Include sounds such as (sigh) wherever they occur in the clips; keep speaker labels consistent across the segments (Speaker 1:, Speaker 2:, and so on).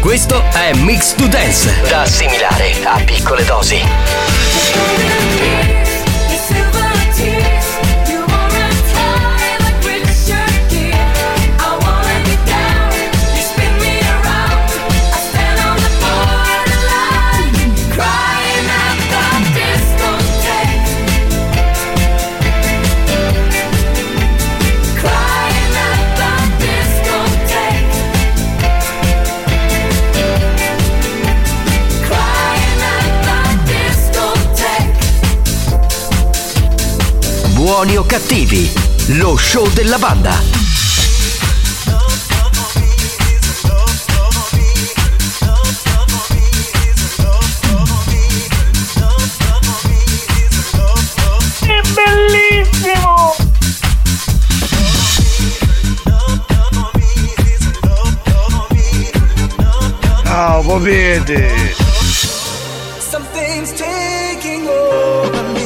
Speaker 1: Questo è Mix to Dance, da assimilare a piccole dosi. Buoni o cattivi, lo show della banda.
Speaker 2: È bellissimo!
Speaker 3: Ciao, popete!
Speaker 4: Something's taking over me.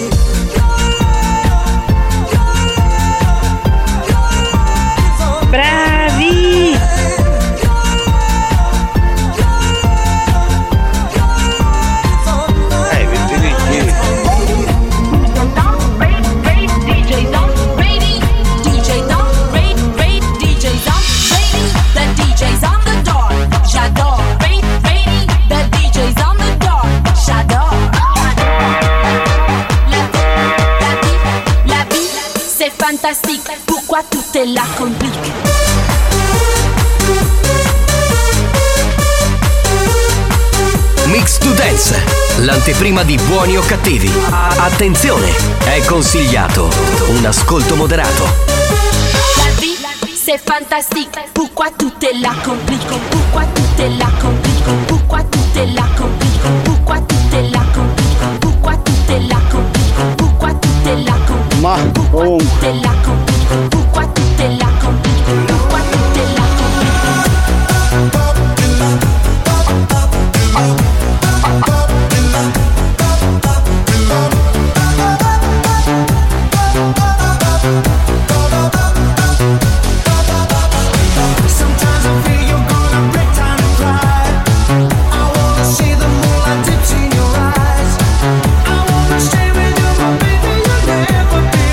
Speaker 5: ¡Bravi!
Speaker 3: Eh, ventini che...
Speaker 6: J'adore, rain, rainy, that DJ's on the door. J'adore. La vie, la vie, la vie, c'est fantastique. Pourquoi tout est là qu'on pique
Speaker 1: Mix to Dance, l'anteprima di buoni o cattivi. A- attenzione, è consigliato un ascolto moderato.
Speaker 6: La vie, c'est fantastique. Pourquoi tout est là qu'on pique Pourquoi tout est là qu'on pique Pourquoi tout est là qu'on pique Pourquoi tout est là qu'on pique Pourquoi tout est là qu'on pique Pourquoi tout est là qu'on pique
Speaker 3: Ma, oh,
Speaker 6: Tout est là qu'on pique Pourquoi tout est là qu'on pique Pourquoi tout est là qu'on pique
Speaker 4: Sometimes I feel you're gonna break down and cry. I wanna see the moonlight dips in your eyes. I wanna stay with you, but baby, you'll never be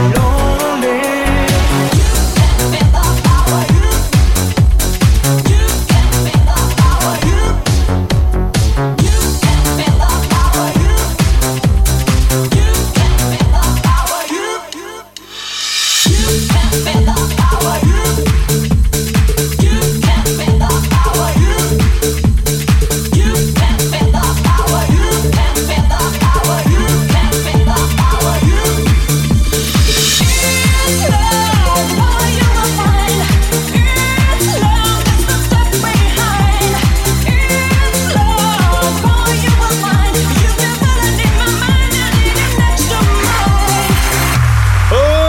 Speaker 4: lonely, lonely.
Speaker 7: Oh,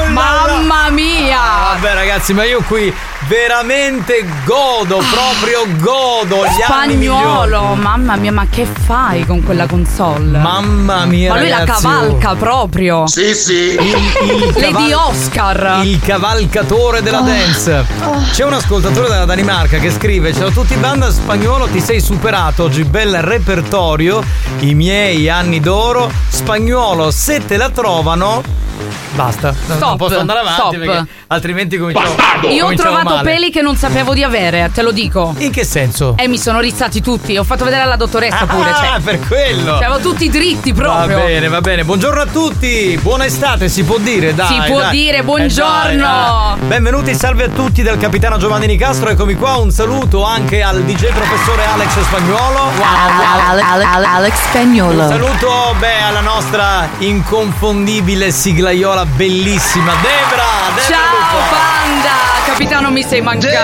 Speaker 7: Ah, ragazzi, ma io qui veramente godo, proprio godo gli anni migliori.
Speaker 8: Ah. Spagnuolo, mamma mia, ma che fai con quella console?
Speaker 7: Mamma mia,
Speaker 8: Ma lui
Speaker 7: ragazzi,
Speaker 8: la cavalca
Speaker 7: oh.
Speaker 8: proprio.
Speaker 7: Sì, sì.
Speaker 8: Lady Oscar.
Speaker 7: Il cavalcatore della
Speaker 8: Ah.
Speaker 7: dance. C'è un ascoltatore dalla Danimarca che scrive: Ciao a tutti, banda spagnolo, ti sei superato oggi. Bel repertorio, i miei anni d'oro. Spagnolo, se te la trovano. Basta, non- non
Speaker 8: Stop,
Speaker 7: posso andare avanti
Speaker 8: stop.
Speaker 7: perché altrimenti cominciamo.
Speaker 8: Io ho
Speaker 7: cominciamo
Speaker 8: trovato
Speaker 7: male.
Speaker 8: peli che non sapevo di avere, te lo dico.
Speaker 7: In che senso?
Speaker 8: Eh, mi sono rizzati tutti. Ho fatto vedere alla dottoressa
Speaker 7: Ah,
Speaker 8: pure. Cioè,
Speaker 7: per quello.
Speaker 8: Siamo tutti dritti
Speaker 7: Va
Speaker 8: proprio.
Speaker 7: bene, va bene. Buongiorno a tutti. Buona estate, si può dire, dai.
Speaker 8: Si può
Speaker 7: dai.
Speaker 8: dire,
Speaker 7: Eh,
Speaker 8: buongiorno.
Speaker 7: dai, dai. Benvenuti, salve a tutti dal capitano Giovanni Nicastro. Eccomi qua, un saluto anche al DJ professore Alex Spagnuolo.
Speaker 5: Alex Spagnolo.
Speaker 7: Un saluto beh, alla nostra inconfondibile siglaiola bellissima Debra. Debra
Speaker 8: Ciao banda! Capitano mi sei mancato!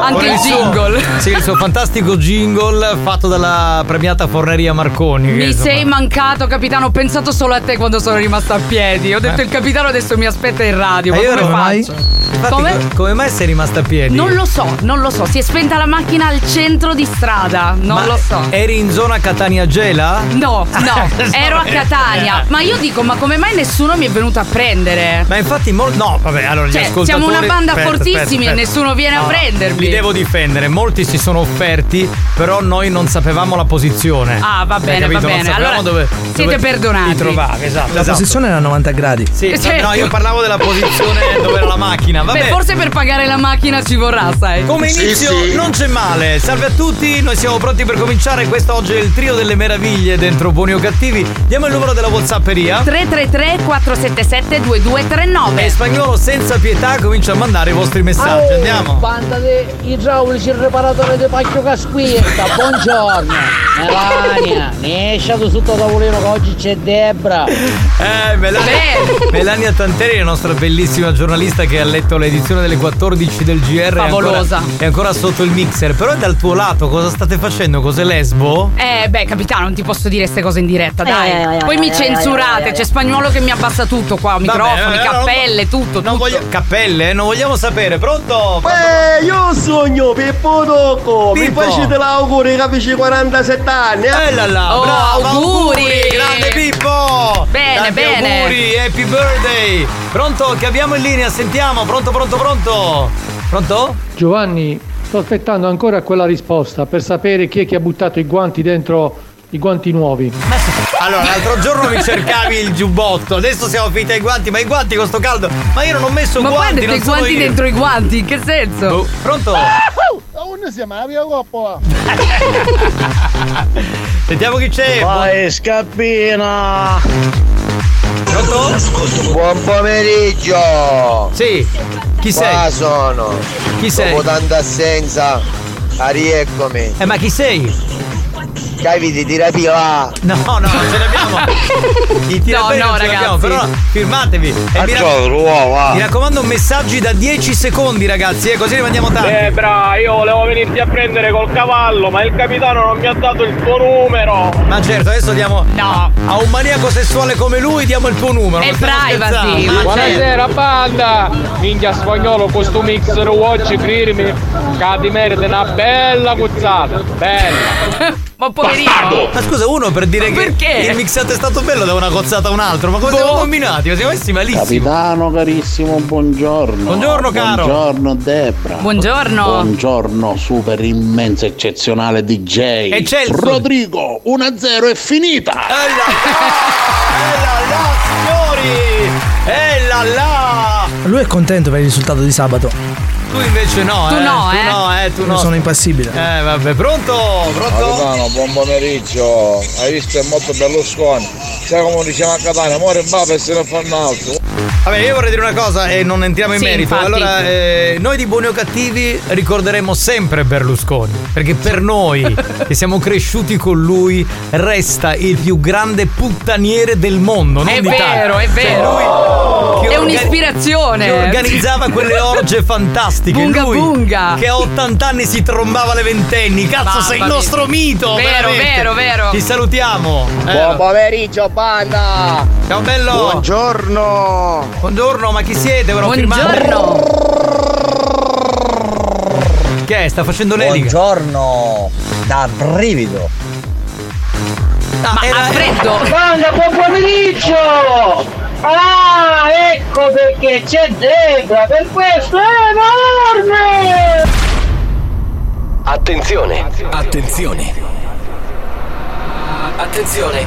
Speaker 8: Anche
Speaker 7: Ora
Speaker 8: il
Speaker 7: suo-
Speaker 8: jingle!
Speaker 7: Sì, il suo fantastico jingle fatto dalla premiata Forneria Marconi. che,
Speaker 8: Mi
Speaker 7: insomma,
Speaker 8: sei mancato, capitano. Ho pensato solo a te quando sono rimasta a piedi. Ho detto
Speaker 7: Eh.
Speaker 8: il capitano adesso mi aspetta in radio. Ma
Speaker 7: E io
Speaker 8: come
Speaker 7: ero-
Speaker 8: faccio?
Speaker 7: Infatti,
Speaker 8: Come?
Speaker 7: co- come mai sei rimasta a piedi?
Speaker 8: Non lo so, non lo so. Si è spenta la macchina al centro di strada. Non
Speaker 7: Ma
Speaker 8: lo so.
Speaker 7: Eri in zona Catania Gela? Eh.
Speaker 8: No,
Speaker 7: (laughs)
Speaker 8: no, ero a Catania. Ma io dico, ma come mai nessuno mi è venuto a prendere?
Speaker 7: Ma infatti, mol- no, vabbè, allora
Speaker 8: Cioè,
Speaker 7: gli ascoltatori
Speaker 8: siamo una banda
Speaker 7: Aspetta,
Speaker 8: fortissimi
Speaker 7: aspetta,
Speaker 8: e
Speaker 7: aspetta.
Speaker 8: nessuno viene a
Speaker 7: No, no,
Speaker 8: prendermi.
Speaker 7: Li devo difendere, molti si sono offerti, però noi non sapevamo la posizione.
Speaker 8: Ah, va
Speaker 7: Hai
Speaker 8: bene,
Speaker 7: capito?
Speaker 8: va
Speaker 7: Non
Speaker 8: bene.
Speaker 7: sapevamo
Speaker 8: Allora,
Speaker 7: dove,
Speaker 8: siete
Speaker 7: dove
Speaker 8: perdonati.
Speaker 7: Ti trovavi, esatto.
Speaker 5: La
Speaker 7: esatto.
Speaker 5: posizione era a 90 gradi.
Speaker 7: Sì,
Speaker 8: Sì.
Speaker 7: No,
Speaker 9: (laughs)
Speaker 7: io parlavo della posizione dove era la macchina.
Speaker 8: Beh,
Speaker 7: Vabbè.
Speaker 8: forse per pagare la macchina ci vorrà, sai.
Speaker 7: Come inizio non c'è male. Salve a tutti, noi siamo pronti per cominciare. Questo oggi è il trio delle meraviglie dentro Buoni o Cattivi. Diamo il numero della Whatsapperia.
Speaker 8: 333 477 2239
Speaker 7: E spagnolo senza pietà comincia a mandare i vostri
Speaker 8: Oh.
Speaker 7: messaggi. Andiamo.
Speaker 4: Banda di idraulici, il reparatore di pacchio casquietta, buongiorno. Melania, ne esci tu sotto tavolino che oggi c'è Debra.
Speaker 7: Eh, Melania, (laughs) Melania Tanteri, la nostra bellissima giornalista che ha letto l'edizione delle 14 del GR. è ancora-
Speaker 8: Favolosa.
Speaker 7: È ancora, sotto il mixer. Però è dal tuo lato, cosa state facendo? Cos'è lesbo?
Speaker 8: Eh beh capitano non ti posso dire queste cose in diretta dai
Speaker 7: Eh, eh, eh,
Speaker 8: Poi
Speaker 7: eh,
Speaker 8: mi
Speaker 7: eh,
Speaker 8: censurate
Speaker 7: eh, eh, eh.
Speaker 8: C'è spagnolo che mi abbassa tutto qua Microfoni,
Speaker 7: eh,
Speaker 8: cappelle, tutto, tutto.
Speaker 7: Cappelle, eh? non vogliamo sapere, pronto?
Speaker 1: Beh, io sogno Pippo Tocco, mi
Speaker 7: Pippo.
Speaker 1: facete l'augurio che avessi 47 anni.
Speaker 7: Eh là là,
Speaker 1: Oh,
Speaker 7: bravo,
Speaker 1: auguri.
Speaker 7: Grande Pippo!
Speaker 1: Bene,
Speaker 7: Tanti
Speaker 1: bene.
Speaker 7: auguri, happy birthday! Pronto, che abbiamo in linea, sentiamo, pronto, pronto, pronto! Pronto?
Speaker 10: Giovanni, sto aspettando ancora quella risposta per sapere chi è che ha buttato i guanti dentro i guanti nuovi.
Speaker 7: Allora, l'altro giorno mi cercavi il giubbotto, adesso siamo finiti ai guanti, ma i guanti con sto caldo, ma io non ho messo
Speaker 8: Ma poi ha
Speaker 7: guanti,
Speaker 8: detto
Speaker 7: non
Speaker 8: i
Speaker 7: sono
Speaker 8: guanti
Speaker 7: io.
Speaker 8: dentro i guanti In (laughs) che senso?
Speaker 7: Oh, pronto?
Speaker 11: Aún se llama la coppola.
Speaker 7: Sentiamo chi c'è.
Speaker 11: Vai, scappina.
Speaker 12: Buon pomeriggio!
Speaker 7: Sì, chi sei?
Speaker 12: Qua sono.
Speaker 7: Chi sei?
Speaker 12: Dopo tanta assenza, ah, rieccomi.
Speaker 7: Eh, ma chi sei?
Speaker 12: Caviti, tirati là!
Speaker 7: No, no, ce l'abbiamo!
Speaker 12: (laughs)
Speaker 7: I tirapelli
Speaker 12: No, no,
Speaker 7: non ce l'abbiamo,
Speaker 12: ragazzi.
Speaker 7: però firmatevi. E mi,
Speaker 12: Faccio l'uova.
Speaker 7: mi raccomando, messaggi da 10 secondi, ragazzi, eh, così ne mandiamo tanti.
Speaker 13: Debra, io volevo venirti a prendere col cavallo, ma il capitano non mi ha dato il tuo numero.
Speaker 7: Ma certo, adesso diamo
Speaker 8: no.
Speaker 7: a un maniaco sessuale come lui, diamo il tuo numero.
Speaker 13: È
Speaker 7: non stiamo
Speaker 13: privacy,
Speaker 7: scherzando.
Speaker 13: ma
Speaker 7: Ma
Speaker 13: Buonasera,
Speaker 7: certo.
Speaker 13: banda! Minchia spagnolo, questo mixer watch, credimi, che ti merita una bella cuzzata. Bella.
Speaker 8: (laughs) ma poverino!
Speaker 7: Ma scusa, uno per dire che il mixato è stato bello da una cozzata a un altro, ma come siamo combinati? Ma siamo messi malissimo.
Speaker 4: Capitano carissimo, buongiorno.
Speaker 7: Buongiorno, caro.
Speaker 4: Buongiorno Debra.
Speaker 8: Buongiorno.
Speaker 4: Buongiorno, super immenso, eccezionale DJ.
Speaker 7: Eccelso.
Speaker 4: Rodrigo, 1-0 è finita.
Speaker 7: Signori! E Eh, là là!
Speaker 5: Lui è contento per il risultato di sabato.
Speaker 7: Tu invece no,
Speaker 5: Tu
Speaker 7: eh.
Speaker 5: no,
Speaker 7: tu
Speaker 5: eh.
Speaker 7: no, eh, tu
Speaker 5: Io
Speaker 7: no.
Speaker 5: sono impassibile.
Speaker 7: Eh, vabbè, pronto? Pronto?
Speaker 14: Capitano, buon pomeriggio. Hai visto è molto Berlusconi. Sai come diciamo a Catania, amore va per se ne fanno altro.
Speaker 7: Vabbè, io vorrei dire una cosa e non entriamo in
Speaker 15: Sì,
Speaker 7: merito.
Speaker 15: infatti.
Speaker 7: Allora, eh, noi di buoni o cattivi ricorderemo sempre Berlusconi, perché per noi che siamo cresciuti con lui resta il più grande puttaniere del mondo, non
Speaker 8: È
Speaker 7: d'Italia.
Speaker 8: vero, è
Speaker 7: Cioè,
Speaker 8: vero.
Speaker 7: che organi-
Speaker 8: è un'ispirazione.
Speaker 7: Che organizzava
Speaker 8: (laughs)
Speaker 7: quelle orge fantastiche.
Speaker 8: Bunga
Speaker 7: Lui,
Speaker 8: bunga.
Speaker 7: Che a 80 anni si trombava le ventenni. Cazzo,
Speaker 8: Mamma
Speaker 7: sei il
Speaker 8: mia.
Speaker 7: nostro mito.
Speaker 8: Vero,
Speaker 7: veramente.
Speaker 8: vero, vero.
Speaker 7: Ti salutiamo.
Speaker 16: Buon
Speaker 7: pomeriggio, banda. Ciao bello.
Speaker 16: Buongiorno.
Speaker 7: Buongiorno, ma chi siete? Ve l'ho firmato. Che è? Sta facendo l'elica.
Speaker 16: Buongiorno. Da brivido.
Speaker 7: Ma
Speaker 16: era-
Speaker 8: freddo.
Speaker 17: Banda, buon pomeriggio! Ah, ecco perché c'è Debra, per questo è enorme!
Speaker 1: Attenzione! Attenzione! Attenzione!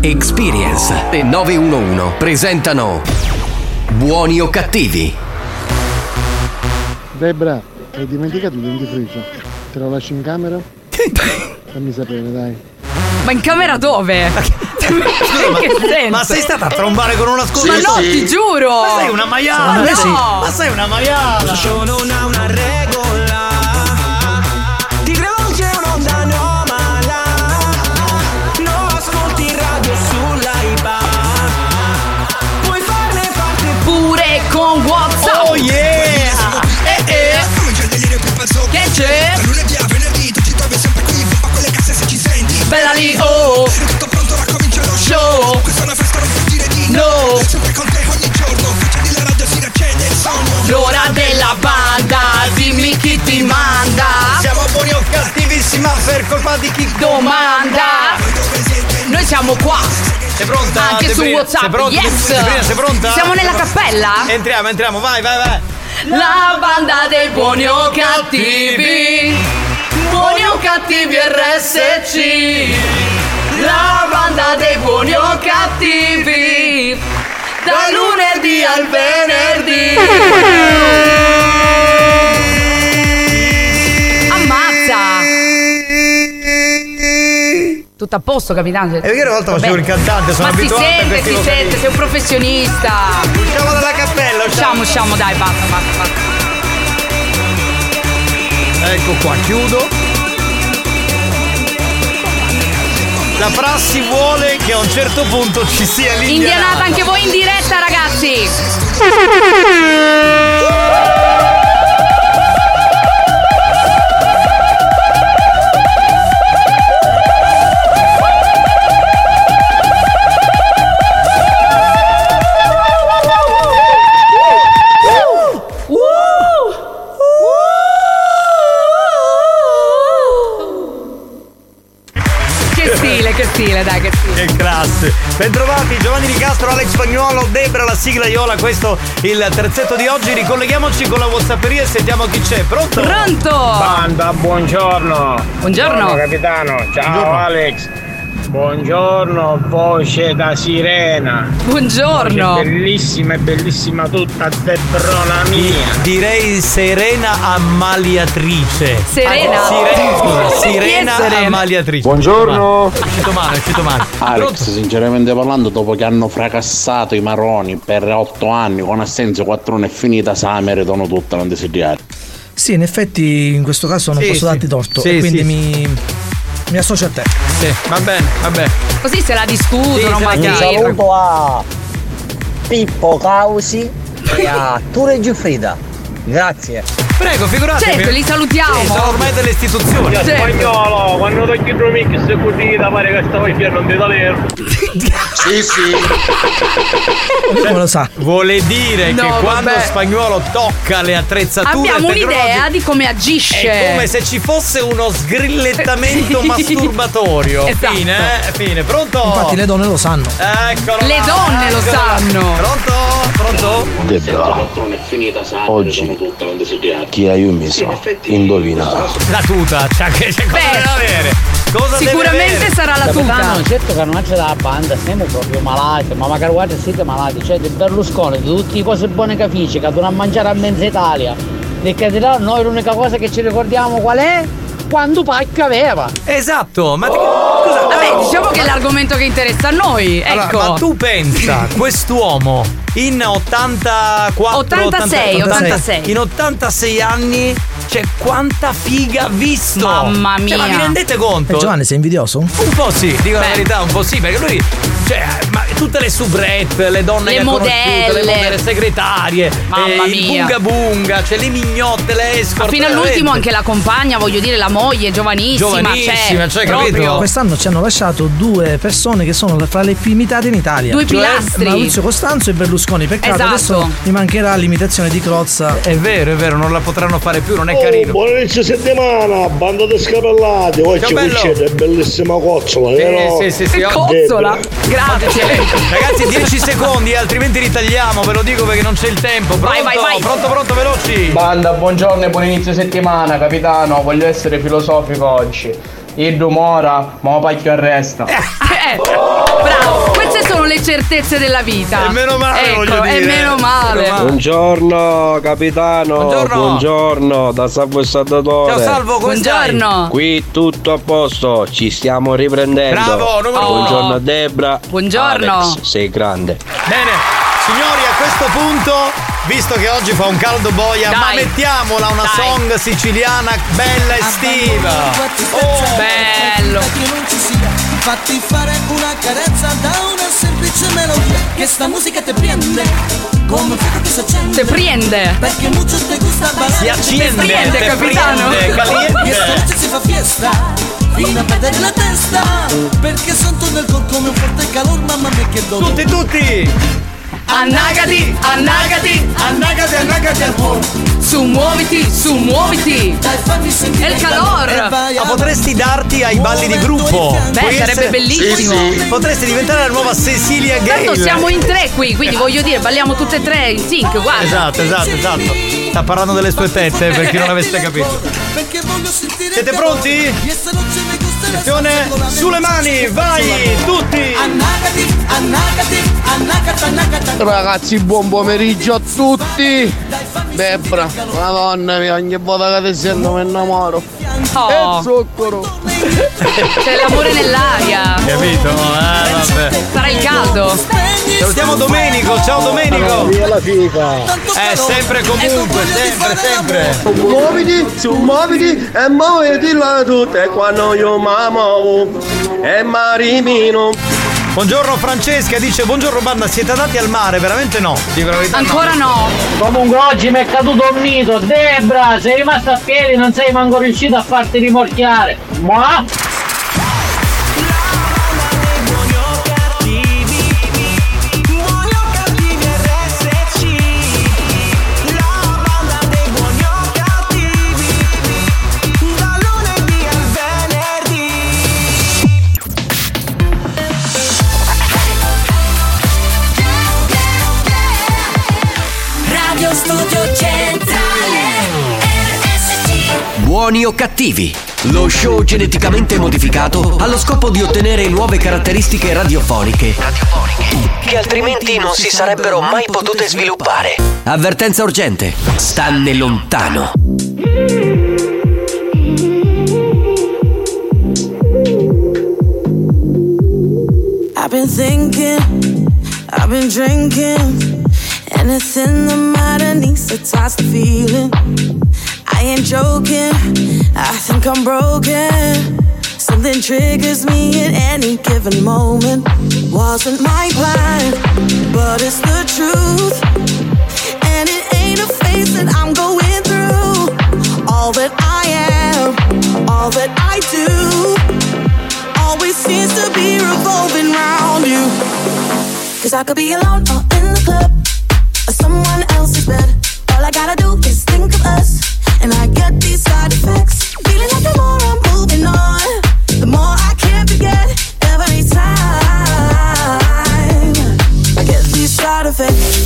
Speaker 1: Experience e 911 presentano Buoni o cattivi?
Speaker 18: Debra, hai dimenticato il dentifricio? Te lo lascio in
Speaker 7: (laughs)
Speaker 18: camera? Fammi sapere, dai.
Speaker 8: Ma in camera
Speaker 7: (laughs)
Speaker 8: dove?
Speaker 7: ma-
Speaker 8: che senso?
Speaker 7: ma sei stata a trombare con una scusa?
Speaker 8: Ma no,
Speaker 7: Sì, sì.
Speaker 8: ti giuro!
Speaker 7: Ma sei una maiala!
Speaker 8: No!
Speaker 7: Sì. Ma sei una maiala!
Speaker 6: Ti rivolge un'onda anomala. Non ascolti radio sull'AIPA. Puoi farne parte
Speaker 8: pure con WhatsApp.
Speaker 6: Oh yeah!
Speaker 8: Eh, eh. Che c'è? Bella lì, oh! Tutto pronto, ma comincia lo show! Questa è una festa, non puoi dire di no! Sempre con te ogni giorno, facendo la radio, si raccende il sonno! L'ora della banda, dimmi chi ti manda! Siamo buoni o cattivissima per colpa di chi domanda! Noi siamo qua!
Speaker 7: Sei pronta?
Speaker 8: Anche Ah, su
Speaker 7: Sabrina?
Speaker 8: WhatsApp,
Speaker 7: Sei pronta?
Speaker 8: yes!
Speaker 7: Sabrina, sei pronta?
Speaker 8: Siamo nella cappella?
Speaker 7: Entriamo, entriamo, vai, vai, vai!
Speaker 8: La banda dei buoni o cattivi Buoni o cattivi RSC La banda dei buoni o cattivi Da lunedì al venerdì Ammazza Tutto a posto capitano cioè,
Speaker 7: E io una volta
Speaker 8: Vabbè.
Speaker 7: facevo il cantante, sono
Speaker 8: Ma si
Speaker 7: abituato a
Speaker 8: sente, si
Speaker 7: questi
Speaker 8: sente, sei un professionista Usciamo dalla cappella Usciamo, usciamo, dai, basta, basta, basta
Speaker 7: Ecco qua, chiudo. La prassi vuole che a un certo punto ci sia l'indianata.
Speaker 8: Indianata anche voi in diretta, ragazzi! Che stile, che stile, dai, che
Speaker 7: (laughs)
Speaker 8: stile.
Speaker 7: Che classe. Bentrovati Giovanni Di Castro, Alex Spagnuolo, Debra, la sigla Iola, questo il terzetto di oggi. Ricolleghiamoci con la Whatsapperia e sentiamo chi c'è. Pronto?
Speaker 8: Pronto?
Speaker 12: Banda, buongiorno.
Speaker 8: Oh. Buongiorno.
Speaker 12: capitano. Ciao
Speaker 7: Buongiorno.
Speaker 12: Alex. Buongiorno, voce da sirena.
Speaker 8: Buongiorno.
Speaker 12: Voce bellissima e bellissima tutta Debrona mia.
Speaker 7: Direi Serena Ammaliatrice.
Speaker 12: Serena?
Speaker 7: Sirena, scusa,
Speaker 12: Chi è
Speaker 7: Sirena
Speaker 12: Serena?
Speaker 7: Ammaliatrice.
Speaker 12: Buongiorno.
Speaker 7: È uscito male, è uscito male.
Speaker 4: Alex,
Speaker 7: Pronto?
Speaker 4: sinceramente parlando, dopo che hanno fracassato i maroni per 8 anni con assenza 4 è finita, sa meritano tutta, non desiderare.
Speaker 9: Sì, in effetti in questo caso non
Speaker 4: Sì,
Speaker 9: posso
Speaker 4: sì.
Speaker 9: darti torto.
Speaker 4: Sì,
Speaker 9: e quindi
Speaker 4: sì.
Speaker 9: mi, mi associo a te.
Speaker 7: Sì, va bene, va bene.
Speaker 8: Così se la discutono, ma che.
Speaker 9: Un
Speaker 8: saluto
Speaker 16: a Pippo Causi e a Ture Giuffrida. Grazie.
Speaker 7: Prego, figuratevi.
Speaker 8: Certo, li salutiamo.
Speaker 7: Sì, sono ormai delle istituzioni.
Speaker 8: Certo.
Speaker 19: Spagnolo, quando tocchi il remix se cucina pare che stavo in fianno di Talero.
Speaker 7: Sì,
Speaker 12: (laughs)
Speaker 7: sì.
Speaker 9: Come lo sa?
Speaker 7: Vuole dire
Speaker 8: No,
Speaker 7: che quando
Speaker 8: vabbè.
Speaker 7: spagnolo tocca le attrezzature
Speaker 8: Abbiamo un'idea
Speaker 7: tecnologiche
Speaker 8: di come agisce.
Speaker 7: è come se ci fosse uno
Speaker 8: (laughs)
Speaker 7: sgrillettamento
Speaker 8: Sì.
Speaker 7: masturbatorio.
Speaker 8: Esatto.
Speaker 7: Fine, eh? Fine, pronto?
Speaker 9: Infatti le donne lo sanno.
Speaker 7: Eccolo.
Speaker 8: Le
Speaker 7: là,
Speaker 8: donne lo
Speaker 7: eccolo là.
Speaker 8: sanno.
Speaker 7: Pronto? Pronto?
Speaker 20: Oggi chi hai io mi so, indovina.
Speaker 7: La tuta, (laughs) cioè, che, cioè, cosa deve avere? Cosa deve avere?
Speaker 16: Capitano, certo che non c'è la banda, siamo proprio malati, ma magari guarda siete malati, cioè di Berlusconi, di tutte le cose buone che dice, che andano a mangiare a mezza Italia. Del Cadelano noi l'unica cosa che ci ricordiamo qual è? Quando pacca aveva.
Speaker 7: Esatto, ma
Speaker 8: Vabbè, diciamo che è l'argomento che interessa a noi.
Speaker 7: Allora,
Speaker 8: Ecco.
Speaker 7: ma tu
Speaker 8: (laughs)
Speaker 7: pensa, quest'uomo in 84
Speaker 8: 86, 86.
Speaker 7: in 86 anni, cioè quanta figa ha visto!
Speaker 8: Mamma
Speaker 7: Cioè, ma
Speaker 8: mia.
Speaker 7: vi rendete conto?
Speaker 9: Eh, Giovanni, sei invidioso?
Speaker 7: Un po' sì, dico la verità, un po' sì, perché lui. Cioè, ma tutte le soubrette, le donne
Speaker 8: Le
Speaker 7: che ha conosciuto,
Speaker 8: modelle.
Speaker 7: le modelle, le segretarie,
Speaker 8: Mamma
Speaker 7: eh, il
Speaker 8: mia.
Speaker 7: bunga bunga, cioè le mignotte, le escort.
Speaker 8: Ma fino all'ultimo anche la compagna, voglio dire, la moglie, giovanissima.
Speaker 7: Giovanissima, cioè, capito?
Speaker 8: proprio.
Speaker 9: Quest'anno ci hanno lasciato due persone che sono fra le più imitate in Italia.
Speaker 8: Due
Speaker 9: Cioè,
Speaker 8: pilastri.
Speaker 9: Maurizio Costanzo e Berlusconi. Peccato,
Speaker 8: Esatto.
Speaker 9: adesso mi mancherà l'imitazione di Crozza.
Speaker 7: È vero, è vero, non la potranno fare più, non è
Speaker 21: Oh,
Speaker 7: carino.
Speaker 21: buon inizio settimana, banda di scapellati, oggi
Speaker 7: Ciao,
Speaker 21: qui
Speaker 7: bello.
Speaker 21: c'è bellissima cozzola,
Speaker 7: Sì,
Speaker 21: vero?
Speaker 7: Eh, sì, sì, sì, Che oggi- cozzola? Ragazzi, 10 secondi, altrimenti ritagliamo, ve lo dico perché non c'è il tempo. Pronto,
Speaker 8: Vai, vai, vai.
Speaker 7: pronto, pronto, veloci.
Speaker 22: Banda, buongiorno e buon inizio settimana, capitano. Voglio essere filosofico oggi. Il rumora, ma pacchio arresta.
Speaker 8: Eh, bravo. Queste sono le certezze della vita. E meno male. Ecco, e meno male.
Speaker 23: Buongiorno capitano,
Speaker 8: Buongiorno.
Speaker 23: buongiorno, da Salvo e Saldatore.
Speaker 8: Ciao, Salvo, come Buongiorno. stai?
Speaker 23: Qui tutto a posto, ci stiamo riprendendo.
Speaker 7: Bravo, numero uno.
Speaker 23: Buongiorno Debra.
Speaker 7: Buongiorno.
Speaker 23: Alex, sei grande.
Speaker 7: Bene, signori, a questo punto, visto che oggi fa un caldo boia,
Speaker 23: Dai.
Speaker 7: ma mettiamola una
Speaker 23: Dai.
Speaker 7: song siciliana bella estiva. Oh.
Speaker 8: bello.
Speaker 17: Che non ci sia. Fatti fare una carezza da una semplice melodia. Che sta musica te prende. Come un fuoco che si accende.
Speaker 8: Te prende.
Speaker 17: Perché mucho te gusta bailar.
Speaker 8: Si accende, Te prende, te capitano. prende, caliente.
Speaker 17: E esta noche si fa fiesta. Fino a perdere la testa. Perché sento nel corpo come un forte calor. Mamma mia che dolore.
Speaker 7: Tutti, tutti.
Speaker 8: Annagati, annagati,
Speaker 17: annagati, annagati al cuore.
Speaker 8: Su muoviti, su muoviti. È il calor.
Speaker 7: Ma potresti darti ai balli di gruppo.
Speaker 8: Beh,
Speaker 7: Puoi
Speaker 8: sarebbe bellissimo.
Speaker 7: Sì, sì. Potresti diventare la nuova Cecilia Gale.
Speaker 8: Tanto Certo, siamo in tre qui, quindi voglio dire, balliamo tutte e tre in sync, guarda.
Speaker 7: Esatto, esatto, esatto. Sta parlando delle sue tette, per chi non avesse capito. Siete pronti? Attenzione, sulle mani, vai, tutti!
Speaker 17: Annagati, annagati, annagati, annagati.
Speaker 12: Ragazzi, buon pomeriggio a tutti! Debra, madonna mia, ogni volta che ti sento mi innamoro.
Speaker 8: Oh.
Speaker 12: E zucchero!
Speaker 8: C'è l'amore nell'aria.
Speaker 7: Capito? Eh, vabbè.
Speaker 8: Sarà il caldo.
Speaker 7: Salutiamo Domenico, ciao Domenico!
Speaker 12: Via la figa!
Speaker 7: Eh, sempre e
Speaker 8: Ecco,
Speaker 7: comunque, sempre, sempre!
Speaker 12: Muoviti, su muoviti e muoviti la tutta e quando io mi muovo e marimino.
Speaker 7: Buongiorno Francesca, dice buongiorno banda, siete andati al mare? Veramente no, dico la verità.
Speaker 8: no.
Speaker 16: Comunque oggi mi è caduto un mito. Debra, sei rimasta a piedi, non sei manco riuscita a farti rimorchiare. Ma?
Speaker 6: Radio Studio Centrale RSC
Speaker 1: Buoni o cattivi? Lo show geneticamente modificato allo scopo di ottenere nuove caratteristiche radiofoniche. Che altrimenti non si sarebbero mai potute sviluppare. Avvertenza urgente. Stanne lontano.
Speaker 24: I've been thinking, I've been drinking, and it's in the matter needs to toss the feeling. I ain't joking, I think I'm broken. Something triggers me at any given moment. Wasn't my plan, but it's the truth. And it ain't a phase that I'm going through. all that I do always seems to be revolving round you. Cause I could be alone or in the club or someone else's bed. All I gotta do is think of us, and I get these side effects. Feeling like the more I'm moving on, the more I can't forget every time. I get these side effects.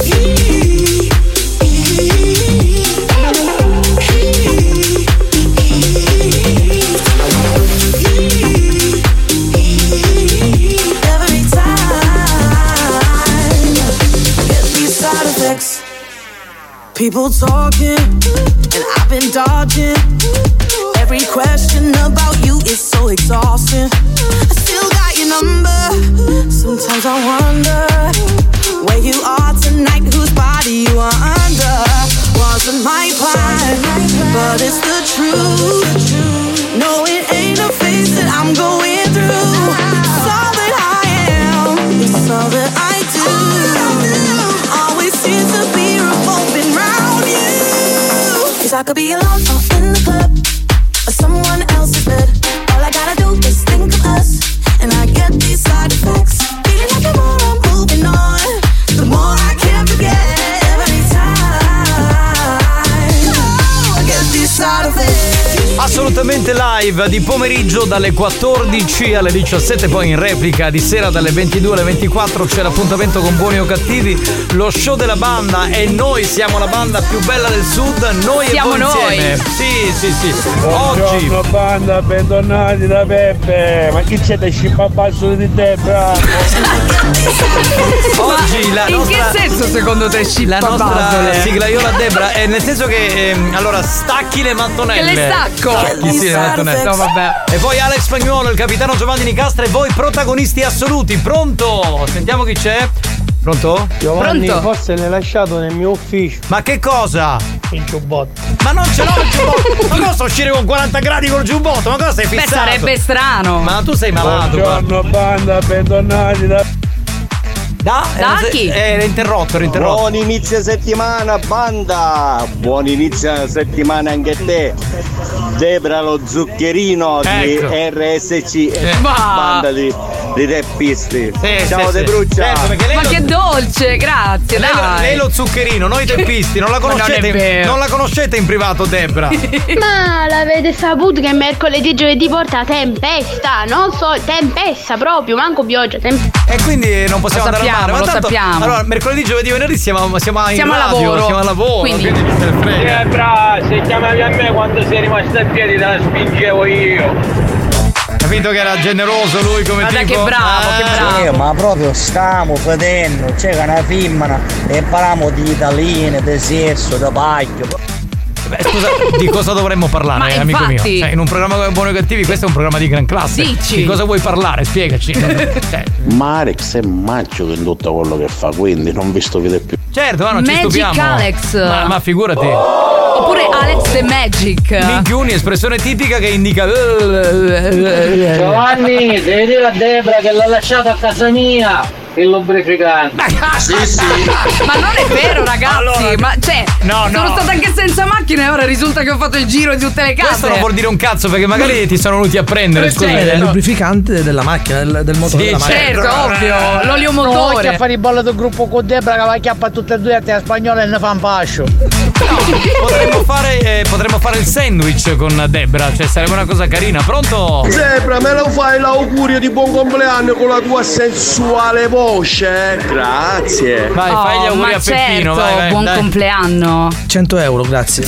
Speaker 24: Every time I get these side effects. People talking, and I've been dodging. Every question about you is so exhausting. I still got your number. Sometimes I wonder where you are tonight, whose body you are under. Wasn't my plan, but it's the truth. No, it ain't a phase that I'm going through. It's all that I am. It's all that I do. Always seems to be revolving round you. 'Cause I could be alone or in the club or someone else's bed. All I gotta do is think of us, and I get these side effects. Feeling like the more I'm moving on, the more I can't forget every time. I get these side effects.
Speaker 7: Assolutamente live di pomeriggio dalle 14 alle 17, poi in replica di sera dalle 22 alle 24 c'è l'appuntamento con Buoni o Cattivi, lo show della banda e noi siamo la banda più bella del sud, noi
Speaker 8: Siamo
Speaker 7: e voi
Speaker 8: noi.
Speaker 7: insieme. Sì, sì, sì. Oggi
Speaker 25: Buongiorno banda, bentornati da Peppe. Ma chi c'è da scippabasso di te,
Speaker 8: (laughs)
Speaker 25: bravo?
Speaker 7: Oggi la
Speaker 25: in
Speaker 7: nostra,
Speaker 25: che senso,
Speaker 7: secondo te La nostra eh,
Speaker 25: basole?
Speaker 7: sigla io la Debra è nel senso che ehm, allora stacchi le mattonelle.
Speaker 8: Che le stacco.
Speaker 7: Stacchi sì, le mattonelle.
Speaker 8: No, vabbè.
Speaker 7: E poi Alex Spagnuolo, il capitano Giovanni Nicastra e voi protagonisti assoluti. Pronto? Sentiamo chi c'è. Pronto?
Speaker 26: Giovanni,
Speaker 7: Pronto?
Speaker 26: forse l'hai lasciato nel mio ufficio.
Speaker 7: Ma che cosa?
Speaker 26: Il giubbotto.
Speaker 7: Ma non ce l'ho il giubbotto! (laughs) Ma cosa uscire con 40 gradi col giubbotto? Ma cosa sei
Speaker 8: Beh,
Speaker 7: fissato?
Speaker 8: sarebbe strano.
Speaker 7: Ma tu sei malato.
Speaker 25: Buongiorno banda, bentornati da
Speaker 7: Da,
Speaker 8: Da
Speaker 7: eh,
Speaker 8: chi?
Speaker 7: Eh, era interrotto, era interrotto.
Speaker 20: Buon inizio settimana, banda! Buon inizio settimana anche a te! Debra lo zuccherino
Speaker 7: Ecco.
Speaker 20: di RSC
Speaker 7: Ma-
Speaker 20: eh, banda di, di rappisti.
Speaker 7: Sì,
Speaker 20: Ciao
Speaker 7: sì, sì.
Speaker 20: De Bruccia!
Speaker 7: Certo, perché lei
Speaker 8: Ma
Speaker 7: lo-
Speaker 8: che dolce, grazie,
Speaker 7: Lei, lo-
Speaker 8: dai.
Speaker 7: lei
Speaker 8: (laughs)
Speaker 7: lo zuccherino, noi teppisti, non la
Speaker 8: Ma non è
Speaker 7: conoscete, non,
Speaker 8: vero.
Speaker 7: la conoscete in privato,
Speaker 8: (laughs)
Speaker 7: Debra.
Speaker 6: Ma l'avete saputo che mercoledì e giovedì porta tempesta, non so, tempesta proprio, manco pioggia, tempesta.
Speaker 7: E quindi non possiamo
Speaker 6: Lo
Speaker 7: andare a mare.
Speaker 6: sappiamo,
Speaker 7: Ma
Speaker 6: lo
Speaker 7: tanto-
Speaker 6: sappiamo.
Speaker 7: Allora, mercoledì, giovedì, venerdì siamo, siamo in
Speaker 6: Siamo al
Speaker 7: radio,
Speaker 6: lavoro.
Speaker 7: Siamo al lavoro.
Speaker 6: Quindi-
Speaker 7: Quindi chi se ne frega.
Speaker 16: Debra, se chiamavi a me quando sei rimasta a piedi te la spingevo io.
Speaker 7: Capito che era generoso lui come
Speaker 16: Guarda
Speaker 7: tipo? Eh,
Speaker 16: che bravo,
Speaker 7: Ah.
Speaker 16: che bravo.
Speaker 7: sì,
Speaker 26: ma proprio stiamo vedendo, c'è una firma e parliamo di italiane, di sesso, di paglio.
Speaker 7: Beh, scusa, di cosa dovremmo parlare,
Speaker 26: Ma
Speaker 7: eh, amico mio?
Speaker 26: infatti.
Speaker 7: Cioè, in un programma come Buoni o Cattivi, questo è un programma di gran classe.
Speaker 26: Dici.
Speaker 7: Di cosa vuoi parlare? Spiegaci. Cioè,
Speaker 1: Ma Alex è maggio che in tutto quello che fa, quindi non vi stupite più.
Speaker 7: certo, ma non ci
Speaker 8: Magic
Speaker 7: stupiamo.
Speaker 8: Alex.
Speaker 7: Ma, ma figurati.
Speaker 8: Oppure Alex the Magic.
Speaker 7: Minchioni, espressione tipica che indica. eh,
Speaker 27: Giovanni, devi dire a Debra che l'ha lasciato a casa mia il lubrificante.
Speaker 7: ah,
Speaker 8: (laughs) Sì, sì. Ma non è vero, ragazzi. ma cioè,
Speaker 7: No,
Speaker 8: sono
Speaker 7: no.
Speaker 8: stata anche senza macchina e ora risulta che ho fatto il giro di tutte le case.
Speaker 7: Questo non vuol dire un cazzo perché magari ti sono venuti a prendere.
Speaker 8: Certo.
Speaker 7: Scusa,
Speaker 8: Eh,
Speaker 9: il lubrificante della macchina, del, del motore
Speaker 7: Sì,
Speaker 9: della macchina.
Speaker 7: certo, ovvio,
Speaker 8: l'olio
Speaker 27: Non voglio fare il bollo del gruppo con Debra che va a chiappa tutte e due a te spagnola e ne fa un pascio.
Speaker 7: Potremmo fare, eh, potremmo fare il sandwich con Debra, cioè sarebbe una cosa carina.
Speaker 28: (laughs)
Speaker 7: Pronto?
Speaker 28: Zebra, me lo fai l'augurio di buon compleanno con la tua sensuale voce? Grazie.
Speaker 7: Vai,
Speaker 8: Oh,
Speaker 7: fai gli auguri
Speaker 8: ma
Speaker 7: a Peppino,
Speaker 8: certo,
Speaker 7: vai, vai,
Speaker 8: buon
Speaker 7: dai.
Speaker 8: compleanno. Certo.
Speaker 9: 100 euro,
Speaker 8: (laughs)
Speaker 9: grazie.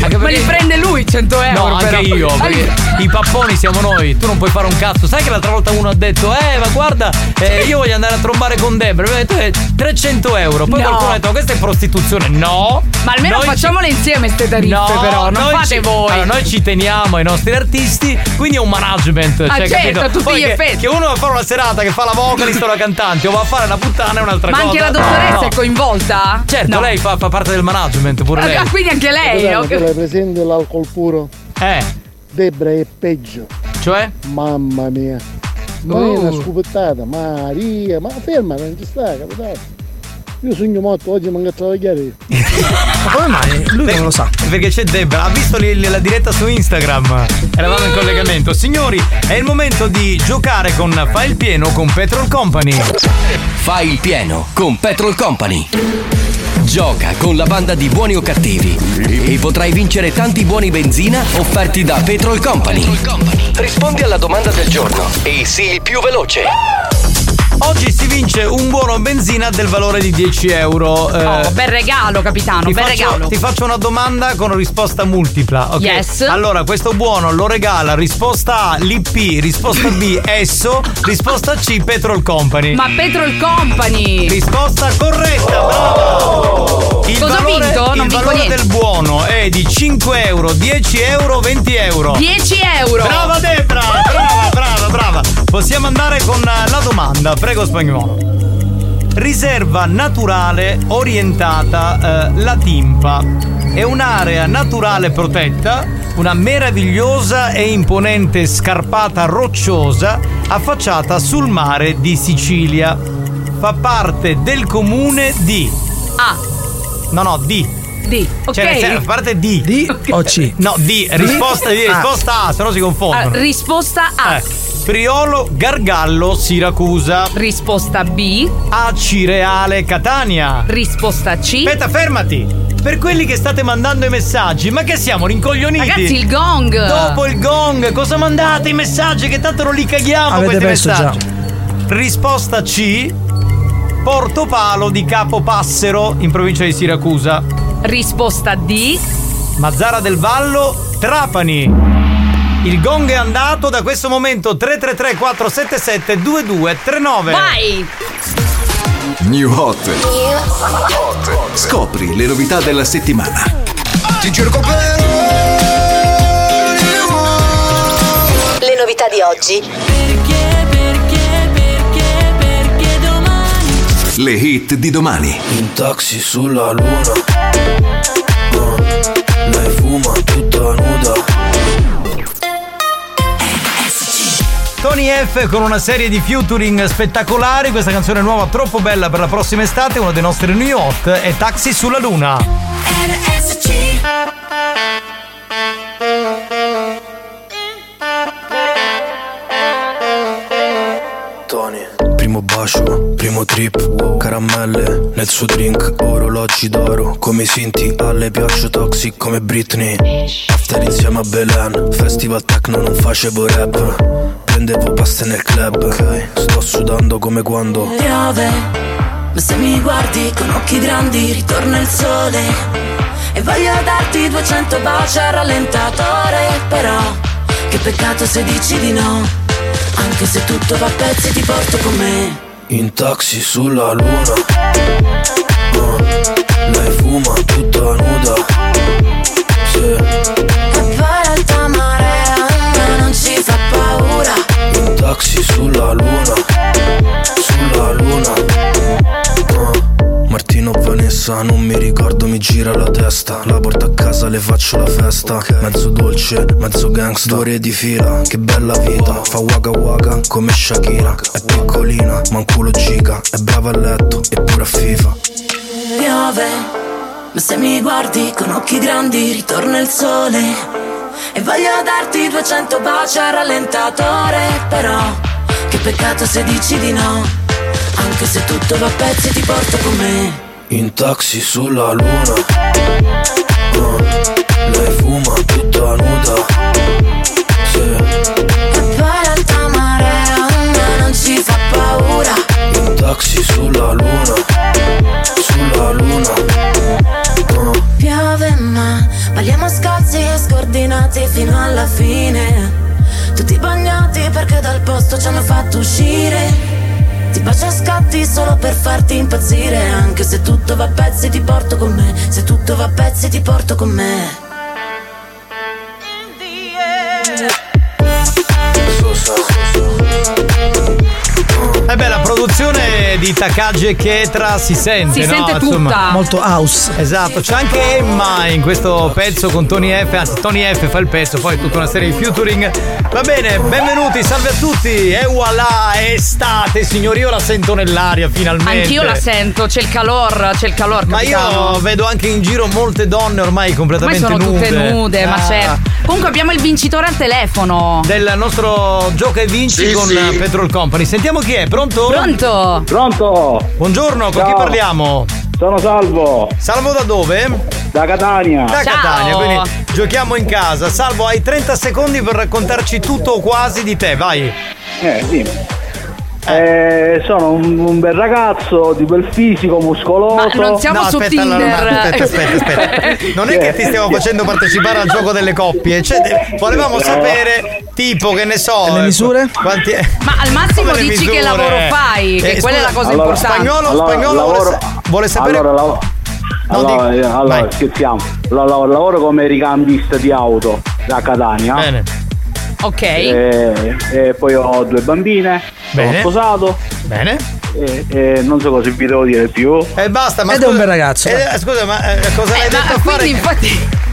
Speaker 8: Ma li prende lui 100 euro.
Speaker 7: No, anche
Speaker 8: però.
Speaker 7: io, perché i papponi siamo noi, tu non puoi fare un cazzo. Sai che l'altra volta uno ha detto, eh, ma guarda,
Speaker 8: Cioè
Speaker 7: eh, io voglio andare a trombare con Debra. Mi ha detto, eh, 300 euro. Poi
Speaker 8: No.
Speaker 7: qualcuno ha detto, questa è prostituzione. No.
Speaker 8: Ma almeno
Speaker 7: Noi ci-
Speaker 8: facciamole insieme ste tariffe,
Speaker 7: No,
Speaker 8: però. Non
Speaker 7: noi
Speaker 8: fate
Speaker 7: ci-
Speaker 8: voi.
Speaker 7: Allora, noi ci teniamo ai nostri artisti, quindi è un management.
Speaker 8: Ah,
Speaker 7: cioè,
Speaker 8: certo,
Speaker 7: capito?
Speaker 8: a tutti
Speaker 7: Poi
Speaker 8: gli
Speaker 7: che,
Speaker 8: effetti.
Speaker 7: Che uno va a fare una serata che fa la vocalista o la cantante, o va a fare la puttana è un'altra
Speaker 8: Ma
Speaker 7: cosa.
Speaker 8: anche la dottoressa
Speaker 7: No.
Speaker 8: è coinvolta?
Speaker 7: Certo,
Speaker 8: No.
Speaker 7: lei fa, fa parte del management pure
Speaker 8: Ah,
Speaker 7: lei.
Speaker 8: ah, quindi anche lei.
Speaker 4: Guarda,
Speaker 8: ok.
Speaker 4: tu l'hai presente l'alcol puro?
Speaker 7: Eh.
Speaker 4: Debra è peggio.
Speaker 7: Cioè? Uh.
Speaker 4: Mamma mia. Ma è una
Speaker 8: Oh.
Speaker 4: scopettata, Maria, ma ferma, non ci sta, capitano. Io sogno morto, oggi manca a lavorare io.
Speaker 21: come mai? Lui non lo sa.
Speaker 7: Perché c'è Debra, ha visto lì la diretta su Instagram. Eravamo in collegamento. Signori, è il momento di giocare con Fa il pieno con Petrol Company.
Speaker 1: Fai il pieno con Petrol Company. Gioca con la banda di buoni o cattivi e potrai vincere tanti buoni benzina offerti da Petrol Company. Rispondi alla domanda del giorno e sii il più veloce.
Speaker 7: Oggi si vince un buono benzina del valore di 10 euro. Eh,
Speaker 8: Oh, bel regalo, capitano,
Speaker 7: ti
Speaker 8: bel
Speaker 7: faccio-
Speaker 8: regalo.
Speaker 7: Ti faccio una domanda con risposta multipla. ok?
Speaker 8: Yes.
Speaker 7: Allora, questo buono lo regala risposta A, l'IP, risposta B, Esso, risposta C, Petrol Company.
Speaker 8: Ma Petrol Company!
Speaker 7: Risposta corretta, brava! Il
Speaker 8: Cosa ho
Speaker 7: valore,
Speaker 8: vinto? Non
Speaker 7: il
Speaker 8: vinco
Speaker 7: valore
Speaker 8: niente.
Speaker 7: del buono è di 5 euro, 10 euro, 20 euro.
Speaker 8: 10 euro!
Speaker 7: Brava Debra! Brava, brava, brava! Possiamo andare con eh, la domanda, prego spagnolo. Riserva naturale orientata eh, La Timpa. È un'area naturale protetta, una meravigliosa e imponente scarpata rocciosa affacciata sul mare di Sicilia. Fa parte del comune di
Speaker 8: A.
Speaker 7: No, no, di.
Speaker 8: D, ok.
Speaker 7: Cioè, nel senso, a parte D. D
Speaker 21: o C?
Speaker 7: No, D, risposta, D,
Speaker 8: Ah.
Speaker 7: risposta A, se no si confondono.
Speaker 8: Ah, risposta A.
Speaker 7: Eh, Priolo Gargallo Siracusa.
Speaker 8: Risposta B.
Speaker 7: A Cireale Catania.
Speaker 8: Risposta C.
Speaker 7: Aspetta, fermati. Per quelli che state mandando i messaggi, ma che siamo rincoglioniti?
Speaker 8: Ragazzi, il gong.
Speaker 7: Dopo il gong, cosa mandate i messaggi che tanto non li caghiamo
Speaker 21: Avete
Speaker 7: questi
Speaker 21: perso
Speaker 7: messaggi? Risposta C. Portopalo di Capopassero in provincia di Siracusa.
Speaker 8: Risposta D.
Speaker 7: Mazzara del Vallo, Trapani. Il gong è andato da questo momento 333 477 2239.
Speaker 8: Vai!
Speaker 29: New Hot. Scopri le novità della settimana.
Speaker 30: Ti cerco per
Speaker 6: Le novità di oggi.
Speaker 29: Le hit di domani. In taxi sulla luna. Lei fuma tutta nuda.
Speaker 7: Tony F con una serie di featuring spettacolari, questa canzone nuova troppo bella per la prossima estate, uno dei nostri new hot è Taxi sulla Luna.
Speaker 29: Tony. Primo bacio, primo trip, caramelle nel suo drink, orologi d'oro, come i sinti, alle piaccio toxic come Britney. After insieme a Belen, festival techno non facevo rap, prendevo paste nel club, sto sudando come quando
Speaker 6: Piove, ma se mi guardi con occhi grandi ritorna il sole. E voglio darti 200 baci al rallentatore, però che peccato se dici di no. Anche se tutto va a pezzi ti porto con me.
Speaker 29: in taxi sulla luna. Oh, lei fuma tutta nuda. Sì,
Speaker 6: E poi l'alta marea a me non ci fa paura.
Speaker 29: in taxi sulla luna. Sulla luna. Oh, Martino Vanessa, non mi ricordo, mi gira la testa. La porto a casa, le faccio la festa. Mezzo dolce, mezzo gangsta. Due ore di fila, che bella vita. Fa waka waka come Shakira. È piccolina, ma un culo giga. È brava a letto, eppure a FIFA.
Speaker 6: Piove, ma se mi guardi con occhi grandi ritorna il sole. E voglio darti 200 baci al rallentatore, però che peccato se dici di no. Anche se tutto va a pezzi ti porto con me.
Speaker 29: In taxi sulla luna Oh, Lei fuma tutta nuda Sì,
Speaker 6: E poi l'alta marea a me non ci fa paura.
Speaker 29: in taxi sulla luna Sulla luna Oh,
Speaker 6: Piove ma balliamo scozzi e scordinati fino alla fine. Tutti bagnati perché dal posto ci hanno fatto uscire. Ti bacio a scatti solo per farti impazzire. Anche se tutto va a pezzi ti porto con me. Se tutto va a pezzi ti porto con me.
Speaker 7: Eh beh, la produzione di Takagi e Ketra si sente,
Speaker 8: Si
Speaker 7: no?
Speaker 8: sente tutta.
Speaker 7: Molto house. Esatto, c'è anche Emma in questo pezzo con Tony F, anzi Tony F fa il pezzo, poi tutta una serie di featuring. Va bene, benvenuti, salve a tutti. E voilà, è estate, signori, io la sento nell'aria finalmente.
Speaker 8: Anch'io la sento, c'è il calor, c'è il calor,
Speaker 7: Ma
Speaker 8: capitano.
Speaker 7: io vedo anche in giro molte donne ormai
Speaker 8: Ormai
Speaker 7: completamente
Speaker 8: sono
Speaker 7: nude.
Speaker 8: tutte nude, ma
Speaker 7: Ah.
Speaker 8: certo. Comunque abbiamo il vincitore al telefono.
Speaker 7: Del nostro gioca e vinci
Speaker 8: Sì,
Speaker 7: con
Speaker 8: sì.
Speaker 7: eh, Petrol Company. Sentiamo chi è, pronto?
Speaker 8: Pronto?
Speaker 7: Pronto! Buongiorno, con
Speaker 21: Ciao.
Speaker 7: chi parliamo? Sono Salvo. Salvo da dove? Da Catania. Da
Speaker 21: Ciao.
Speaker 7: Catania, quindi giochiamo in casa. Salvo, hai 30 secondi per raccontarci tutto o quasi di te, vai.
Speaker 21: Eh, sì. Eh, sono un, un bel ragazzo di bel fisico, muscoloso.
Speaker 8: Ma non siamo
Speaker 7: No,
Speaker 8: su
Speaker 7: aspetta,
Speaker 8: Tinder.
Speaker 7: allora, no, aspetta, aspetta,
Speaker 8: (laughs)
Speaker 7: aspetta. Non è che ti stiamo facendo partecipare al gioco delle coppie, cioè, de- volevamo sapere tipo che ne so. Le misure? Quanti
Speaker 8: Ma al massimo
Speaker 7: Come le
Speaker 8: dici
Speaker 7: misure?
Speaker 8: che lavoro fai, che
Speaker 7: Eh,
Speaker 8: quella è la
Speaker 7: scusa,
Speaker 8: cosa
Speaker 7: allora,
Speaker 8: importante.
Speaker 7: spagnolo, spagnolo vuole, sa- vuole sapere
Speaker 21: Allora, lav- allora, eh, allora, scherziamo. La- la- lavoro come ricambista di auto da Catania.
Speaker 7: Bene.
Speaker 8: Ok.
Speaker 12: Eh.
Speaker 21: E, e poi ho due bambine.
Speaker 7: Bene.
Speaker 21: Sono sposato.
Speaker 7: Bene.
Speaker 21: E, e non so cosa vi devo dire più.
Speaker 7: E basta, ma Ed è un bel ragazzo. Eh, scusa, ma eh, cosa l'hai detto a fare?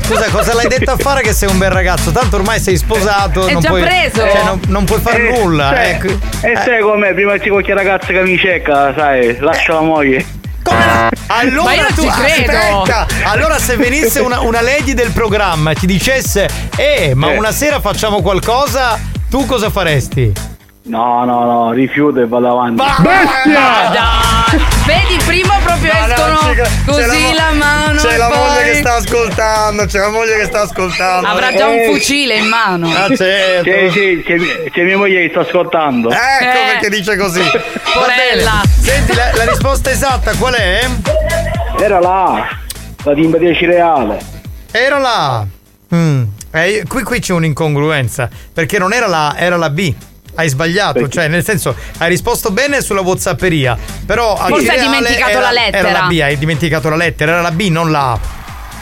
Speaker 7: Scusa, cosa l'hai detto a fare che sei un bel ragazzo? Tanto ormai sei sposato.
Speaker 21: È
Speaker 7: non
Speaker 21: già
Speaker 7: puoi,
Speaker 21: preso.
Speaker 7: Cioè, non, non puoi fare
Speaker 21: Eh,
Speaker 7: nulla.
Speaker 21: cioè,
Speaker 7: ecco.
Speaker 21: E sei com'è? Prima c'è qualche ragazza che mi cecca, sai, lascia la moglie.
Speaker 7: Allora
Speaker 21: Ma io non
Speaker 7: tu
Speaker 21: ci credo.
Speaker 7: (laughs) aspetta! Allora se venisse una, una lady del programma e ti dicesse Eh, ma
Speaker 21: Eh.
Speaker 7: una sera facciamo qualcosa, tu cosa faresti?
Speaker 21: No, no, no, rifiuto e vado avanti.
Speaker 8: Ma dai. Vedi, prima proprio
Speaker 21: No, no,
Speaker 8: escono
Speaker 21: ci credo. C'è
Speaker 8: così
Speaker 21: la
Speaker 8: la,
Speaker 21: mo-
Speaker 8: mano.
Speaker 21: c'è
Speaker 8: e
Speaker 21: la
Speaker 8: poi-
Speaker 21: moglie che
Speaker 7: sta ascoltando, c'è la moglie che sta ascoltando. Eh. certo.
Speaker 8: Avrà già
Speaker 12: Eh.
Speaker 8: un fucile in mano.
Speaker 7: Ah,
Speaker 21: Sì, sì, c'è, c'è mia moglie che sta ascoltando.
Speaker 7: Ecco
Speaker 8: Eh.
Speaker 7: perché dice
Speaker 8: (laughs)
Speaker 7: così. Va
Speaker 8: Porella.
Speaker 7: bene. Senti, la, la risposta esatta qual è?
Speaker 21: Era là, la timba 10 reale.
Speaker 7: Era la A. Mm. Eh, qui, qui c'è un'incongruenza, perché non era la A, era la B. Hai sbagliato, cioè nel senso hai risposto bene sulla Whatsapperia, però a
Speaker 8: Forse hai
Speaker 7: Cireale
Speaker 8: dimenticato
Speaker 7: era-
Speaker 8: la lettera.
Speaker 7: Era la B, hai dimenticato la lettera, era la B, non la A.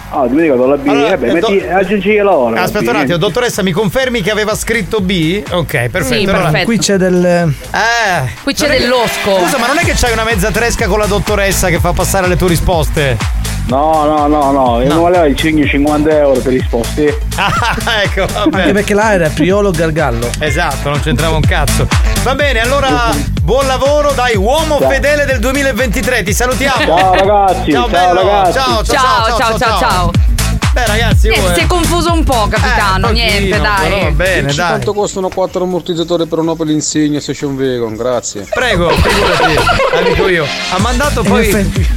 Speaker 21: Ah, ho dimenticato la B, vabbè, metti, aggiungi la ora.
Speaker 7: Aspetta un attimo, dottoressa, mi confermi che aveva scritto B? Ok, perfetto. allora-
Speaker 9: Qui c'è del.
Speaker 7: Eh,
Speaker 8: Qui c'è
Speaker 7: non è-
Speaker 8: dell'osco.
Speaker 7: Scusa, ma non è che c'hai una mezza tresca con la dottoressa che fa passare le tue risposte?
Speaker 21: No, no, no, no, io non volevo il cigno 50 euro per risposte.
Speaker 7: Ah, (laughs) ecco, vabbè.
Speaker 9: Anche perché là era Priolo Gargallo.
Speaker 7: Esatto, non c'entrava un cazzo. Va bene, allora buon lavoro, dai, uomo
Speaker 9: Ciao.
Speaker 7: fedele del 2023, ti salutiamo.
Speaker 21: Ciao, ragazzi,
Speaker 7: ciao,
Speaker 21: ciao,
Speaker 7: bello,
Speaker 21: ragazzi.
Speaker 7: Ciao, ciao, ciao, ciao, ciao,
Speaker 8: ciao.
Speaker 7: Beh, ragazzi, Eh,
Speaker 8: Niente,
Speaker 7: oh, eh.
Speaker 8: si è confuso un po', capitano. niente, dai.
Speaker 17: Dici quanto costano 4 ammortizzatori per un Opel Insignia se c'è un vegan, grazie.
Speaker 7: Prego, figurati, amico io. Ha mandato poi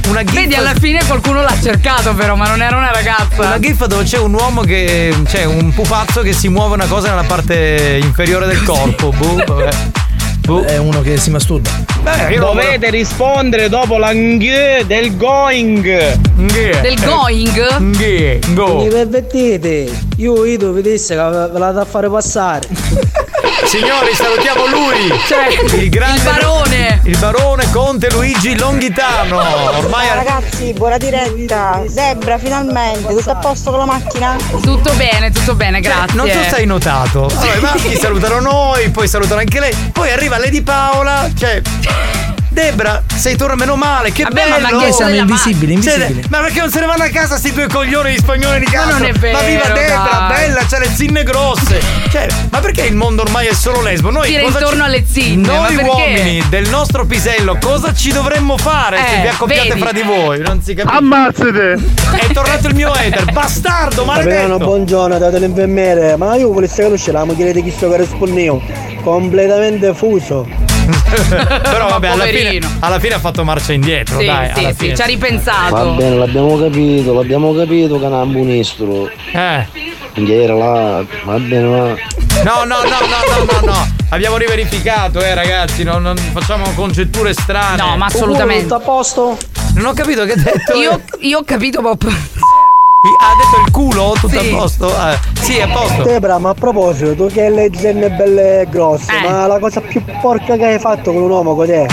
Speaker 7: una gif.
Speaker 8: Vedi, alla fine qualcuno l'ha cercato, però, ma non era una ragazza.
Speaker 7: Una gif dove c'è un uomo che. c'è un pupazzo che si muove una cosa nella parte inferiore del (laughs) corpo. Boh, vabbè.
Speaker 9: È uno che si masturba.
Speaker 16: Dovete rispondere dopo la ng del going.
Speaker 8: Del going?
Speaker 7: Ng. Go.
Speaker 12: Mi permettete, io Ido vi disse che ve la da fare passare.
Speaker 7: Signori, salutiamo lui! Cioè, il, grande,
Speaker 12: barone.
Speaker 7: Il barone Conte Luigi Longhitano! Ormai
Speaker 31: Ciao ragazzi, buona diretta. Debra, finalmente, tutto a posto con la macchina?
Speaker 8: Tutto bene, tutto bene, grazie.
Speaker 7: Cioè, non so se hai notato. Allora, i maschi salutano noi, poi salutano anche lei, poi arriva Lady Paola, cioè. Debra, sei torna meno male, che
Speaker 9: Vabbè, ma
Speaker 7: bello!
Speaker 9: ma che siamo invisibili, invisibili.
Speaker 7: Cioè, ma perché non se ne vanno a casa sti due coglioni di spagnoli di
Speaker 9: Ma
Speaker 7: casa?
Speaker 9: non è
Speaker 7: Ma viva
Speaker 9: vero,
Speaker 7: Debra,
Speaker 9: dai.
Speaker 7: bella, c'ha le zinne grosse! Cioè, ma perché il mondo ormai è solo lesbo? Noi
Speaker 8: Tira
Speaker 7: cosa
Speaker 8: intorno
Speaker 7: ci-
Speaker 8: alle zinne, ma
Speaker 7: Noi
Speaker 8: perché?
Speaker 7: uomini del nostro pisello, cosa ci dovremmo fare se
Speaker 8: Eh,
Speaker 7: vi accoppiate
Speaker 8: vedi.
Speaker 7: fra di voi? Non si capisce. Ammazzate! È tornato il mio hater, bastardo,
Speaker 12: Capitano,
Speaker 7: maledetto!
Speaker 12: buongiorno, date l'infermiere. Ma io volessi conoscere la moglie di chi sto corrispondendo. Completamente fuso.
Speaker 7: (laughs) Però vabbè, alla fine,
Speaker 12: Poverino.
Speaker 7: alla fine ha fatto marcia indietro,
Speaker 12: Sì,
Speaker 7: dai,
Speaker 12: sì,
Speaker 7: alla
Speaker 12: sì,
Speaker 7: fine.
Speaker 12: ci ha
Speaker 8: ripensato.
Speaker 17: Va bene, l'abbiamo capito, l'abbiamo capito, canambunistro.
Speaker 7: Eh.
Speaker 17: Era là, va bene, ma.
Speaker 7: No, no, no, no, no, no, no. Abbiamo riverificato, eh, ragazzi, non, non facciamo congetture strane.
Speaker 8: (laughs) No, ma assolutamente.
Speaker 12: a posto?
Speaker 7: Non ho capito che ha detto.
Speaker 8: Io, io ho capito, ma
Speaker 7: Ah, Ha detto il culo? Tutto
Speaker 12: Sì.
Speaker 7: a posto? Eh, sì, è a posto.
Speaker 12: Debra, ma a proposito, tu che hai le genne belle grosse,
Speaker 8: Eh.
Speaker 12: ma la cosa più porca che hai fatto con un uomo cos'è?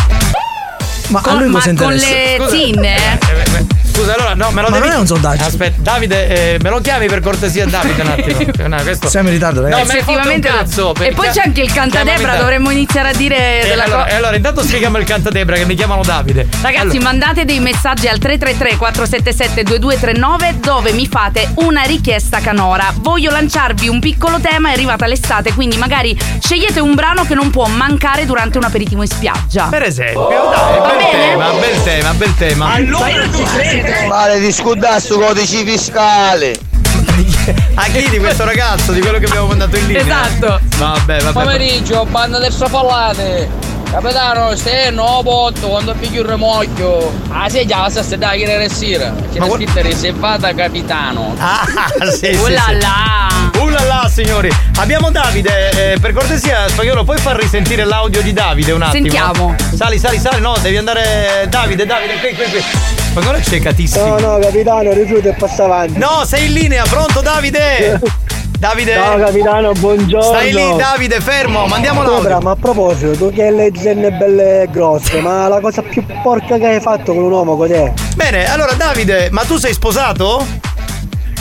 Speaker 9: Ma a lui cosa
Speaker 8: con
Speaker 9: interessa?
Speaker 8: le zinne?
Speaker 7: Eh, beh, beh. scusa, allora no, me lo
Speaker 32: Ma
Speaker 7: devi.
Speaker 32: non è un sondaggio.
Speaker 7: Aspetta, Davide, eh, me lo chiami per cortesia, Davide, un
Speaker 8: (laughs)
Speaker 7: attimo. No, questo...
Speaker 32: Siamo in ritardo,
Speaker 7: No,
Speaker 32: ragazzi.
Speaker 7: me ne fotte un
Speaker 8: Effettivamente-
Speaker 7: cazzo,
Speaker 8: E
Speaker 7: perché-
Speaker 8: poi c'è anche il
Speaker 7: Chiamami
Speaker 8: cantadebra,
Speaker 7: Davide.
Speaker 8: dovremmo iniziare a dire
Speaker 7: E
Speaker 8: della
Speaker 7: Eh, allora,
Speaker 8: cosa.
Speaker 7: e allora, intanto spieghiamo il cantadebra che mi chiamano Davide.
Speaker 8: Ragazzi,
Speaker 7: Allora-
Speaker 8: mandate dei messaggi al 333-477-2239 dove mi fate una richiesta canora. Voglio lanciarvi un piccolo tema, è arrivata l'estate, quindi magari scegliete un brano che non può mancare durante un aperitivo in spiaggia.
Speaker 7: Per esempio, dai, bel tema, bel tema, bel tema.
Speaker 8: Allora tu credi?
Speaker 33: Male di scudare su codici fiscali.
Speaker 7: A chi di questo ragazzo, di quello che abbiamo mandato in linea?
Speaker 33: Esatto.
Speaker 7: Vabbè, vabbè.
Speaker 34: Pomeriggio, banda del soffallate. Capitano, stai nuovo botto quando pigli un remorchio. Ah, sei già, se stai da chi ne sera. C'è la scritta riservata capitano.
Speaker 7: Ah, (laughs) sì, sì,
Speaker 34: Oh là
Speaker 7: sì.
Speaker 34: là.
Speaker 7: Oh là là, signori. Abbiamo Davide, eh, per cortesia, spagnolo, puoi far risentire l'audio di Davide un attimo?
Speaker 12: Sentiamo.
Speaker 7: Sali, sali, sali, no, devi andare Davide, Davide, qui, qui, qui. Spagnolo è ciecatissimo.
Speaker 12: No, no, capitano, rifiuto e passa avanti.
Speaker 7: No, sei in linea, pronto Davide? Davide.
Speaker 12: Ciao capitano, buongiorno.
Speaker 7: Stai lì, Davide, fermo, mandiamo l'audio.
Speaker 12: Sopra, ma a proposito, tu che hai le zenne belle e grosse, ma la cosa più porca che hai fatto con un uomo cos'è?
Speaker 7: Bene, allora Davide, ma tu sei sposato?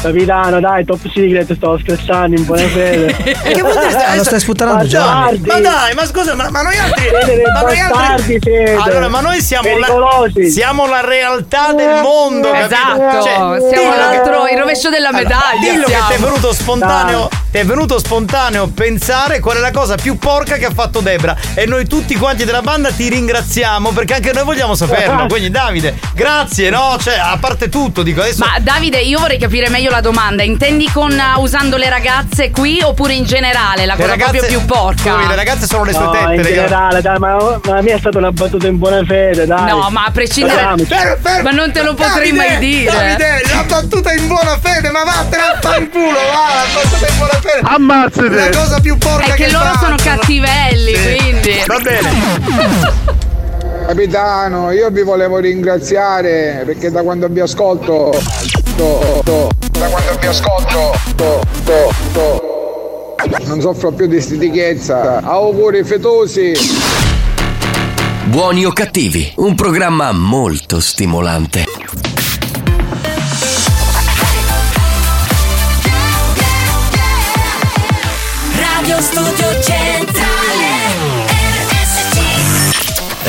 Speaker 12: Capitano, dai, top secret, stavo scherzando in buona
Speaker 7: (laughs)
Speaker 12: fede.
Speaker 7: che vuol
Speaker 8: Eh,
Speaker 7: dire stai-
Speaker 12: Ah, Lo stai sputtanando
Speaker 7: ma
Speaker 12: Giovanni.
Speaker 7: dai, Ma dai, ma scusa, ma, ma noi altri.
Speaker 12: Siete dei
Speaker 7: ma noi altri.
Speaker 12: bastardi, siete.
Speaker 7: Allora, ma noi siamo la,
Speaker 12: Pericolosi.
Speaker 7: siamo la realtà del mondo, capito? Cioè,
Speaker 8: Esatto, siamo l'altro- il rovescio della medaglia
Speaker 7: Dillo
Speaker 8: siamo.
Speaker 7: che ti è venuto spontaneo. Ti è venuto spontaneo pensare qual è la cosa più porca che ha fatto Debra. E noi tutti quanti della banda ti ringraziamo perché anche noi vogliamo
Speaker 12: (laughs)
Speaker 7: saperlo. Quindi, Davide, grazie, no? Cioè, a parte tutto, dico adesso.
Speaker 8: Ma Davide, io vorrei capire meglio la domanda. Intendi con uh, usando le ragazze qui oppure in generale la
Speaker 7: Le
Speaker 8: cosa proprio più porca?
Speaker 7: Scusami, le ragazze sono le sue
Speaker 12: No,
Speaker 7: tette,
Speaker 12: in
Speaker 7: ragazzi.
Speaker 12: generale, dai, ma, ma la mia è stata una battuta in buona fede, dai.
Speaker 8: No, ma a prescindere-
Speaker 12: Parliamoci.
Speaker 8: Fermo, fermo. Ma non te lo potrei
Speaker 7: Davide,
Speaker 8: mai dire.
Speaker 7: Davide, la battuta in buona fede, ma vattene a far culo, va, la battuta in buona fede.
Speaker 12: Ammazzate.
Speaker 7: La cosa più porca
Speaker 8: È che
Speaker 7: che
Speaker 8: loro
Speaker 7: faccio.
Speaker 8: sono cattivelli,
Speaker 7: Sì.
Speaker 8: quindi.
Speaker 7: Va bene.
Speaker 14: Capitano, io vi volevo ringraziare perché da quando vi ascolto. to- to- da quando vi ascolto. to- to- to- non soffro più di stitichezza. Auguri fetosi.
Speaker 1: Buoni o cattivi, un programma molto stimolante.
Speaker 35: Radio Studio Centrale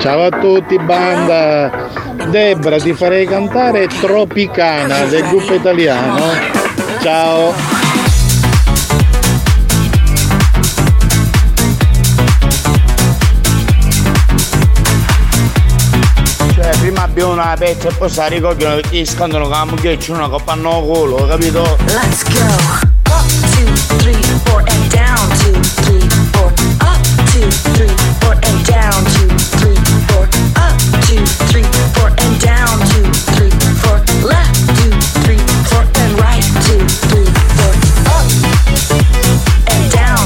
Speaker 21: Ciao a tutti banda Debra ti farei cantare Tropicana del gruppo italiano Ciao
Speaker 14: Cioè, prima abbiamo una pezza e poi si ricogliono perché scandalo che la moglie c'è una coppa no culo, capito?
Speaker 35: Let's go Up, two, three, four and down Two, three, four Up, two, three, four and down Two, three, four Up, two, three, four and down Two, three, four Left, two, three, four and right Two, three, four Up and down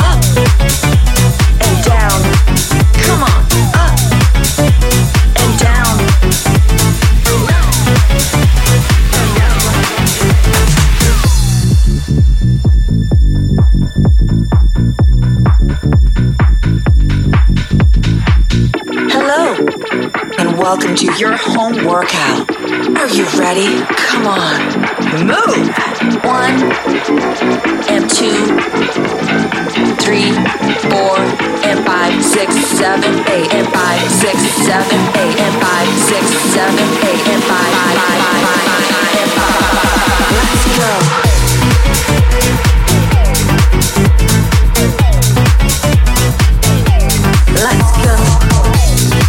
Speaker 35: Up and down Come on Up and down Hello, and welcome to your home workout. Are you ready? Come on, move. One and two, three, four and five, six, seven, eight and five, six, seven, eight and five, six, seven, eight and five, five, five, five, five, five, and five. Let's go. Let's go.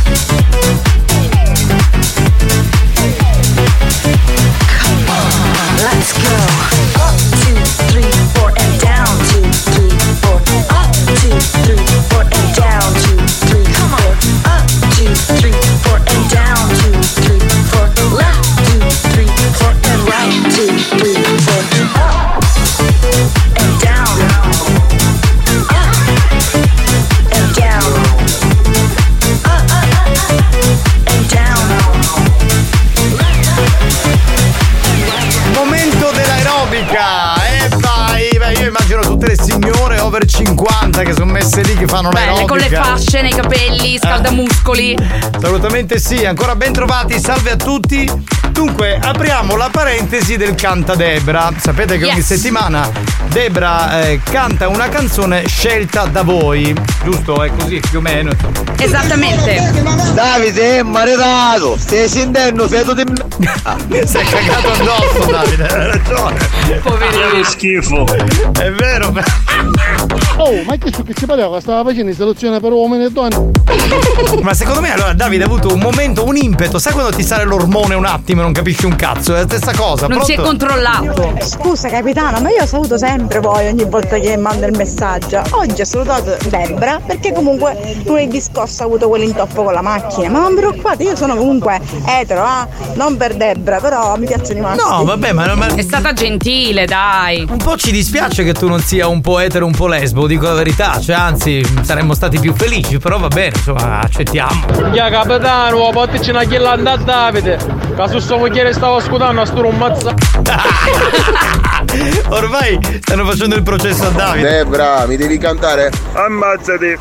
Speaker 35: Come on, let's go. Up, two, three, four, and down. Two, three, four. Up, two, three, four, and down. Two, three, four. Up,
Speaker 7: over 50 che sono messe lì che fanno
Speaker 8: Belle,
Speaker 7: l'aerobica. Eh.
Speaker 8: con le fasce nei capelli, scaldamuscoli.
Speaker 7: Assolutamente sì, ancora ben trovati, salve a tutti. Dunque, apriamo la parentesi del Canta Debra. Sapete che ogni
Speaker 36: Yes.
Speaker 7: settimana Debra eh, canta una canzone scelta da voi, giusto? È così più o meno.
Speaker 8: Esattamente.
Speaker 37: Davide è maritato, stai sentendo feto di
Speaker 7: (laughs)
Speaker 37: me.
Speaker 7: Sei cagato addosso, Davide, hai ragione.
Speaker 26: Poverino. schifo.
Speaker 7: È vero,
Speaker 37: Ah.
Speaker 38: Oh, ma che su che si parlava? Stava facendo installazione per uomini e donne.
Speaker 7: Ma secondo me allora Davide ha avuto un momento, un impeto. Sai quando ti sale l'ormone un attimo e non capisci un cazzo? È la stessa cosa. pronto?
Speaker 39: Scusa capitano, ma io saluto sempre voi ogni volta che mando il messaggio. Oggi ho salutato Debra perché comunque lunedì scorso ha avuto quell'intoppo con la macchina. Ma non preoccupate, io sono comunque etero, ah, non per Debra, però mi piacciono i maschi.
Speaker 7: No, vabbè, ma- ma-
Speaker 8: È stata gentile, dai.
Speaker 7: Un po' ci dispiace che tu non sia un po' etero, un po' lesbo, dico la verità. Cioè, anzi, saremmo stati più felici, però va bene, insomma, accettiamo.
Speaker 40: Ya capitano, portaci una ghirlanda a Davide, che su sua moglie stava scudando a sto mazza.
Speaker 8: (laughs)
Speaker 7: (laughs) Ormai stanno facendo il processo a Davide. Eh,
Speaker 20: Debra, mi devi cantare? Ammazzati.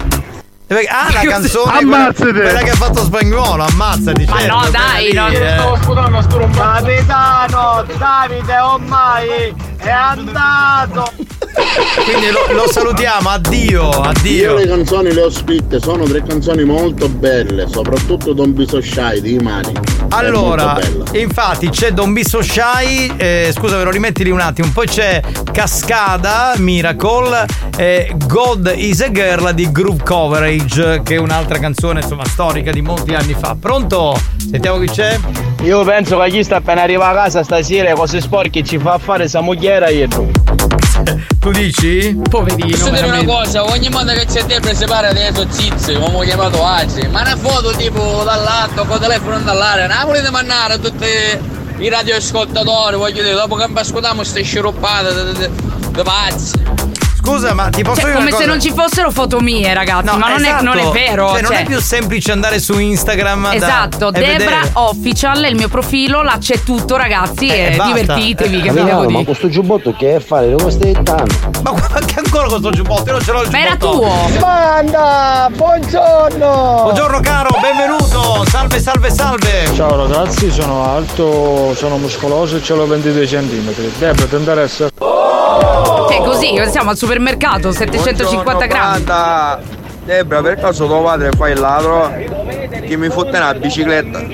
Speaker 20: (laughs)
Speaker 7: Ah, la canzone
Speaker 20: Ammazzati.
Speaker 7: quella che ha fatto spagnolo, ammazzati.
Speaker 20: Ma
Speaker 7: certo,
Speaker 20: no, dai,
Speaker 7: quella lì,
Speaker 20: no,
Speaker 7: eh.
Speaker 20: no,
Speaker 40: Capitano, Davide ormai è andato.
Speaker 7: Quindi lo, lo salutiamo, addio,
Speaker 4: Io
Speaker 7: addio.
Speaker 4: le canzoni le ho scritte, sono tre canzoni molto belle, soprattutto Don Biso Shy di Imani. È
Speaker 7: Allora,
Speaker 4: molto bella.
Speaker 7: infatti c'è Don Bisso Shy, eh, scusa ve lo rimetti lì un attimo, poi c'è Cascada, Miracle, eh, God is a Girl di Groove Coverage, che è un'altra canzone insomma storica di molti anni fa. Pronto? Sentiamo chi c'è?
Speaker 12: Io penso che chi sta appena arriva a casa stasera cose sporche ci fa fare sa mogliera ieri.
Speaker 7: Tu dici? Poverino.
Speaker 12: Posso dire una cosa,
Speaker 41: ogni volta che c'è Debra si parla di esso zizzi, uomo chiamato Aci,
Speaker 12: Ma una foto tipo dall'alto, con il telefono dall'aria, non la volete mandare a tutti i radioascoltatori, voglio dire, dopo che mi ascoltiamo ste sciroppate de- de- de pazzi.
Speaker 7: Scusa, ma ti posso
Speaker 8: Cioè,
Speaker 7: dire
Speaker 8: come
Speaker 7: una
Speaker 8: se
Speaker 7: cosa?
Speaker 8: non ci fossero foto mie, ragazzi. ma non, è,
Speaker 7: Esatto.
Speaker 8: non è vero.
Speaker 7: Cioè, non
Speaker 8: cioè.
Speaker 7: è più semplice andare su Instagram. da-
Speaker 8: Esatto,
Speaker 7: e
Speaker 8: Debra
Speaker 7: vedere.
Speaker 8: Official è il mio profilo, là c'è tutto, ragazzi. e
Speaker 7: Eh, basta.
Speaker 8: divertitevi, che vi
Speaker 7: Capitano,
Speaker 8: devo dire.
Speaker 7: questo giubbotto che è fare? Lo stai tanto. Ma (laughs) anche ancora questo giubbotto? Io non ce l'ho il
Speaker 8: Ma era
Speaker 7: giubbotto.
Speaker 12: Banda, buongiorno!
Speaker 7: Buongiorno caro, benvenuto! Salve, salve, salve!
Speaker 21: Ciao ragazzi, sono alto, sono muscoloso e ce l'ho 22 cm. Debra, ti interessa?
Speaker 8: Cioè, così, siamo al supermercato, 750 grammi.
Speaker 37: Guarda, Debra, per caso tuo padre fa il ladro? Che mi fotte una bicicletta.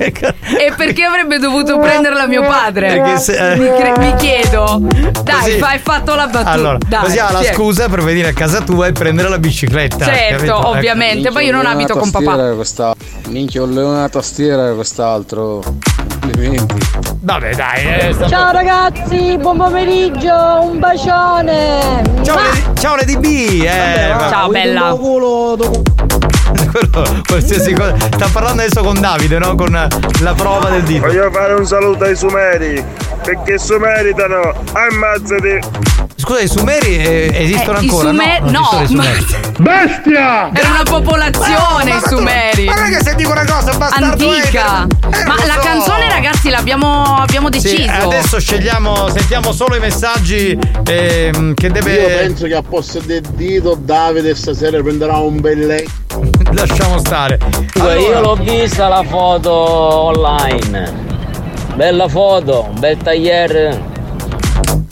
Speaker 8: E perché avrebbe dovuto prenderla mio padre?
Speaker 7: Perché se- eh.
Speaker 8: mi, cre- mi chiedo. Dai,
Speaker 7: Così.
Speaker 8: fai fatto la battuta.
Speaker 7: Allora,
Speaker 8: Ah, Dai,
Speaker 7: così ha la
Speaker 8: sì.
Speaker 7: scusa per venire a casa tua e prendere la bicicletta.
Speaker 8: Certo,
Speaker 7: capito? Ecco.
Speaker 8: ovviamente. Poi io non abito con papà.
Speaker 42: papà. Minchia, un leone a tastiera e quest'altro. Complimenti.
Speaker 7: Vabbè, dai, eh, sta-
Speaker 16: Ciao ragazzi, buon pomeriggio, un bacione!
Speaker 7: Ciao, Lady- ciao Lady B! eh, ma- Quello- qualsiasi cosa. Sta parlando adesso con Davide, no? Con eh, la prova del dito.
Speaker 20: Voglio fare un saluto ai sumeri, perché meritano, ammazzati.
Speaker 7: Scusa, i sumeri eh, esistono
Speaker 20: Eh, i
Speaker 7: ancora?
Speaker 20: Sumer-
Speaker 7: no, non
Speaker 20: no,
Speaker 7: esistono i
Speaker 20: ma-
Speaker 7: sumeri.
Speaker 21: Bestia!
Speaker 8: (laughs) Era una popolazione
Speaker 7: Ma-
Speaker 8: i
Speaker 7: ma- ma-
Speaker 8: sumeri.
Speaker 7: ma non è che se dico una cosa, bastardo
Speaker 8: Antica.
Speaker 7: etero. Eh,
Speaker 8: Ma
Speaker 7: lo
Speaker 8: la
Speaker 7: so.
Speaker 8: canzone, ragazzi, l'abbiamo abbiamo deciso.
Speaker 7: Sì, adesso scegliamo, sentiamo solo i messaggi ehm, che
Speaker 4: Io
Speaker 7: deve.
Speaker 4: penso che a posto del dito Davide stasera prenderà un bel lei.
Speaker 7: Lasciamo stare.
Speaker 12: Io l'ho vista la foto online. Bella foto, un bel tagliere.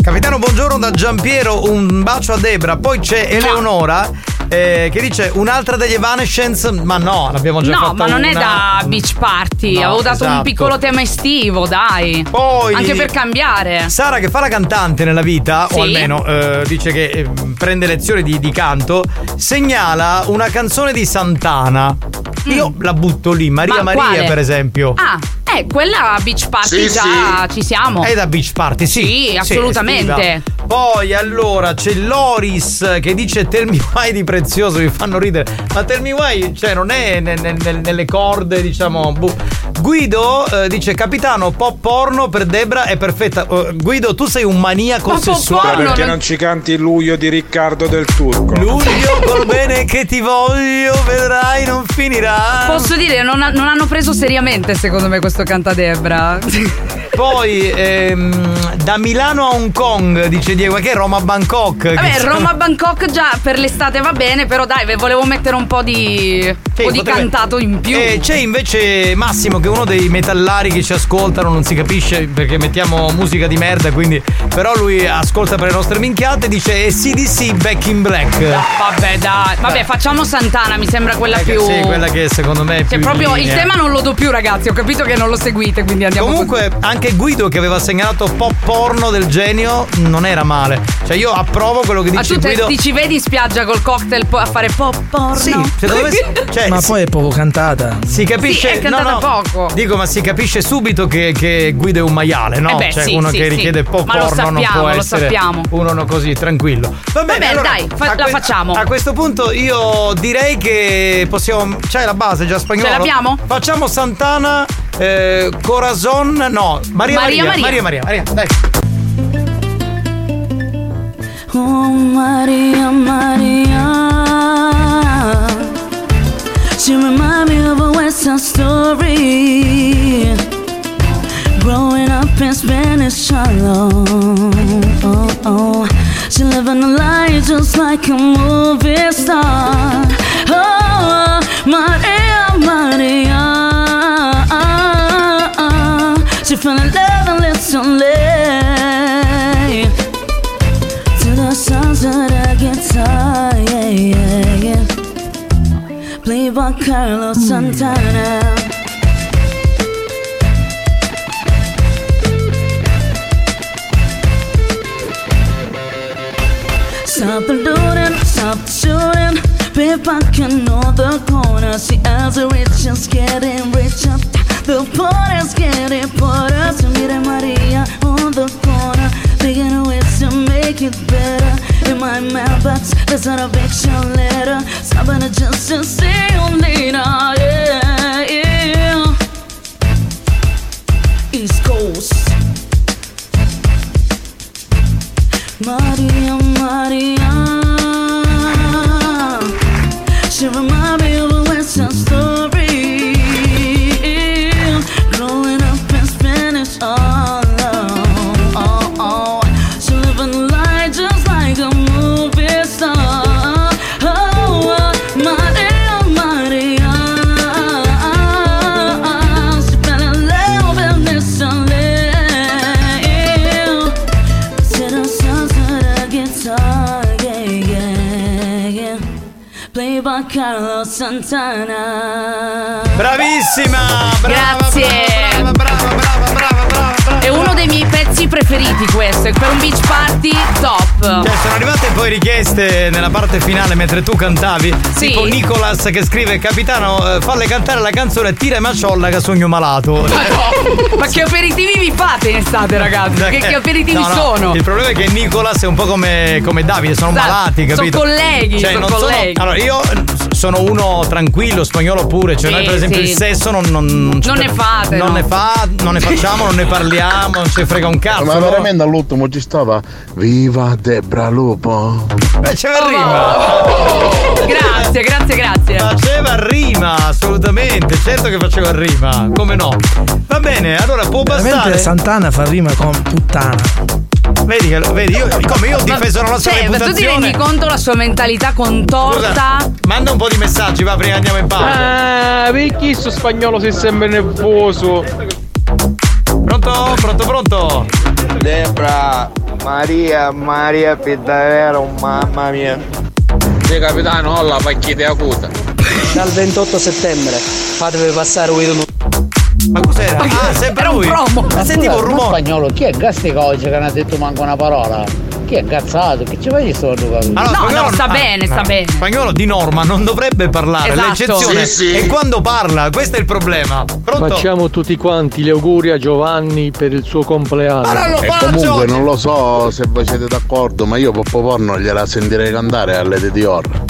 Speaker 7: Capitano, buongiorno da Giampiero, un bacio a Debra. Poi c'è Eleonora eh, che dice un'altra degli Evanescence, ma no, l'abbiamo già fatta
Speaker 8: No, ma non è
Speaker 7: una.
Speaker 8: da beach party.
Speaker 7: No,
Speaker 8: Avevo dato un
Speaker 7: esatto.
Speaker 8: piccolo tema estivo, dai.
Speaker 7: Poi-
Speaker 8: Anche per cambiare.
Speaker 7: Sara che fa la cantante nella vita,
Speaker 8: Sì.
Speaker 7: o almeno eh, dice che eh, prende lezioni di, di canto, segnala una canzone di Santana. Io la butto lì, Maria
Speaker 8: Mm. Ma
Speaker 7: Maria
Speaker 8: quale?
Speaker 7: per esempio.
Speaker 8: Ah, eh, quella beach party
Speaker 7: Sì,
Speaker 8: già
Speaker 7: sì.
Speaker 8: ci siamo.
Speaker 7: È da beach party, sì.
Speaker 8: Sì, assolutamente.
Speaker 7: estiva. Poi allora c'è Loris che dice Tell me why di prezioso, mi fanno ridere. Ma Tell me why, cioè, non è ne- ne- ne- nelle corde, diciamo. boh. Guido eh, dice Capitano, pop porno per Debra è perfetta. Eh, Guido, tu sei un maniaco sessuale.
Speaker 26: perché non ci canti Luglio di Riccardo del Turco?
Speaker 7: Luglio col bene che ti voglio, vedrai, non finirà.
Speaker 8: Posso dire, non, ha- non hanno preso seriamente, secondo me, questo cantadebra.
Speaker 7: Poi ehm, da Milano a Hong Kong, dice Diego, che è Roma a Bangkok.
Speaker 8: Vabbè, Roma Bangkok già per l'estate va bene, però dai, ve- volevo mettere un po' di, un po' di
Speaker 7: potrebbe-
Speaker 8: cantato in (laughs) più.
Speaker 7: E Eh, c'è invece Massimo che è uno dei metallari che ci ascoltano, non si capisce perché mettiamo musica di merda, quindi però lui ascolta per le nostre minchiate, dice CDC Back in Black.
Speaker 8: Vabbè, dai. Vabbè, facciamo Santana, mi sembra quella più.
Speaker 7: Eh, Sì, quella che secondo me è più
Speaker 8: Cioè,
Speaker 7: in
Speaker 8: proprio il
Speaker 7: linea.
Speaker 8: tema non lo do più, ragazzi. Ho capito che non lo seguite, quindi andiamo
Speaker 7: Comunque, anche Guido che aveva segnalato pop porno del genio non era male. Cioè, io approvo quello che
Speaker 8: così. Ah,
Speaker 7: dice
Speaker 8: tu te,
Speaker 7: Guido.
Speaker 8: ti ci vedi in spiaggia col cocktail po- a fare pop porno? Sì,
Speaker 7: secondo
Speaker 8: (laughs)
Speaker 7: me sì. Cioè,
Speaker 9: Ma
Speaker 7: si-
Speaker 9: poi è poco cantata.
Speaker 7: Si capisce.
Speaker 8: Sì, è cantata
Speaker 7: no, no, Dico, ma si capisce subito che, che Guido è un maiale, no?
Speaker 8: Eh beh,
Speaker 7: cioè,
Speaker 8: sì,
Speaker 7: uno
Speaker 8: sì,
Speaker 7: che
Speaker 8: sì.
Speaker 7: richiede pop
Speaker 8: Ma lo
Speaker 7: porno non
Speaker 8: sappiamo,
Speaker 7: può
Speaker 8: lo
Speaker 7: essere
Speaker 8: sappiamo.
Speaker 7: uno no, così tranquillo. Va bene,
Speaker 8: Vabbè,
Speaker 7: allora,
Speaker 8: dai, fa-
Speaker 7: a
Speaker 8: la facciamo.
Speaker 7: A questo punto io direi che possiamo. cioè, C'hai la base già spagnola?
Speaker 8: Ce l'abbiamo?
Speaker 7: Facciamo Santana, eh, Corazon. No, Maria
Speaker 8: Maria
Speaker 7: Maria.
Speaker 8: Maria.
Speaker 7: Maria Maria, Maria, dai.
Speaker 26: Oh Maria, Maria, she remind me of a West Side story. Growing up in Spanish Harlem, oh, oh. she living a life just like a movie star. Oh, Maria, Maria, she fell in love and lived so late to the sounds of the guitar, yeah, yeah, yeah. Played by Carlos Santana. Stop the looting, stop the shooting. Be back in the corner. See as the rich is getting richer. The poor is getting poorer. So meet a Maria on the corner. Thinking of ways to make it better. In my mailbox, there's an eviction letter. Stopping it just to see you later. Yeah, yeah. East Coast. Maria, Maria. She remind me of a Western story. Growing up in Spanish, oh, oh, oh. She living a life just like a movie star. Oh, Maria, Maria. She fell in love in this land. Sit on songs that I can talk, yeah, yeah, yeah. Played by Carlos Santana.
Speaker 7: Bravissima!
Speaker 8: Grazie. È uno dei miei pezzi preferiti questo. e Per un beach party top.
Speaker 7: Cioè, sono arrivate poi richieste nella parte finale mentre tu cantavi.
Speaker 8: Sì.
Speaker 7: Tipo Nicolas che scrive: Capitano, eh, falle cantare la canzone Tira e maciolla che sogno malato.
Speaker 8: (laughs) Ma,
Speaker 7: (laughs)
Speaker 8: no, ma che aperitivi vi fate in estate, ragazzi? Che, che aperitivi
Speaker 7: Cioè, eh, No, no,
Speaker 8: sono?
Speaker 7: Il problema è che Nicolas è un po' come, come Davide, sono
Speaker 8: Esatto,
Speaker 7: malati,
Speaker 8: sono
Speaker 7: capito?
Speaker 8: colleghi,
Speaker 7: Cioè,
Speaker 8: sono
Speaker 7: non
Speaker 8: colleghi.
Speaker 7: allora, io sono uno tranquillo, spagnolo pure. Cioè,
Speaker 8: Sì,
Speaker 7: noi, per esempio,
Speaker 8: sì.
Speaker 7: il sesso non, non, ci-
Speaker 8: Non ne fate,
Speaker 7: Non
Speaker 8: no.
Speaker 7: ne fa, non ne facciamo, non ne parliamo, non ci frega un cazzo.
Speaker 39: Ma
Speaker 7: no?
Speaker 39: veramente all'ultimo ci stava Viva Debra Lupo
Speaker 7: Beh, Eh, ce la rima.
Speaker 8: Oh, Grazie, grazie, grazie.
Speaker 7: Faceva rima, assolutamente, certo che faceva rima, come no? Va bene, allora può
Speaker 9: Veramente
Speaker 7: bastare.
Speaker 9: Santana fa rima con puttana.
Speaker 7: Vedi, che- vedi io, come io ho
Speaker 8: Ma-
Speaker 7: difeso la nostra
Speaker 8: cioè, ma tu ti rendi
Speaker 7: reputazione.
Speaker 8: conto la sua mentalità contorta?
Speaker 7: Scusa, manda un po' di messaggi, va prima andiamo in
Speaker 8: Eh,
Speaker 7: pausa.
Speaker 16: Ah, perché sto spagnolo si sembra nervoso?
Speaker 7: Pronto? Pronto, pronto?
Speaker 35: Debra, Maria, Maria Pittavero, mamma mia.
Speaker 24: Sì, capitano, ho la pacchita acuta.
Speaker 12: Dal 28 settembre fatevi passare un
Speaker 7: Ma cos'era? Ah, sempre Era un lui. promo. Ma sentivo un
Speaker 27: Ma
Speaker 7: rumore.
Speaker 27: spagnolo, chi è Gasticoge che non ha detto manco una parola? Chi è cazzato? Che ci fai sto giocando?
Speaker 7: Allora, spagnolo- ah, no. Spagnolo di norma non dovrebbe parlare,
Speaker 27: Esatto.
Speaker 7: l'eccezione
Speaker 27: Sì, sì.
Speaker 7: è quando parla, questo è il problema. Pronto?
Speaker 29: Facciamo tutti quanti gli auguri a Giovanni per il suo compleanno.
Speaker 7: Eh,
Speaker 39: e comunque non lo so se voi siete d'accordo, ma io Poppo Porno gliela sentirei cantare alle The Dior.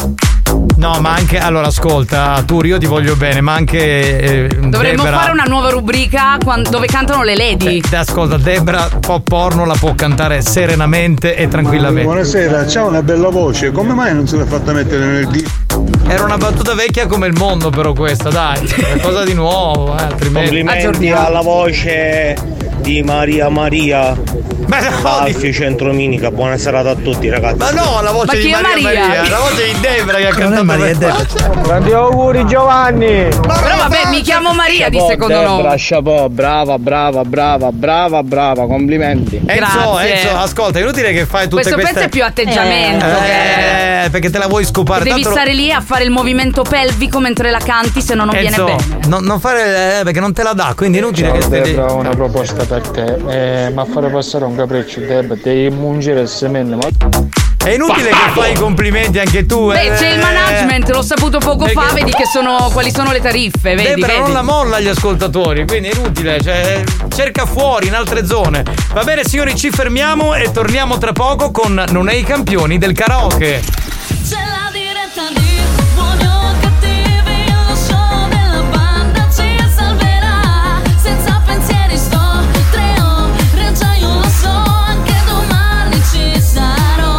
Speaker 7: No, ma anche allora ascolta, Turi, io ti voglio bene, ma anche eh,
Speaker 8: Dovremmo
Speaker 7: Debra-
Speaker 8: fare una nuova rubrica quan- dove cantano le lady.
Speaker 7: Te- ascolta, Debra pop porno la può cantare serenamente e tranquillamente.
Speaker 43: Buonasera, c'ha una bella voce, come mai non se l'è fatta mettere nel disco?
Speaker 7: Era una battuta vecchia come il mondo, però questa, dai. Qualcosa di nuovo, eh, altrimenti.
Speaker 43: Complimenti alla voce
Speaker 5: Di Maria Maria. Alfio Centro Minica, buona serata a tutti ragazzi.
Speaker 7: Ma no, la voce
Speaker 5: Ma
Speaker 7: di
Speaker 5: chi è
Speaker 7: Maria,
Speaker 5: Maria?
Speaker 7: la voce di Debra che ha
Speaker 5: Non è
Speaker 7: cantato
Speaker 5: Maria, è
Speaker 7: Debra.
Speaker 5: Tanti auguri Giovanni!
Speaker 8: Però vabbè, mi chiamo Maria di
Speaker 5: Chapeau,
Speaker 8: secondo
Speaker 5: Debra,
Speaker 8: nome.
Speaker 5: chapeau, brava, brava, brava, brava, brava, complimenti.
Speaker 7: Enzo,
Speaker 5: Grazie.
Speaker 7: Oh, Enzo, ascolta, è inutile che fai tutte
Speaker 8: Questo
Speaker 7: queste
Speaker 8: pezzo è più atteggiamento
Speaker 7: Eh, perché te la vuoi scopare.
Speaker 8: Devi
Speaker 7: tanto-
Speaker 8: stare lì a fare il movimento pelvico mentre la canti, se no non viene
Speaker 7: Enzo,
Speaker 8: bene.
Speaker 7: non, non fare eh, perché non te la dà, quindi è inutile
Speaker 44: Ciao
Speaker 7: che stai lì.
Speaker 44: Debra, ho una proposta per te, eh, ma fare passare un capriccio Debra, devi mungere il semenne, ma...
Speaker 7: È inutile che fai i complimenti anche tu, eh.
Speaker 8: Beh, c'è il management, l'ho saputo poco fa, vedi che sono quali sono le tariffe, vedi?
Speaker 7: Debra
Speaker 8: vedi.
Speaker 7: non la molla agli ascoltatori, quindi è inutile, cioè, cerca fuori in altre zone. Va bene signori, ci fermiamo e torniamo tra poco con Non è i campioni del karaoke.
Speaker 26: C'è la diretta di buoni o cattivi, lo show della banda ci salverà. Senza pensieri sto, tre ore già io lo so, anche domani ci sarò.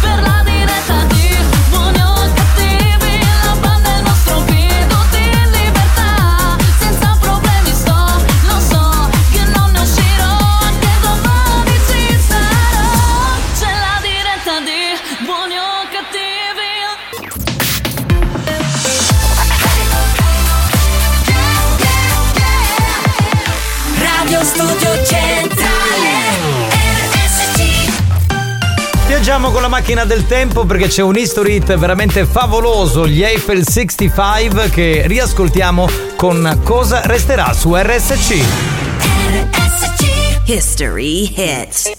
Speaker 26: Per la diretta di buoni o cattivi, la banda è il nostro grido di libertà. Senza problemi sto, lo so che non ne uscirò, anche domani ci sarò. C'è la diretta di buoni o cattivi.
Speaker 30: Radio Studio Centrale RSC
Speaker 7: Viaggiamo con la macchina del tempo perché c'è un history hit veramente favoloso, gli Eiffel 65 che riascoltiamo con cosa resterà su RSC.
Speaker 30: History Hit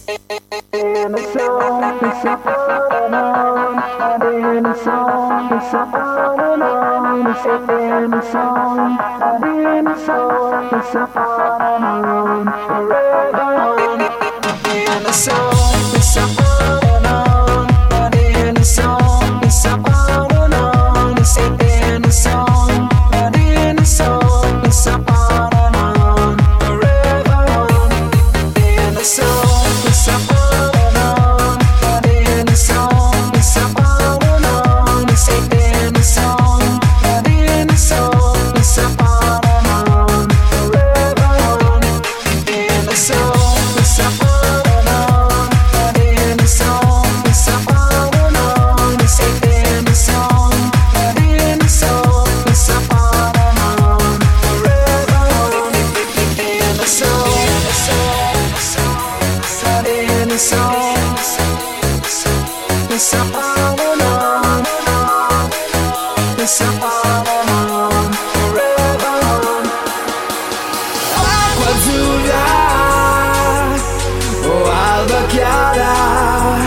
Speaker 6: Acqua azzurra o alba chiara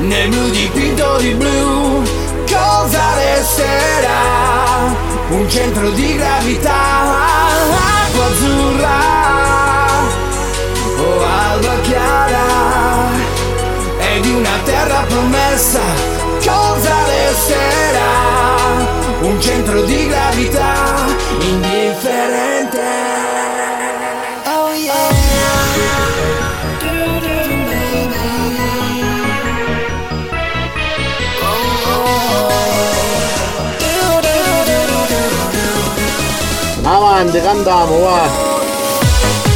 Speaker 6: nel blu dipinto di blu cosa resterà? Un centro di gravità acqua azzurra o alba chiara e di una terra promessa cosa resterà? Un centro di gravità indifferente Oh
Speaker 39: Avanti, cantiamo, va.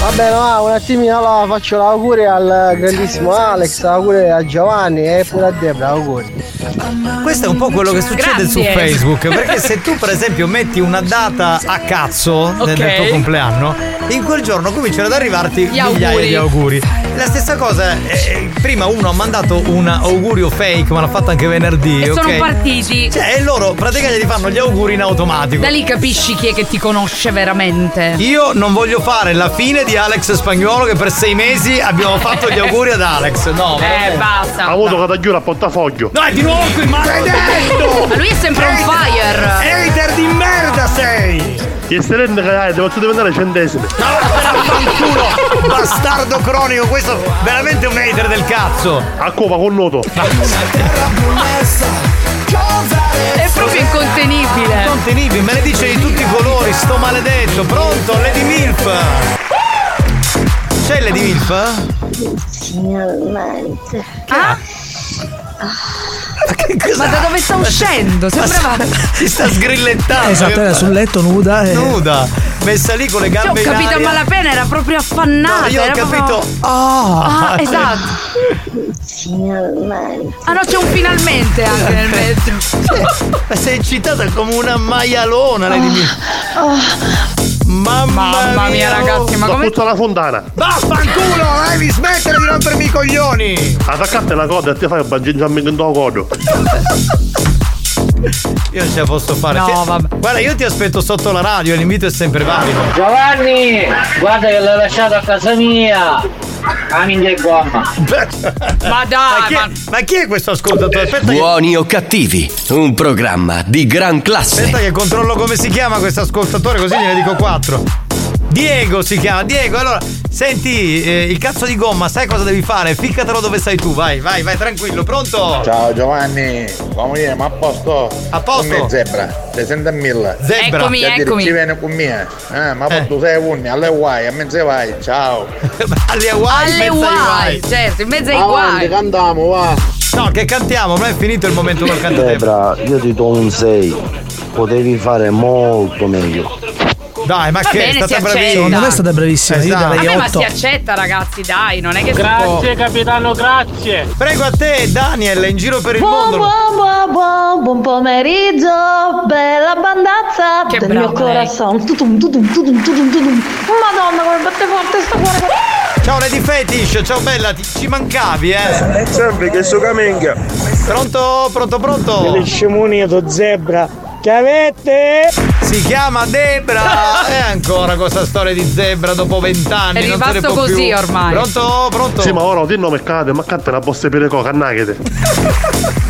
Speaker 12: Va bene, ma un attimino allora faccio l'auguri al grandissimo Alex, auguri a Giovanni e pure a Debra, auguri.
Speaker 7: Questo è un po' quello che succede su
Speaker 12: Grazie.
Speaker 7: Facebook, perché se tu per esempio metti una data a cazzo nel-
Speaker 12: Ok.
Speaker 7: del tuo compleanno, in quel giorno cominciano ad arrivarti migliaia
Speaker 12: auguri.
Speaker 7: di auguri. La stessa (laughs) cosa, eh, prima uno ha mandato un augurio fake, ma l'ha fatto anche venerdì,
Speaker 8: E
Speaker 7: ok?
Speaker 8: sono partiti.
Speaker 7: Cioè, e loro praticamente gli fanno gli auguri in automatico.
Speaker 8: Da lì capisci chi è che ti conosce veramente.
Speaker 7: Io non voglio fare la fine di Alex Spagnuolo che per sei mesi abbiamo fatto gli auguri ad Alex. No,
Speaker 8: Eh, basta.
Speaker 7: Ha avuto catagliura a portafoglio. No, è di nuovo qui, ma.
Speaker 8: Ma lui è sempre on fire.
Speaker 6: Hater di merda sei!
Speaker 21: Gli stai rendendo che hai, devo diventare centesimo.
Speaker 6: No, però-
Speaker 7: Vaffanculo, bastardo cronico, questo è veramente un hater del cazzo. A cova con noto.
Speaker 8: È proprio incontenibile.
Speaker 7: Incontenibile, me ne dice di tutti i colori, sto maledetto. Pronto, Lady Milf. C'è Lady Milf?
Speaker 4: Finalmente.
Speaker 8: Ah? Ma da dove sta uscendo? Sembrava.
Speaker 7: Si sta sgrillettando.
Speaker 9: Esatto, era sul letto nuda. E...
Speaker 7: Nuda. Messa lì (laughs) con le
Speaker 8: Cioè, ho
Speaker 7: gambe in
Speaker 8: capito a
Speaker 7: aria.
Speaker 8: malapena, era proprio affannata.
Speaker 7: No, io ho
Speaker 8: era proprio-
Speaker 7: capito.
Speaker 8: Ah, esatto.
Speaker 4: Finalmente.
Speaker 8: Ah no, c'è un finalmente anche nel mezzo.
Speaker 7: Ma sei eccitata come una maialona, Lady Milf. Mamma,
Speaker 8: Mamma mia, ragazzi, ma come-
Speaker 21: tutta la fondana.
Speaker 7: Vaffanculo, devi smettere di rompermi i coglioni.
Speaker 21: Attaccate la coda e ti fai un baggingiamento in tuo codo.
Speaker 7: Io non ce la posso fare.
Speaker 21: No,
Speaker 7: Ti- Guarda, io ti aspetto sotto la radio, l'invito è sempre valido.
Speaker 27: Giovanni, guarda che l'ho lasciato a casa mia. Aminga e gomma.
Speaker 7: (laughs) Ma dai, ma chi, è, ma chi è questo ascoltatore? Aspetta che,
Speaker 1: Buoni o cattivi, un programma di gran classe.
Speaker 7: aspetta che controllo come si chiama questo ascoltatore, così gliene dico quattro. Diego si chiama, Diego, allora, senti, eh, il cazzo di gomma, sai cosa devi fare? Ficcatelo dove sei tu, vai, vai, vai, tranquillo, pronto?
Speaker 23: Ciao Giovanni, come dire, ma a posto? A
Speaker 7: posto?
Speaker 23: Con me zebra, 60.000.
Speaker 7: Zebra. Eccomi,
Speaker 23: Cioè, dire,
Speaker 7: eccomi.
Speaker 23: Ci viene con me, eh, ma poi tu sei unni, alle guai, a mezzo vai, ciao.
Speaker 7: (laughs) alle guai,
Speaker 8: Alle guai, certo, in mezzo ai guai.
Speaker 23: cantiamo, va.
Speaker 7: No, che cantiamo, non è finito il momento del cantatemo.
Speaker 28: Debra, io ti do un 6. Potevi fare molto meglio.
Speaker 7: Dai, ma
Speaker 8: Va
Speaker 7: che
Speaker 8: bene,
Speaker 7: è stata
Speaker 8: si
Speaker 7: bravissima.
Speaker 8: accetta. Secondo me è
Speaker 9: stata bravissima, io
Speaker 7: Esatto.
Speaker 9: darei
Speaker 8: Vabbè, ma si
Speaker 9: 8.
Speaker 8: accetta, ragazzi, dai, non è che
Speaker 9: Grazie,
Speaker 8: capitano, grazie.
Speaker 7: Prego a te, Daniel, in giro per il
Speaker 4: Buon,
Speaker 7: mondo.
Speaker 4: buon, buon, buon, Oh, buon pomeriggio, bella bandazza
Speaker 7: Che
Speaker 4: del mio
Speaker 7: brava lei.
Speaker 4: corazon. Tutum, tutum, tutum, tutum, tutum. Madonna, come batte forte sto cuore.
Speaker 7: Ciao Lady Fetish, ciao bella, ti- ci mancavi, eh?
Speaker 23: Sempre che so caminga.
Speaker 7: Pronto, pronto, pronto?
Speaker 28: Le scemoni do zebra. Che avete?
Speaker 7: Si chiama
Speaker 8: (laughs)
Speaker 7: Debra! Eh, E ancora questa storia di zebra dopo vent'anni.
Speaker 8: È
Speaker 7: non se ne
Speaker 8: rimasto
Speaker 7: può
Speaker 8: così
Speaker 7: più.
Speaker 8: ormai.
Speaker 7: Pronto, pronto?
Speaker 21: Sì, ma ora di nome cade, ma canta la posta per le coca, annachete.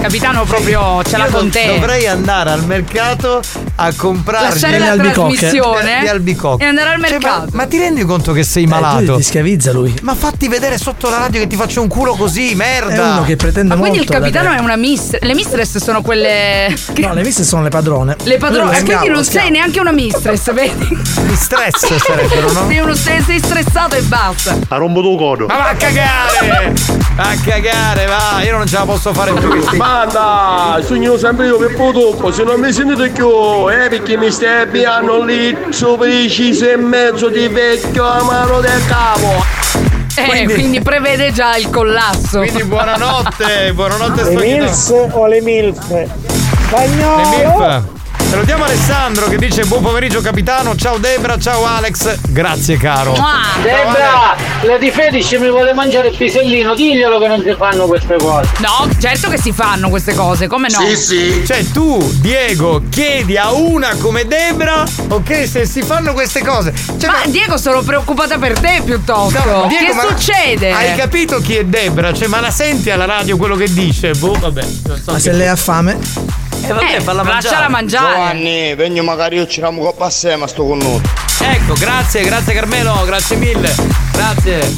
Speaker 8: Capitano proprio ce l'ha
Speaker 7: Io
Speaker 8: con
Speaker 7: dov-
Speaker 8: te.
Speaker 7: Dovrei andare al mercato a comprare
Speaker 8: Lasciare la
Speaker 9: eh.
Speaker 8: trasmissione
Speaker 7: Di albicocche.
Speaker 8: e andare al mercato.
Speaker 7: ma, ma ti rendi conto che sei malato?
Speaker 9: Eh, ti schiavizza lui.
Speaker 7: Ma fatti vedere sotto la radio che ti faccio un culo così, merda.
Speaker 9: È uno che pretende
Speaker 8: Ma quindi il
Speaker 9: molto da
Speaker 8: capitano
Speaker 9: te.
Speaker 8: è una mistress. Le mistress sono quelle. che-
Speaker 9: No, le miste sono le padrone.
Speaker 8: Le padrone.
Speaker 9: Lui
Speaker 8: E
Speaker 9: lo
Speaker 8: quindi
Speaker 9: schiavo,
Speaker 8: non
Speaker 9: lo
Speaker 8: sei
Speaker 9: schiavo.
Speaker 8: neanche una mistress, vedi?
Speaker 7: Mistress sarebbero, no?
Speaker 8: Sei, uno, sei, sei stressato e basta.
Speaker 21: A rombo tuo codo.
Speaker 7: Ma va a cagare! Va a cagare, va! Io non ce la posso fare più.
Speaker 31: Banda, sogno sempre io per potuto, se non mi sentite più, eh, perché mi stai abbiando lì su preciso e mezzo di vecchio amaro del capo.
Speaker 8: Eh, quindi, prevede già il collasso.
Speaker 7: Quindi buonanotte, Eh, buonanotte
Speaker 28: Le Mills o le Milf? Spagnolo!
Speaker 7: Le MILF. Salutiamo Alessandro che dice buon pomeriggio capitano, ciao Debra, ciao Alex, grazie caro.
Speaker 27: Debra, la difedici mi vuole mangiare il pisellino, diglielo che non si fanno queste cose.
Speaker 8: No, certo che si fanno queste cose, come no?
Speaker 7: Sì, sì. Cioè tu, Diego, chiedi a una come Debra, ok, se si fanno queste cose. Cioè,
Speaker 8: ma, (laughs) Diego sono preoccupata per te piuttosto.
Speaker 7: No, Diego,
Speaker 8: che
Speaker 7: ma-
Speaker 8: succede?
Speaker 7: Hai capito chi è Debra? Cioè, ma la senti alla radio quello che dice? Boh, vabbè. non so
Speaker 9: Ma
Speaker 7: che-
Speaker 9: se lei ha fame,
Speaker 7: Eh, vabbè, falla mangiare.
Speaker 28: Giovanni, vengo magari io ci ramo coppa assieme a sto connuto.
Speaker 7: Ecco, grazie, grazie Carmelo, grazie mille. Grazie.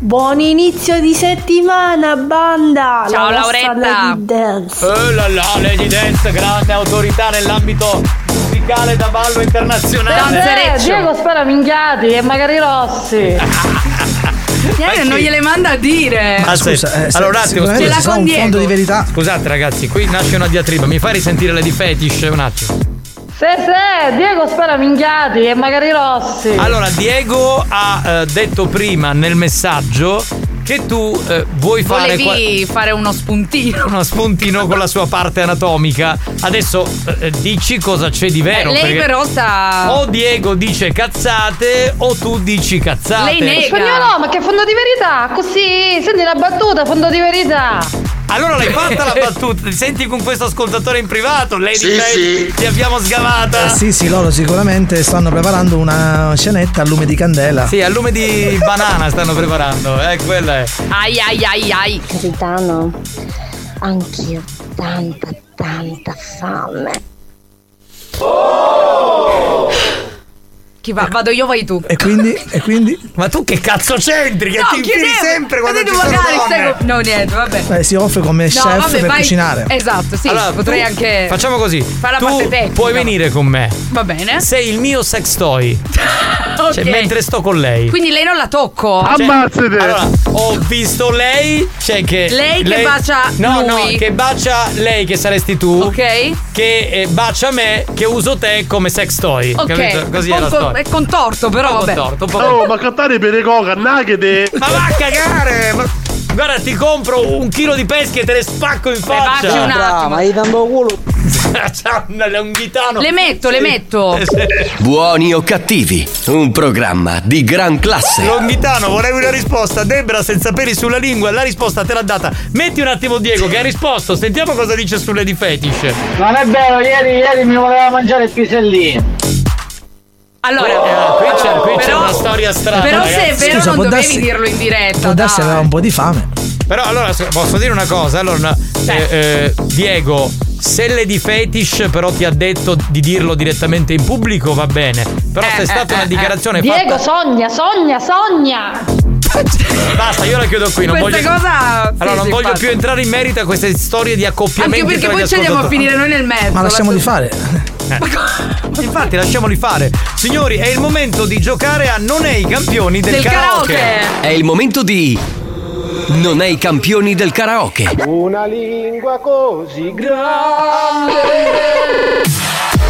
Speaker 4: Buon inizio di settimana, banda.
Speaker 7: Ciao,
Speaker 4: La vostra
Speaker 7: Lauretta.
Speaker 4: Lady Dance.
Speaker 7: Oh la la, Lady Dance, grande autorità nell'ambito musicale da ballo internazionale.
Speaker 4: Eh, Diego spara minchiati e magari rossi.
Speaker 8: Diego non gliele manda a
Speaker 16: Eh,
Speaker 8: dire.
Speaker 7: Ah, scusa, allora un attimo,
Speaker 9: eh, sicuramente
Speaker 7: scusa.
Speaker 9: ci sarà un fondo di verità.
Speaker 7: Scusate ragazzi, qui nasce una diatriba, mi fai risentire la di fetish un attimo.
Speaker 4: Se se, Diego spara minchiati e magari rossi.
Speaker 7: Allora, Diego ha eh, detto prima nel messaggio che tu eh, vuoi fare qua-
Speaker 8: Volevi fare uno spuntino.
Speaker 7: uno spuntino con la sua parte anatomica. Adesso eh, dici cosa c'è di vero.
Speaker 8: Eh, lei
Speaker 7: perché
Speaker 8: però sta.
Speaker 7: O Diego dice cazzate o tu dici cazzate.
Speaker 4: Lei Spagnolo, Cioè, ma che fondo di verità? Così, senti la battuta, fondo di verità.
Speaker 7: Allora l'hai fatta
Speaker 8: (laughs)
Speaker 7: la battuta, ti senti con questo ascoltatore in privato, lei
Speaker 9: Sì,
Speaker 7: dice
Speaker 9: sì.
Speaker 7: ti abbiamo
Speaker 9: Eh,
Speaker 7: sgavata.
Speaker 9: sì, sì, loro sicuramente stanno preparando una scenetta al lume di candela.
Speaker 7: Sì, al lume di
Speaker 8: (laughs)
Speaker 7: banana stanno preparando, eh, quella è.
Speaker 8: Ai ai ai ai.
Speaker 4: Capitano, anch'io tanta, tanta fame.
Speaker 8: Oh! Chi va? Vado io, vai tu.
Speaker 9: E quindi? E quindi?
Speaker 7: Ma tu che cazzo c'entri? Che
Speaker 8: No,
Speaker 7: ti infili
Speaker 8: chiedevo,
Speaker 7: sempre quando
Speaker 8: ma
Speaker 7: ci
Speaker 8: tu
Speaker 7: sono
Speaker 8: magari
Speaker 7: donne. Eh,
Speaker 8: stai con- No, niente, vabbè.
Speaker 9: Beh, si offre come
Speaker 8: No,
Speaker 9: chef
Speaker 8: vabbè,
Speaker 9: per
Speaker 8: vai-
Speaker 9: cucinare.
Speaker 8: Esatto, sì,
Speaker 7: Allora,
Speaker 8: potrei
Speaker 7: tu-
Speaker 8: anche.
Speaker 7: Facciamo così.
Speaker 8: Fare la
Speaker 7: tu
Speaker 8: parte tecnica.
Speaker 7: puoi venire con me.
Speaker 8: Va bene.
Speaker 7: Sei il mio sex
Speaker 8: (laughs)
Speaker 7: toy.
Speaker 8: Ok.
Speaker 7: Cioè, mentre sto con lei.
Speaker 8: Quindi lei non la tocco.
Speaker 7: Cioè, Allora, ho visto lei, cioè che
Speaker 8: Lei che bacia
Speaker 7: No,
Speaker 8: lui.
Speaker 7: no, che bacia lei che saresti tu.
Speaker 8: Ok.
Speaker 7: Che eh, bacia me, che uso te come sex toy.
Speaker 8: Ok.
Speaker 7: Capito? Così è
Speaker 8: Un
Speaker 7: la
Speaker 8: po'
Speaker 7: storia.
Speaker 8: È contorto, però
Speaker 7: Un po'
Speaker 8: vabbè.
Speaker 7: contorto, un po'
Speaker 21: Oh, ma cattare per le coca, cannagete!
Speaker 7: Ma va a cagare! ma- Guarda, ti compro un chilo di pesche e te le spacco in faccia.
Speaker 8: baci
Speaker 7: (laughs)
Speaker 8: un attimo.
Speaker 7: ma gli dando culo. L'unghitano.
Speaker 8: Le metto, le metto.
Speaker 1: Oh. Buoni o cattivi, un programma di gran classe.
Speaker 7: Longhitano, volevi una risposta. Debra, senza peli sulla lingua, la risposta te l'ha data. Metti un attimo Diego che ha risposto. Sentiamo cosa dice sulle di fetish.
Speaker 27: Non è vero, ieri, ieri mi voleva mangiare il pisellino.
Speaker 8: Allora,
Speaker 7: Eh, qui c'è, qui c'è una storia
Speaker 26: Ah,
Speaker 7: strana.
Speaker 8: però se è
Speaker 7: ragazzi.
Speaker 8: vero non dovevi dirlo in diretta.
Speaker 9: Può darsi aveva un po' di fame.
Speaker 7: Però allora se- posso dire una cosa, allora no, eh, eh, Diego, se le di fetish però ti ha detto di dirlo direttamente in pubblico va bene, però
Speaker 8: Eh,
Speaker 7: se è stata una dichiarazione
Speaker 4: Diego,
Speaker 7: fatta
Speaker 4: sogna, sogna, sogna.
Speaker 7: Basta, io la chiudo qui, non
Speaker 8: Questa
Speaker 7: voglio
Speaker 8: cosa- sì,
Speaker 7: Allora non
Speaker 8: sì,
Speaker 7: voglio
Speaker 8: infatti.
Speaker 7: più entrare in merito a queste storie di accoppiamenti
Speaker 8: Anche perché
Speaker 7: tra
Speaker 8: poi
Speaker 7: gli
Speaker 8: ci andiamo a finire noi nel mezzo.
Speaker 9: Ma lasciamo di
Speaker 8: Adesso-
Speaker 9: fare.
Speaker 7: ascoltatori. Eh. Infatti lasciamoli fare. Signori, è il momento di giocare a non è i campioni del,
Speaker 8: Del karaoke.
Speaker 1: È il momento di Non è i campioni del karaoke.
Speaker 39: Una lingua così grande.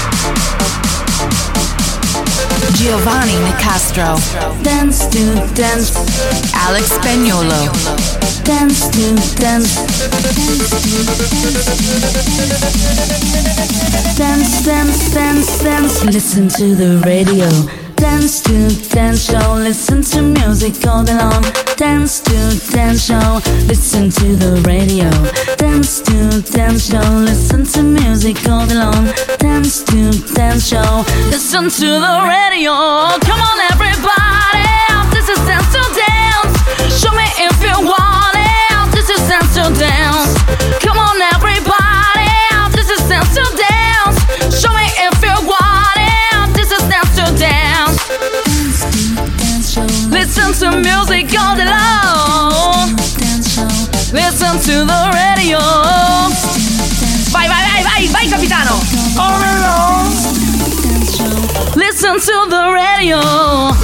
Speaker 25: Giovanni Nicastro. Dance to dance. Alex Spagnolo. Dance to dance.
Speaker 26: Dance, dance, dance, dance. Listen to the radio. Dance to dance show. Listen to music all day long. Dance to dance show. Listen to the radio. Dance to dance show. Listen to music all day long. Dance to dance show. Listen to the radio. Come on, everybody. This is dance to dance. Show me if you want it. This is dance to dance. Come on, everybody. This is dance to dance. Show me if you want it. This is dance to dance. Listen to music all day long. Listen to the radio.
Speaker 8: Vai, vai, vai, vai, vai capitano.
Speaker 26: Listen to the radio.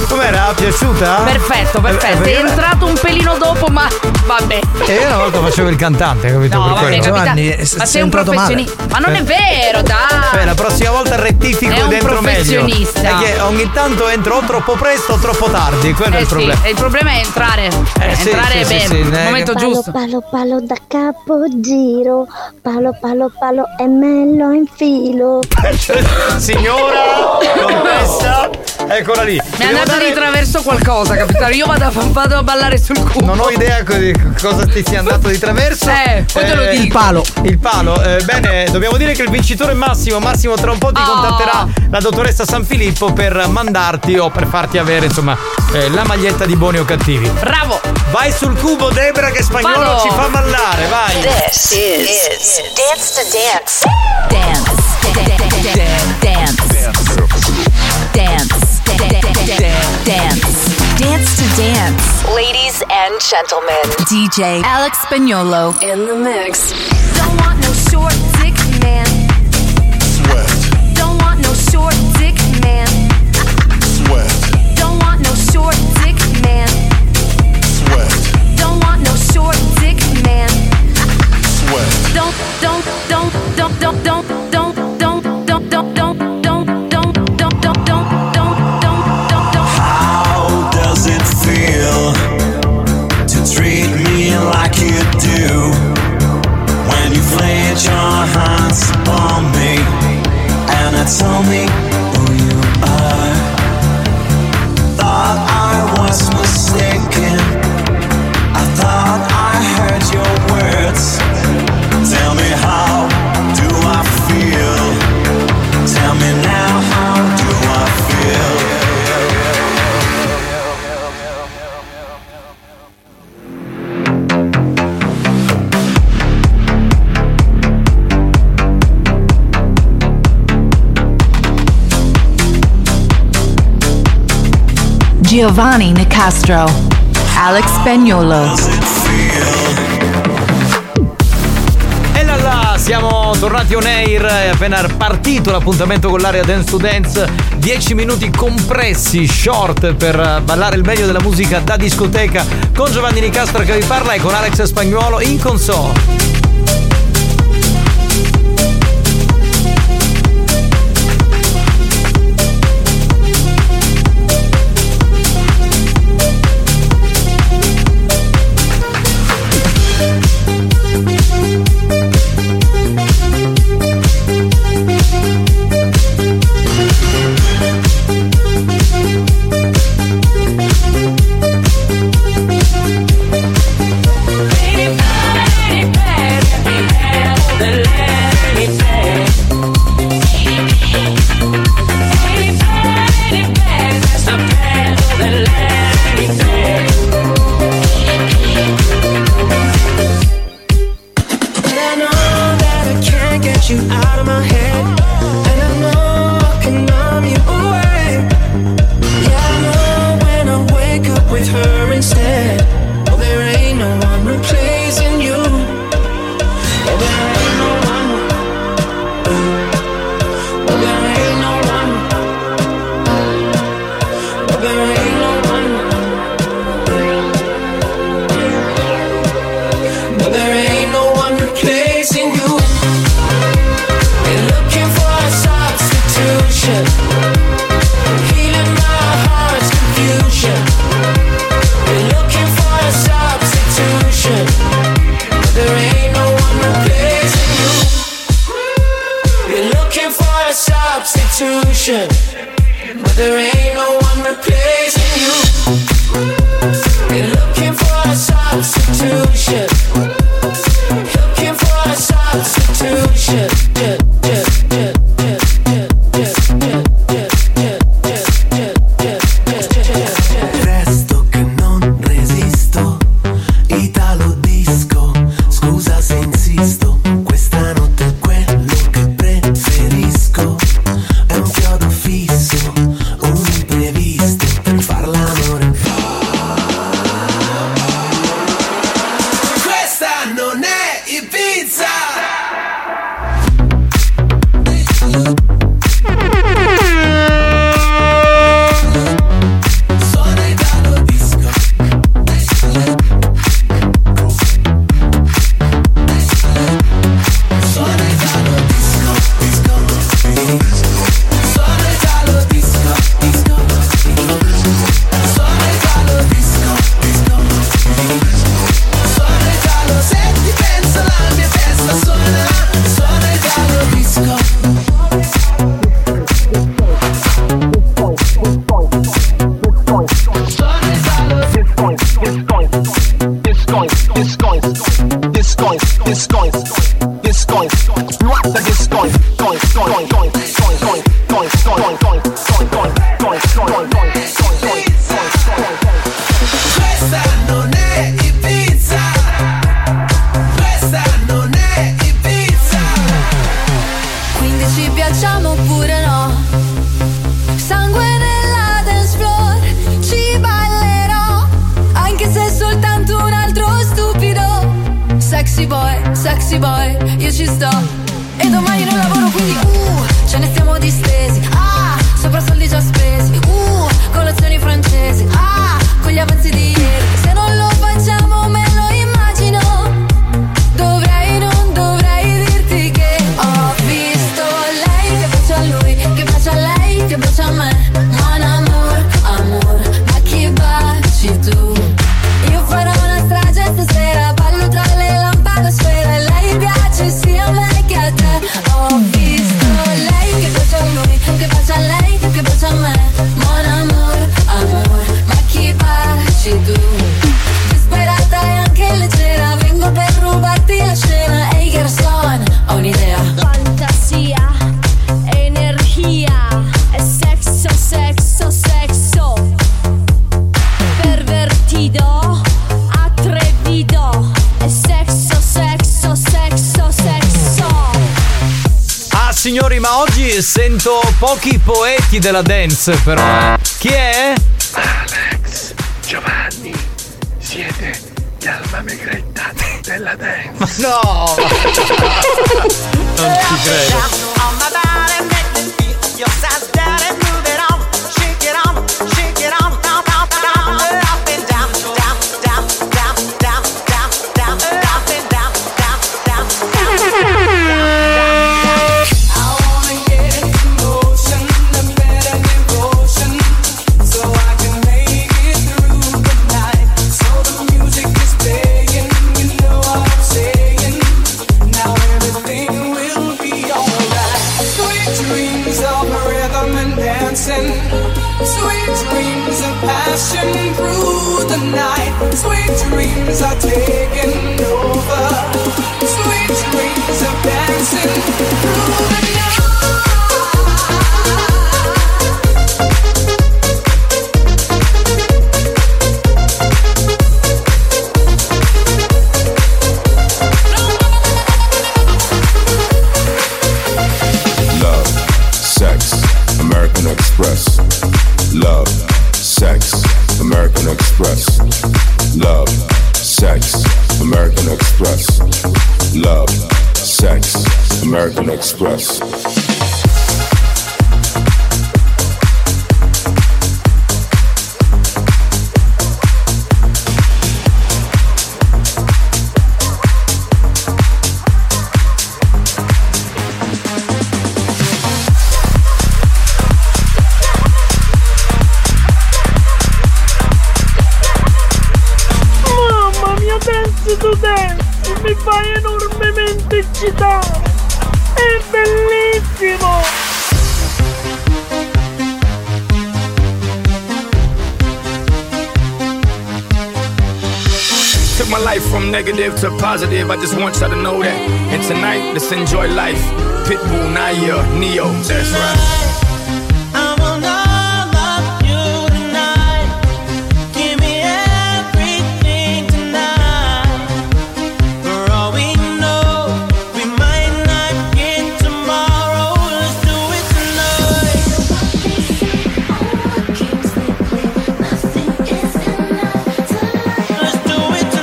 Speaker 7: Com'era? Piaciuta?
Speaker 8: Oh,
Speaker 7: Ah,
Speaker 8: Perfetto,
Speaker 7: eh,
Speaker 8: perfetto. È entrato un pelino dopo, ma vabbè.
Speaker 7: E Eh, io una volta facevo il cantante, capito?
Speaker 8: No,
Speaker 7: per
Speaker 8: vabbè,
Speaker 7: quello.
Speaker 8: capitano. ma sei un professionista. Ma
Speaker 7: Eh.
Speaker 8: non è vero, dai.
Speaker 7: Beh, la prossima volta rettifico
Speaker 8: È un
Speaker 7: dentro meglio.
Speaker 8: professionista.
Speaker 7: Perché ogni tanto entro o troppo presto o troppo tardi, quello è
Speaker 8: Eh
Speaker 7: il
Speaker 8: sì, (laughs)
Speaker 7: problema.
Speaker 8: e il problema è entrare.
Speaker 7: Eh, sì, sì,
Speaker 8: entrare
Speaker 7: sì,
Speaker 8: bene,
Speaker 7: sì,
Speaker 8: al
Speaker 7: ne-
Speaker 8: momento
Speaker 7: Palo,
Speaker 8: giusto.
Speaker 24: Palo palo da capo giro, palo palo palo e me lo infilo.
Speaker 7: Signora, contessa, eccola lì.
Speaker 8: Mi è andato di traverso qualcosa, capitano. Io vado a, vado a ballare sul culo.
Speaker 7: Non ho idea co- di cosa ti sia andato di traverso.
Speaker 8: Eh, poi te lo dico.
Speaker 7: Il palo. Il palo. Eh, bene, dobbiamo dire che il vincitore è Massimo. Massimo tra un po'
Speaker 8: Oh.
Speaker 7: ti contatterà la dottoressa San Filippo per mandarti o per farti avere, insomma, eh, la maglietta di buoni o cattivi.
Speaker 8: Bravo!
Speaker 7: Vai sul cubo, Debra, che spagnolo
Speaker 12: Vado.
Speaker 7: ci fa ballare, vai!
Speaker 12: This is Dance to Dance.
Speaker 25: Dance. Dance. Dance to dance.
Speaker 12: Ladies and gentlemen.
Speaker 25: DJ Alex Spagnolo in the mix. Don't want no short dick man. Sweat. Don't want no short dick man. Sweat. Don't want no short dick man. Sweat. Don't want no short dick man. Sweat. Don't don't don't don't don't don't don't don't don't don't don't don't don't don't don't don't don't don't don't don't
Speaker 28: How does it feel to treat me like you do when you flinch your hands on me and I tell me who you are? Thought I was mistaken. I thought I heard your words. Tell me how do I feel? Tell me now how do I feel?
Speaker 25: Giovanni Nicastro, Alex Spagnolo.
Speaker 7: E là là, siamo tornati on air, è appena partito l'appuntamento con l'area Dance to Dance, 10 minuti compressi, short per eh, ballare il meglio della musica da discoteca con Giovanni Nicastro che vi parla e con Alex Spagnuolo in console.
Speaker 6: But I know that I can't get you out of my head. And I know I can numb you away. Yeah, I know when I wake up with her instead. Oh, there ain't no one replacing you. Oh, there ain't no one. Oh, there ain't no one. Oh, there ain't no one. But there ain't no one replacing you. Been looking for a substitution. Healing my heart's confusion. Been looking for a substitution. But there ain't no one replacing you. Been looking for a substitution. But there ain't no one replacing you. Been looking for a substitution. Looking for a substitution. Yeah, yeah, yeah, yeah, yeah, yeah, yeah, yeah, yeah, yeah, yeah, yeah, yeah, yeah, yeah.
Speaker 28: Resto che non resisto, Italo disco, scusa se insisto, questa notte è quello che preferisco, è un chiodo fisso, un imprevisto per far l'amore.
Speaker 17: disco, disco, disco, disco. You rock the disco, going, going, going, going, going, going, going, going, going, going, going, going, going. Questa non è Ibiza. Questa non è Ibiza.
Speaker 6: Quindi ci piacciamo oppure no? Sangue nella dance floor, ci ballerò, anche se è soltanto un altro stupido. Sexy boy, sexy boy, io ci sto. E domani non lavoro quindi uh, ce ne stiamo distesi. Ah, sopra soldi già spesi. Uh, colazioni francesi. Ah, con gli avanzi di ieri. Se non lo facciamo me lo immagino. Dovrei, non dovrei dirti che ho visto lei che piace a lui, che piace a lei, che piace a me. Mon amor, amor, ma chi baci tu? Io farò una strage stasera, ballo tra le lampadosfere. Lei piace sia a me che a te. Ho visto lei che piace a lui, che piace a lei, che piace a me. Mon amor, amor, ma chi baci tu? Disperata e anche leggera Vengo per rubarti la scena Ehi Gerson, ho un'idea
Speaker 26: Fantasia, energia, e sexo, sexo, sexo. Pervertido, atrevido, e sexo, sexo, sexo, sexo.
Speaker 7: Ah signori, ma oggi sento pochi poeti della dance però. eh. Chi è?
Speaker 45: Alex, Giovanni, siete gli alma migretta della dance.
Speaker 7: Ma no! non ci credo.
Speaker 17: Sweet dreams of rhythm and dancing. Sweet dreams of passion through the night. Sweet dreams are taking over. Sweet dreams of dancing through the night.
Speaker 28: Love, sex, American Express. Love, sex, American Express. Love, sex, American Express. Love, sex, American Express.
Speaker 46: Mamma mia, dance to dance, mi fai enormemente eccitare. È bellissimo!
Speaker 29: Took my life from negative to positive. I just want y'all to know that. And tonight, let's enjoy life. Pitbull, Naya, Neo. That's right.
Speaker 17: I will not love you tonight. Give me everything tonight. For all we know, we might not get tomorrow. Let's do it tonight. Let's do it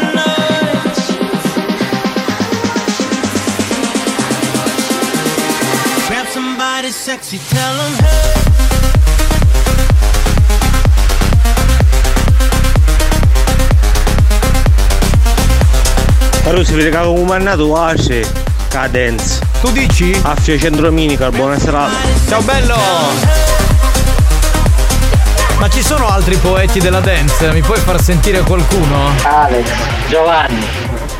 Speaker 17: tonight. Grab somebody sexy, tell 'em hey.
Speaker 47: Però si vede che come mannato asce cadence.
Speaker 7: Tu dici?
Speaker 47: Afce centrominica, buona serata.
Speaker 7: Ciao bello! Ma ci sono altri poeti della dance? Mi puoi far sentire qualcuno?
Speaker 48: Alex, Giovanni,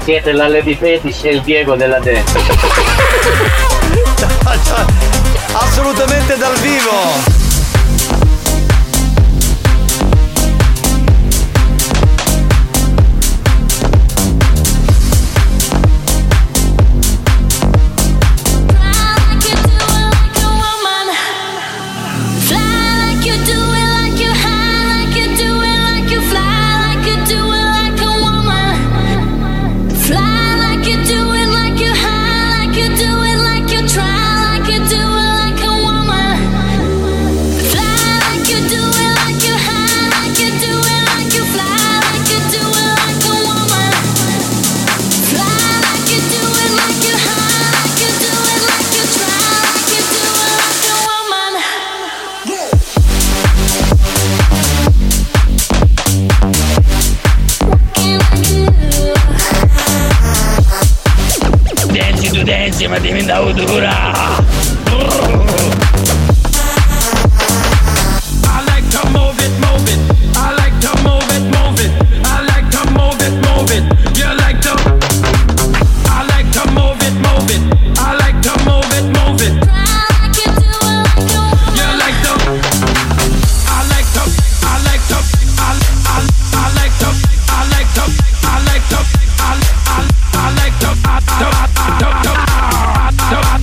Speaker 48: siete la Lady Fetish e il Diego della dance.
Speaker 7: (laughs) Assolutamente dal vivo!
Speaker 16: bellissima diventa dura
Speaker 49: I like to move it, move it. I like to move it, move it. I like to move it, move it. You like to. I like to move it, move it. I like to move it, move it. You like to. I like to. I like to. I I I like to. I like to. I like to. I I I like to. I to. I to. I to.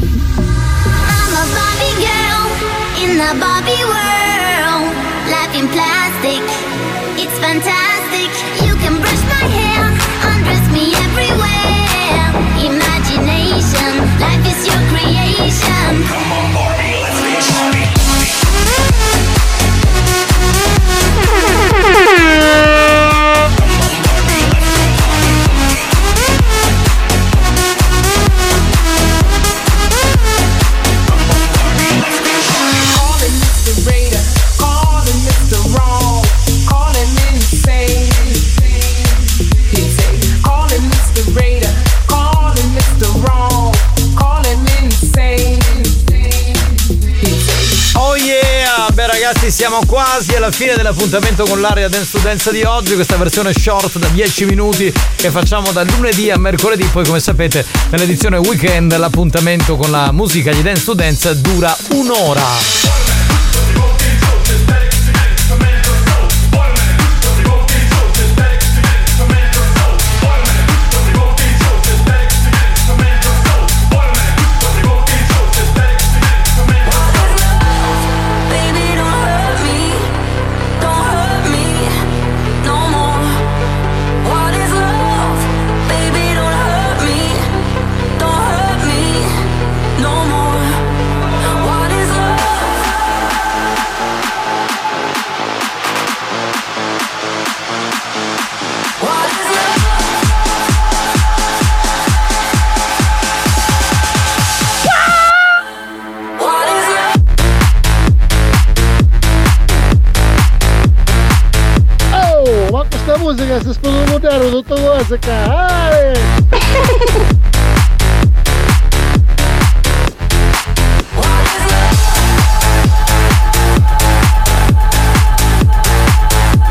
Speaker 6: I'm a Barbie girl in the Barbie world. Life in plastic, it's fantastic. You can brush my hair, undress me everywhere. Imagination, life is your creation. Come on, Barbie, let's be
Speaker 17: Calling Mr. Raider, calling Mr. Wrong, calling insane. Insane. Calling Mr. Raider, calling Mr. Wrong, calling insane.
Speaker 7: Oh yeah! Beh ragazzi siamo quasi alla fine dell'appuntamento con l'area Dance to Dance di oggi, questa versione short da 10 minuti che facciamo da lunedì a mercoledì, poi come sapete nell'edizione weekend l'appuntamento con la musica di Dance to Dance dura un'ora.
Speaker 6: Baby, don't hurt me, don't hurt me no more. What is love? Baby, don't hurt me, don't hurt me no more. What is love?
Speaker 4: Oh, ma questa musica si può mutare tutto cose qua.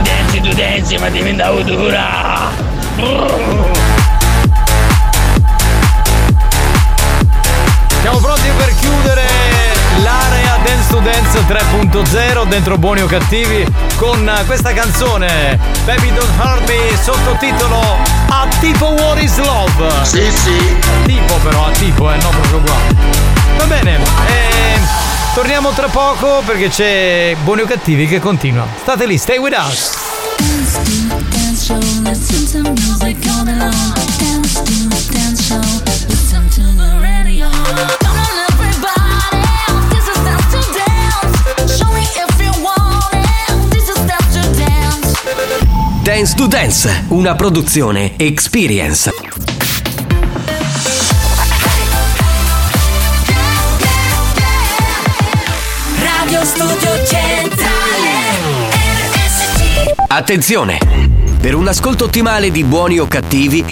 Speaker 16: Danzi tu danzi ma diventa dura
Speaker 7: Siamo pronti per chiudere l'area Dance to Dance 3.0 dentro Buoni o Cattivi con questa canzone Baby Don't Hurt Me sottotitolo A tipo What is Love Sì sì Tipo però, a tipo, eh, no proprio qua Va bene, eh, torniamo tra poco perché c'è Buoni o Cattivi che continua State lì, stay with us
Speaker 6: Dance to dance show, listen to music all day long. Dance to dance show, listen to the radio. Come on, everybody, this is dance to dance. Show me if you want it. This is dance to dance.
Speaker 1: Dance to Dance, una produzione Experience.
Speaker 6: Radio Studio Centrale. RSC.
Speaker 1: Attenzione! Per un ascolto ottimale di buoni o cattivi,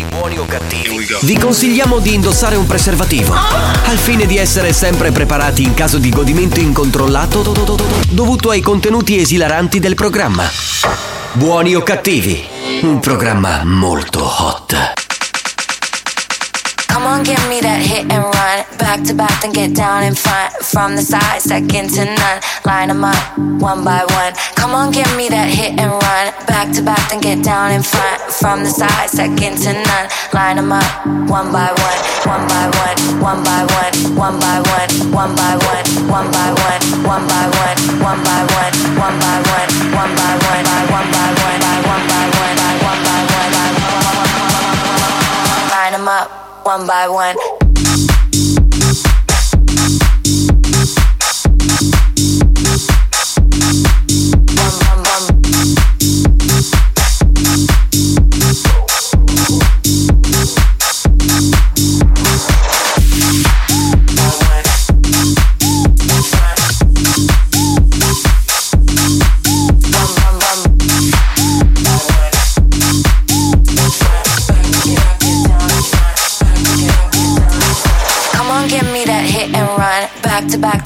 Speaker 1: vi consigliamo di indossare un preservativo al fine di essere sempre preparati in caso di godimento incontrollato dovuto ai contenuti esilaranti del programma. Buoni o cattivi, un programma molto hot.
Speaker 35: Come on, give me that hit and run. Back to back, then get down in front. From the side, second to none. Line 'em up, one by one. Come on, give me that hit and run. Back to back, then get down in front. From the side, second to none. Line 'em up, one by one. One by one, one by one, one by one, one by one, one by one, one by one, one by one, one by one, one by one, by one by one, by one by one, by one by one, by one. Line 'em up, one by one. back to back,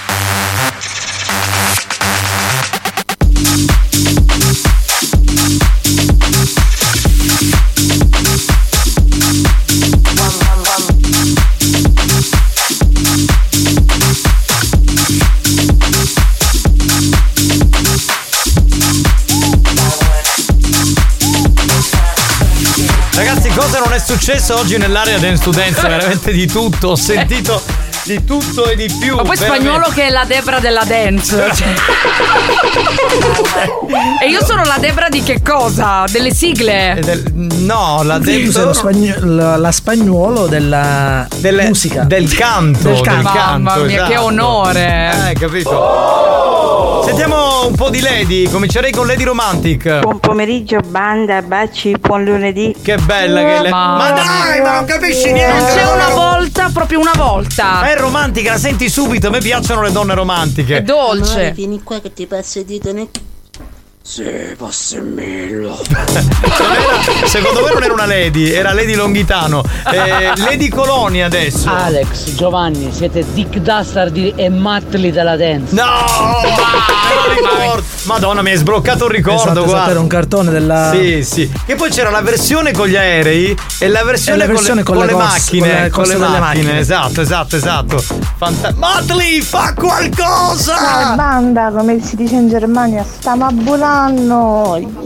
Speaker 7: Ragazzi, cosa non è successo oggi nell'area Dance to
Speaker 8: Eh.
Speaker 7: Dance? Veramente di tutto, ho sentito di tutto e di più.
Speaker 8: Ma poi
Speaker 7: veramente.
Speaker 8: spagnolo che è la Debra della dance.
Speaker 7: (laughs)
Speaker 8: cioè. e io sono la Debra di che cosa? Delle sigle.
Speaker 7: No, la
Speaker 26: Tu sei
Speaker 7: Debra
Speaker 26: lo spagno- la, la spagnuolo della musica.
Speaker 7: Del canto. esatto.
Speaker 26: Del canto.
Speaker 8: Mamma mia, che onore.
Speaker 7: Eh, capito. Sentiamo un po' di Lady, comincerei con Lady Romantic.
Speaker 9: Buon pomeriggio, banda, baci, buon lunedì.
Speaker 7: Che bella che è Lady.
Speaker 50: Ah.
Speaker 9: Mamma
Speaker 7: Ma dai, ma non capisci niente.
Speaker 8: Non c'è
Speaker 7: ma
Speaker 8: una
Speaker 7: no.
Speaker 8: volta, proprio una volta.
Speaker 7: Ma è romantica, la senti subito, a me piacciono le donne romantiche. È
Speaker 17: Amore, vieni qua che ti passo i dito nel.
Speaker 7: Sì, passemmello. (laughs) Secondo me non era una Lady, era Lady Longhitano. Eh, lady Coloni adesso.
Speaker 8: Ah,
Speaker 27: Alex, Giovanni, siete Dick Dastard e Mattli della dance.
Speaker 7: No! Madonna, mi hai sbloccato un ricordo,
Speaker 26: Esatto, esatto,
Speaker 7: guarda.
Speaker 26: era un cartone della.
Speaker 7: Sì, sì. Che poi c'era la versione con gli aerei e la versione,
Speaker 26: E la versione con
Speaker 7: con le,
Speaker 26: le cos-
Speaker 7: macchine.
Speaker 26: con le
Speaker 7: con
Speaker 26: cose
Speaker 7: le
Speaker 26: delle
Speaker 7: macchine.
Speaker 26: macchine.
Speaker 7: esatto, esatto, esatto. Fanta- Motley, fa qualcosa!
Speaker 16: Dai, banda, come si dice in Germania, stiamo a Bulano!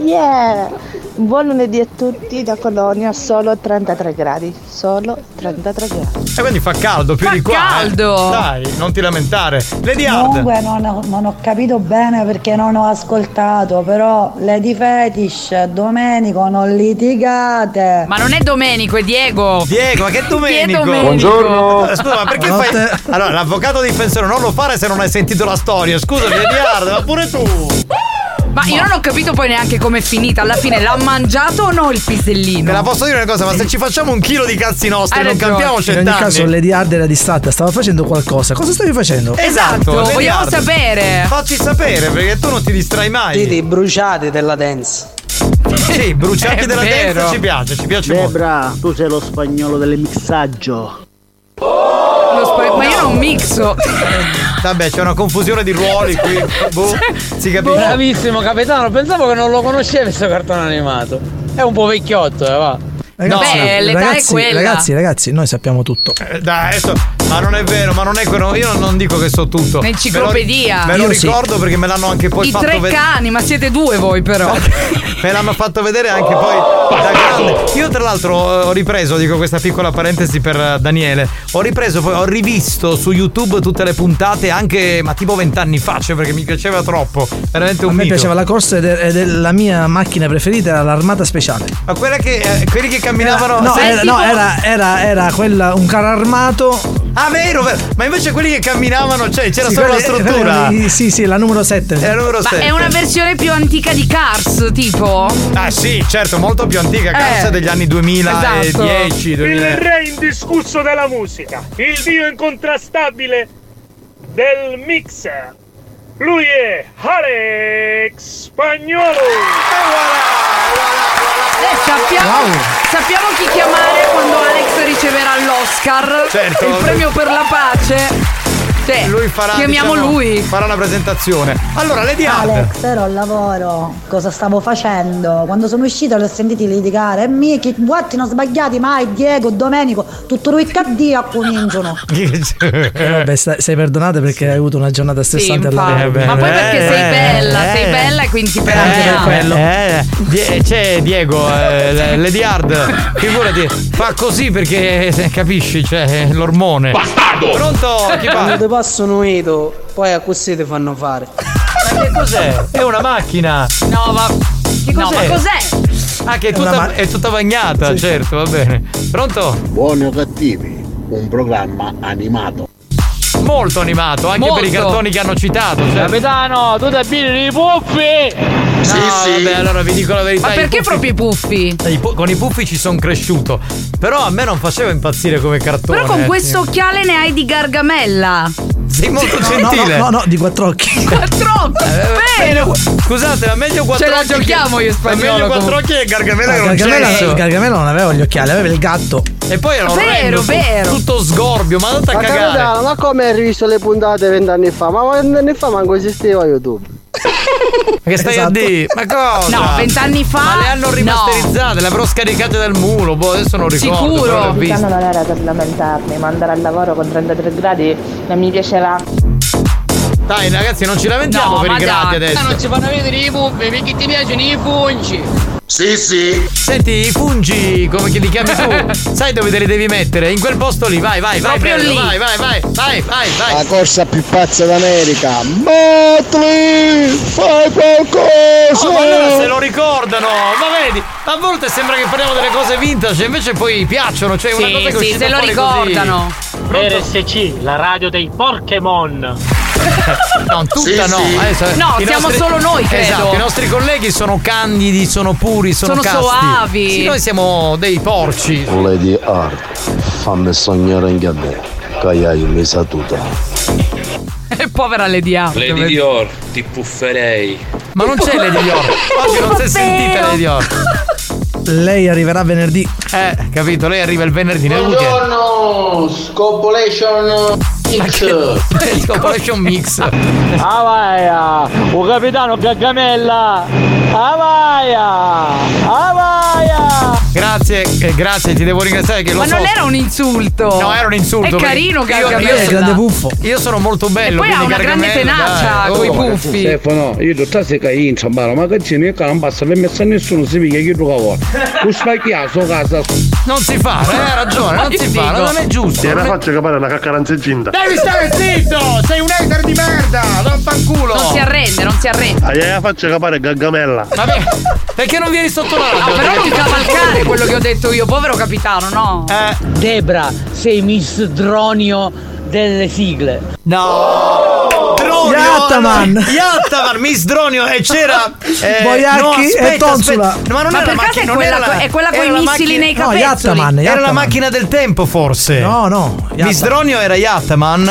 Speaker 16: Yeah! Buon lunedì a tutti da Colonia, solo 33 gradi, solo 33 gradi.
Speaker 7: E quindi fa caldo più di qua.
Speaker 16: caldo!
Speaker 7: eh. Dai, non ti lamentare. Lady Hard.
Speaker 39: Comunque non ho, non ho capito bene perché non ho ascoltato, però Lady Fetish, Domenico, non litigate.
Speaker 8: Ma non è Domenico, è Diego.
Speaker 7: Diego, ma che Domenico? Scusa, ma perché fai. Allora, l'avvocato difensore non lo fare se non hai sentito la storia. Scusami, Lady Hard, ma pure tu.
Speaker 8: Ma io non ho capito poi neanche com'è finita. Alla fine l'ha mangiato o no il pisellino?
Speaker 7: Te la posso dire una cosa, ma se ci facciamo un chilo di cazzi nostri,
Speaker 8: Hai
Speaker 7: non
Speaker 8: ragione.
Speaker 7: cambiamo
Speaker 26: In ogni
Speaker 7: cent'anni.
Speaker 26: caso Lady Hard era distratta, stava facendo qualcosa. Cosa stavi facendo?
Speaker 7: Esatto, Lady
Speaker 26: vogliamo
Speaker 7: Hard.
Speaker 26: sapere.
Speaker 7: Facci sapere perché tu non ti distrai mai.
Speaker 12: Siete i bruciati della dance.
Speaker 7: Sì, bruciati della dance ci piace, ci piace molto.
Speaker 50: Debra, tu sei lo spagnolo del mixaggio.
Speaker 8: Ma io non mixo.
Speaker 7: Vabbè, c'è una confusione di ruoli qui.
Speaker 50: (laughs)
Speaker 8: (laughs)
Speaker 7: Boh, si capisce.
Speaker 27: Bravissimo capitano, pensavo che non lo conoscevi questo cartone animato. È un po' vecchiotto, eh, va.
Speaker 26: ragazzi, Ragazzi, ragazzi, noi sappiamo tutto.
Speaker 7: Eh, Dai, adesso, ma non è vero, ma non è quello. Io non dico che so tutto.
Speaker 8: Un'enciclopedia.
Speaker 7: Ve lo,
Speaker 8: Io sì.
Speaker 7: ricordo perché me l'hanno anche poi
Speaker 8: I
Speaker 7: fatto
Speaker 8: tre
Speaker 7: vedere.
Speaker 8: cani, ma siete due voi però.
Speaker 7: Me l'hanno fatto vedere anche poi da grande. Io tra l'altro eh, ho ripreso, dico questa piccola parentesi per eh, Daniele, ho ripreso poi, ho rivisto su YouTube tutte le puntate anche, ma tipo vent'anni fa, cioè perché mi piaceva troppo. Veramente
Speaker 26: A
Speaker 7: un
Speaker 26: me
Speaker 7: mito.
Speaker 26: piaceva la corsa ed è, ed è la mia macchina preferita, era l'armata speciale.
Speaker 7: Ma quella che, eh, quelli che camminavano...
Speaker 26: no,
Speaker 8: Eh,
Speaker 7: Sai,
Speaker 26: era,
Speaker 7: tipo-
Speaker 26: no, era, era, era quella, un carro armato.
Speaker 7: Ah, vero, vero. Ma invece quelli che camminavano, cioè c'era
Speaker 26: Sì,
Speaker 7: solo la
Speaker 26: quella-
Speaker 7: struttura.
Speaker 26: quella- Sì, sì, la numero 7.
Speaker 7: Era la numero
Speaker 8: Ma è
Speaker 7: 7.
Speaker 8: una versione più antica di Cars, tipo.
Speaker 7: Ah sì, certo, molto più antica,
Speaker 8: Eh.
Speaker 7: cassa degli anni 2010,
Speaker 8: Esatto.
Speaker 7: 2000.
Speaker 50: Il re indiscusso della musica, il dio incontrastabile del mixer. Lui è Alex Spagnolo.
Speaker 8: Eh, sappiamo, sappiamo chi chiamare quando Alex riceverà l'Oscar.
Speaker 7: Certo.
Speaker 8: Il premio per la pace. Cioè,
Speaker 7: Lui farà
Speaker 8: chiamiamo
Speaker 7: diciamo,
Speaker 8: lui.
Speaker 7: Farà la presentazione. Allora, Lady Hard.
Speaker 39: Alex, ero al lavoro, cosa stavo facendo? Quando sono uscita li ho sentiti litigare e mi che guatti non sbagliati mai, Diego, Domenico, tutto lui che addio cominciano.
Speaker 26: Eh, vabbè, sta- sei perdonata perché hai avuto una giornata stressante al
Speaker 7: infatti.
Speaker 26: lavoro.
Speaker 7: Ma poi
Speaker 8: Perché
Speaker 7: Eh,
Speaker 8: sei bella,
Speaker 7: eh.
Speaker 8: sei bella e quindi ti
Speaker 7: Eh,
Speaker 8: prendiamo.
Speaker 7: eh, Die- c'è
Speaker 8: (laughs)
Speaker 7: Diego, eh, eh, Lady Hard, figurati, fa così perché eh, capisci, cioè l'ormone. Bastardo!
Speaker 1: bastardo!
Speaker 7: Pronto? Chi
Speaker 23: Quando
Speaker 7: va?
Speaker 23: ti passano unito, poi a così ti fanno fare.
Speaker 7: Ma che cos'è? È una macchina! No, ma. Che
Speaker 6: No, ma cos'è?
Speaker 7: Ah, che è tutta, è tutta bagnata, certo, va bene. Pronto?
Speaker 4: Buoni o cattivi, un programma animato.
Speaker 7: Molto animato, anche per i
Speaker 4: Molto.
Speaker 7: cartoni che hanno citato. cioè,
Speaker 12: Capitano, tu da bini i puffi!
Speaker 7: No, vabbè, allora vi dico la verità.
Speaker 8: Ma
Speaker 7: i
Speaker 8: perché proprio i puffi?
Speaker 7: puffi- i pu- con i puffi ci sono cresciuto. Però a me non faceva impazzire come cartone.
Speaker 8: Però con
Speaker 7: eh.
Speaker 8: questo occhiale ne hai di gargamella.
Speaker 7: Sei molto
Speaker 9: No,
Speaker 7: gentile.
Speaker 9: No, no, no, di quattro occhi.
Speaker 8: (laughs) Quattro!
Speaker 7: Eh,
Speaker 8: Vero!
Speaker 7: Scusate, ma meglio quattro
Speaker 8: Ce la
Speaker 7: occhi
Speaker 8: giochiamo
Speaker 7: che-
Speaker 8: io spagnolo,
Speaker 7: Ma meglio quattro
Speaker 8: comunque.
Speaker 7: occhi che Gargamella
Speaker 9: Ah,
Speaker 7: era un
Speaker 9: Gargamella,
Speaker 7: cesso.
Speaker 9: Gargamella non aveva gli occhiali, aveva il gatto.
Speaker 7: E poi era
Speaker 9: Vero,
Speaker 7: orrendo, tu-
Speaker 9: vero.
Speaker 7: tutto sgorbio, ma andate a
Speaker 51: Ma
Speaker 7: cagare.
Speaker 51: capitano, ma come hai rivisto le puntate vent'anni fa? Ma vent'anni fa manco esisteva YouTube.
Speaker 7: Ma che stai a dire? Ma cosa?
Speaker 8: No, vent'anni fa.
Speaker 7: Ma le hanno rimasterizzate, le avrò scaricate dal muro. Boh, adesso non ricordo. però le ho viste.
Speaker 16: Capitano non era per lamentarmi, ma andare al lavoro con 33 gradi non mi piacerà.
Speaker 7: Dai, ragazzi, non ci lamentiamo per i gradi adesso.
Speaker 12: Non ci fanno vedere i puffi perché ti piacciono i fungi.
Speaker 7: Sì, sì. Senti, i fungi, come che li chiami tu? Sai dove te li devi mettere? In quel posto lì, vai, vai, vai.
Speaker 1: Proprio
Speaker 7: bello,
Speaker 1: lì.
Speaker 7: Vai, vai, vai, vai, vai, vai.
Speaker 4: La corsa più pazza d'America. Motley, fai qualcosa!
Speaker 7: Oh, ma allora se lo ricordano, ma vedi, a volte sembra che parliamo delle cose vintage, invece poi piacciono, cioè una
Speaker 6: Sì,
Speaker 7: cosa che è
Speaker 6: sì,
Speaker 7: uscita
Speaker 6: se lo
Speaker 7: fuori
Speaker 6: ricordano.
Speaker 7: Così. RSC, la radio dei Pokémon. (laughs) No, tutta
Speaker 6: Sì,
Speaker 7: no.
Speaker 6: sì.
Speaker 7: Adesso,
Speaker 6: No,
Speaker 7: i
Speaker 6: siamo
Speaker 7: nostri-
Speaker 6: solo noi, credo.
Speaker 7: Esatto, i nostri colleghi sono candidi, sono puri, sono,
Speaker 6: Sono
Speaker 7: casti.
Speaker 6: soavi.
Speaker 7: Sì, noi siamo dei porci.
Speaker 4: Lady Art, fammi sognare anche a me, che hai messa tutta.
Speaker 7: (laughs)
Speaker 8: Eh, Povera Lady A.
Speaker 52: Lady Dior, ti pufferei.
Speaker 7: Ma non c'è Lady Dior. Oggi non si è
Speaker 8: Eh.
Speaker 7: sentita Lady
Speaker 26: (laughs)
Speaker 7: Dior.
Speaker 9: Lei arriverà venerdì.
Speaker 7: Eh, capito, lei arriva il venerdì nel weekend.
Speaker 53: Buongiorno, Scopolation
Speaker 7: (laughs) Mix. Corporation Mix.
Speaker 12: Avaia, o capitano Gargamella. Avaia, Avaia.
Speaker 7: Grazie, eh, grazie, ti devo ringraziare che lo
Speaker 8: Ma
Speaker 7: so.
Speaker 8: non (laughs) era un insulto.
Speaker 7: No, era un insulto.
Speaker 8: È
Speaker 7: perché
Speaker 8: carino
Speaker 7: io-
Speaker 8: Gargamella.
Speaker 7: io- Io sono molto bello.
Speaker 8: E poi ha
Speaker 7: quindi
Speaker 8: una grande
Speaker 7: Gargamella,
Speaker 8: tenacia
Speaker 7: dai,
Speaker 8: coi
Speaker 7: oh.
Speaker 8: puffi.
Speaker 20: Stefano, io tutta sera in ciambaro, ma che c'è mica non passa per messa nessuno, si piglia chi lo vuole. Questo è chiasso casa.
Speaker 7: Non si fa, eh, hai ragione, non si fa, non è giusto.
Speaker 20: Ti
Speaker 7: non
Speaker 20: la
Speaker 7: è-
Speaker 20: faccio capare una caccaranzeginta.
Speaker 7: Devi stare zitto! Sei un hater di merda! Vaffanculo!
Speaker 8: Non si arrende, non si arrende.
Speaker 20: Ai, ai, la faccio capare gaggamella.
Speaker 7: Vabbè, perché non vieni sotto la
Speaker 8: No, però non cavalcare quello che ho detto io, povero capitano, no?
Speaker 7: Eh.
Speaker 12: Debra, sei Miss Dronio delle sigle.
Speaker 7: No! Dronio!
Speaker 12: Yattaman!
Speaker 7: allora, Yattaman, Miss Dronio e c'era eh,
Speaker 9: Boiacchi
Speaker 7: no,
Speaker 9: e
Speaker 7: aspetta,
Speaker 9: Tonsula.
Speaker 7: aspetta, Ma non
Speaker 9: Ma per
Speaker 7: era la
Speaker 9: caso è
Speaker 7: macchina, non
Speaker 9: quella
Speaker 7: era la-
Speaker 9: co- è quella coi
Speaker 7: era la
Speaker 9: missili
Speaker 7: macchina-
Speaker 9: nei capezzoli? No, Yattaman,
Speaker 7: Era la
Speaker 9: Yattaman.
Speaker 7: macchina del tempo forse.
Speaker 9: No, no.
Speaker 7: Miss Dronio era Yattaman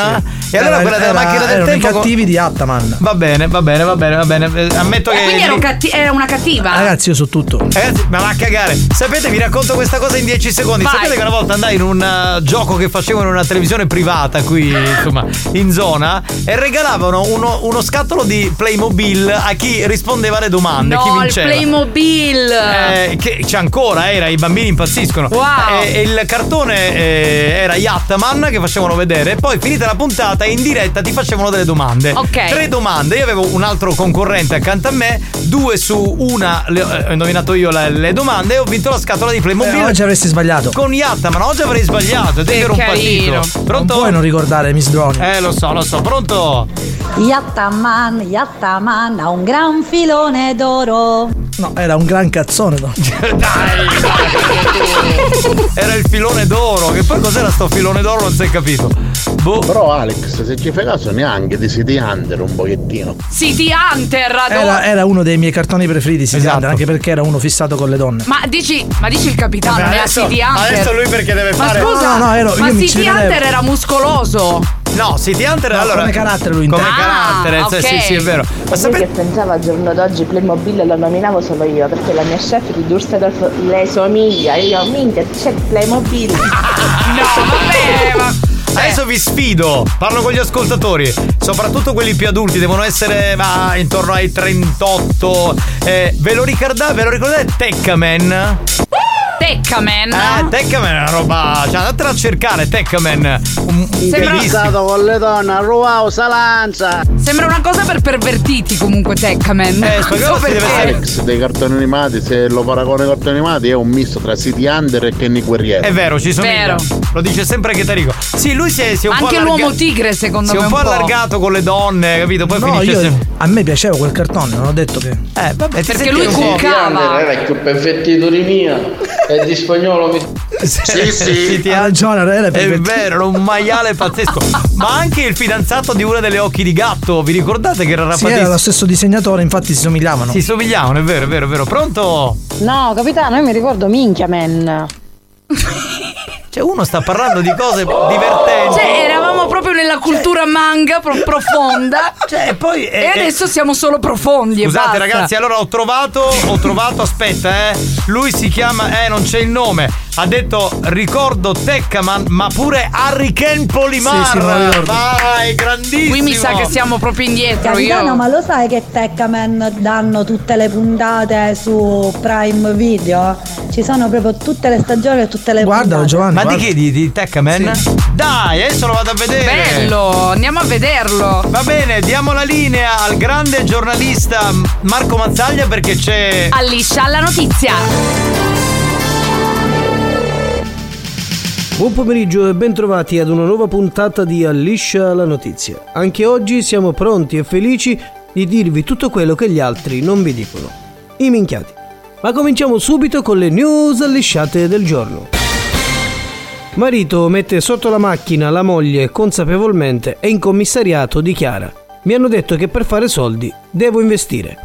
Speaker 7: e allora
Speaker 9: Era-
Speaker 7: quella della
Speaker 9: era-
Speaker 7: macchina del
Speaker 9: erano i
Speaker 7: tempo
Speaker 9: cattivi di Attaman.
Speaker 7: Va bene, va bene, va bene, va bene. Eh, Ammetto che
Speaker 8: Quindi era, un catti- era una cattiva.
Speaker 9: Ah, Ragazzi, io so tutto.
Speaker 7: Ragazzi, ma va a cagare. Sapete, vi racconto questa cosa in 10 secondi.
Speaker 8: Vai.
Speaker 7: Sapete che una volta andai in un eh, gioco che facevano in una televisione privata qui, insomma, in zona e regalavano uno, uno scattolo di Playmobil a chi rispondeva alle domande, chi
Speaker 8: no, il
Speaker 7: vinceva.
Speaker 8: Playmobil.
Speaker 7: Eh, che c'è ancora, era i bambini impazziscono.
Speaker 8: Wow.
Speaker 7: E, e il cartone eh, era Yattaman che facevano vedere. E poi finita la puntata, in diretta ti facevano delle domande.
Speaker 1: Ok.
Speaker 7: Tre domande. Io avevo un altro concorrente accanto a me, due su una le ho eh, ho indovinato io le, le domande e ho vinto la scatola di Playmobil.
Speaker 9: Eh, oggi avresti sbagliato.
Speaker 7: Con Yattaman, oggi avrei sbagliato. Ed
Speaker 9: Che
Speaker 7: ero un
Speaker 9: carino.
Speaker 7: patito. Pronto?
Speaker 9: Non puoi non ricordare Miss Drone.
Speaker 7: Eh, lo so, lo so. Pronto?
Speaker 39: Yattaman, Yattaman ha un gran filone d'oro.
Speaker 9: No, era un gran cazzone. no?
Speaker 7: (laughs) Era il filone d'oro. Che poi cos'era sto filone d'oro? Non si è capito. Boh.
Speaker 4: Però Alex, se ci fai caso neanche ti siete under un pochettino.
Speaker 8: City Hunter. adoro-
Speaker 9: Era, era uno dei miei cartoni preferiti, si
Speaker 7: Esatto.
Speaker 9: chiama, anche perché era uno fissato con le donne.
Speaker 8: Ma dici, ma dici il capitano,
Speaker 9: Vabbè,
Speaker 8: era
Speaker 9: adesso-
Speaker 8: City Hunter.
Speaker 7: adesso lui perché deve
Speaker 8: ma
Speaker 7: fare-
Speaker 8: Scusa,
Speaker 9: No, no, no, ero-
Speaker 8: ma
Speaker 9: io mi ci
Speaker 8: City
Speaker 9: vedevo.
Speaker 8: Hunter era muscoloso.
Speaker 7: No, City Hunter
Speaker 9: No,
Speaker 7: allora.
Speaker 9: come carattere lui
Speaker 7: Come
Speaker 9: intende.
Speaker 7: carattere,
Speaker 9: Ah,
Speaker 7: cioè,
Speaker 9: ok.
Speaker 7: sì, sì, è vero. Ma
Speaker 16: Io
Speaker 7: sapete.
Speaker 16: che pensavo al giorno d'oggi Playmobil lo nominavo solo io perché la mia chef di Dusseldorf le somiglia io minchia c'è
Speaker 8: (laughs)
Speaker 16: Playmobil
Speaker 8: Eh.
Speaker 7: Adesso vi sfido, parlo con gli ascoltatori, soprattutto quelli più adulti, devono essere ma, intorno ai 38. Eh, ve lo ricordate? Ve lo ricordate Teccaman?
Speaker 8: Teccaman.
Speaker 7: Eh, Teccaman è una roba. Cioè, andatela a cercare, Mm, Teccaman. Un, un bellissimo.
Speaker 53: Incazzato con le donne,
Speaker 8: (laughs)
Speaker 53: rubavo salanza
Speaker 8: Sembra una cosa per pervertiti comunque Teccaman. Eh, so perché.
Speaker 4: Alex dei cartoni animati, se lo paragoni ai cartoni animati, è un misto tra City Under e Kenny Guerriero.
Speaker 7: È vero, ci somiglia. Lo dice sempre anche Tarico. Sì, lui si è, si è un po'
Speaker 8: Anche
Speaker 7: allarga-
Speaker 8: l'uomo tigre, secondo
Speaker 7: Si è
Speaker 8: me.
Speaker 7: un po' allargato con le donne, capito? Poi
Speaker 26: No,
Speaker 7: finisce
Speaker 26: io,
Speaker 7: sempre-
Speaker 26: a me piaceva quel cartone, non ho detto che.
Speaker 7: Eh, vabbè, ti
Speaker 8: Perché
Speaker 7: senti
Speaker 8: lui
Speaker 7: un po'-
Speaker 8: cuccava.
Speaker 29: vecchio perfettito di mia e di spagnolo mi...
Speaker 7: (laughs) Sì, sì, ti
Speaker 26: ha ragione, era
Speaker 7: È vero, era un maiale pazzesco. Ma anche il fidanzato di una delle occhi di gatto, vi ricordate che era
Speaker 26: Sì, era
Speaker 7: rapatissimo?
Speaker 26: lo stesso disegnatore, infatti si somigliavano.
Speaker 7: si somigliavano, è vero, è vero, è vero. Pronto?
Speaker 43: No, capitano, io mi ricordo Minchia Man.
Speaker 7: Cioè, uno sta parlando di cose divertenti.
Speaker 8: Cioè, eravamo proprio nella cultura manga pro- profonda.
Speaker 9: Cioè,
Speaker 8: e
Speaker 7: eh,
Speaker 8: adesso siamo solo profondi. e
Speaker 7: Scusate
Speaker 8: basta.
Speaker 7: ragazzi, allora ho trovato, ho trovato, aspetta eh, lui si chiama, eh non c'è il nome, ha detto ricordo Teccaman ma pure Harry Ken Polimar,
Speaker 8: Sì, sì, me lo ricordo.
Speaker 7: vai, grandissimo.
Speaker 8: Qui mi sa che siamo proprio indietro.
Speaker 39: Capitano,
Speaker 8: Io.
Speaker 39: ma lo sai che Teccaman danno tutte le puntate su Prime Video? Ci sono proprio tutte le stagioni e tutte le puntate.
Speaker 7: Ma di chi? Di, di Teccaman? Dai, adesso lo vado a vedere.
Speaker 8: Bello, andiamo a vederlo.
Speaker 7: Va bene, diamo la linea al grande giornalista Marco Mazzaglia perché c'è...
Speaker 8: Alliscia la notizia.
Speaker 23: Buon pomeriggio e bentrovati ad una nuova puntata di Alliscia la notizia. Anche oggi siamo pronti e felici di dirvi tutto quello che gli altri non vi dicono. I minchiati. Ma cominciamo subito con le news allisciate del giorno. Marito mette sotto la macchina la moglie consapevolmente e in commissariato dichiara: Mi hanno detto che per fare soldi devo investire.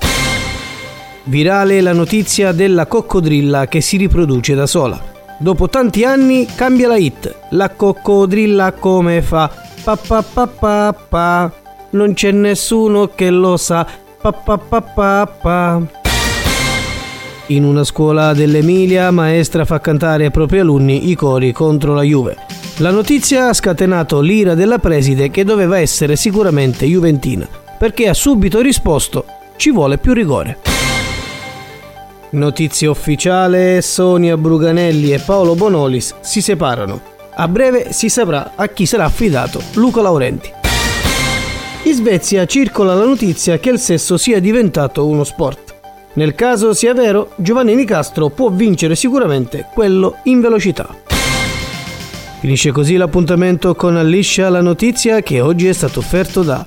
Speaker 23: Virale la notizia della coccodrilla che si riproduce da sola. Dopo tanti anni cambia la hit. La coccodrilla come fa? Pa pa pa pa pa. Non c'è nessuno che lo sa. Pa pa pa pa pa. In una scuola dell'Emilia, maestra fa cantare ai propri alunni i cori contro la Juve. La notizia ha scatenato l'ira della preside che doveva essere sicuramente juventina, perché ha subito risposto ci vuole più rigore. Notizia ufficiale, Sonia Bruganelli e Paolo Bonolis si separano. A breve si saprà a chi sarà affidato Luca Laurenti. In Svezia circola la notizia che il sesso sia diventato uno sport. Nel caso sia vero, Giovanni Nicastro può vincere sicuramente quello in velocità. Finisce così l'appuntamento con Alliscia la notizia che oggi è stato offerto da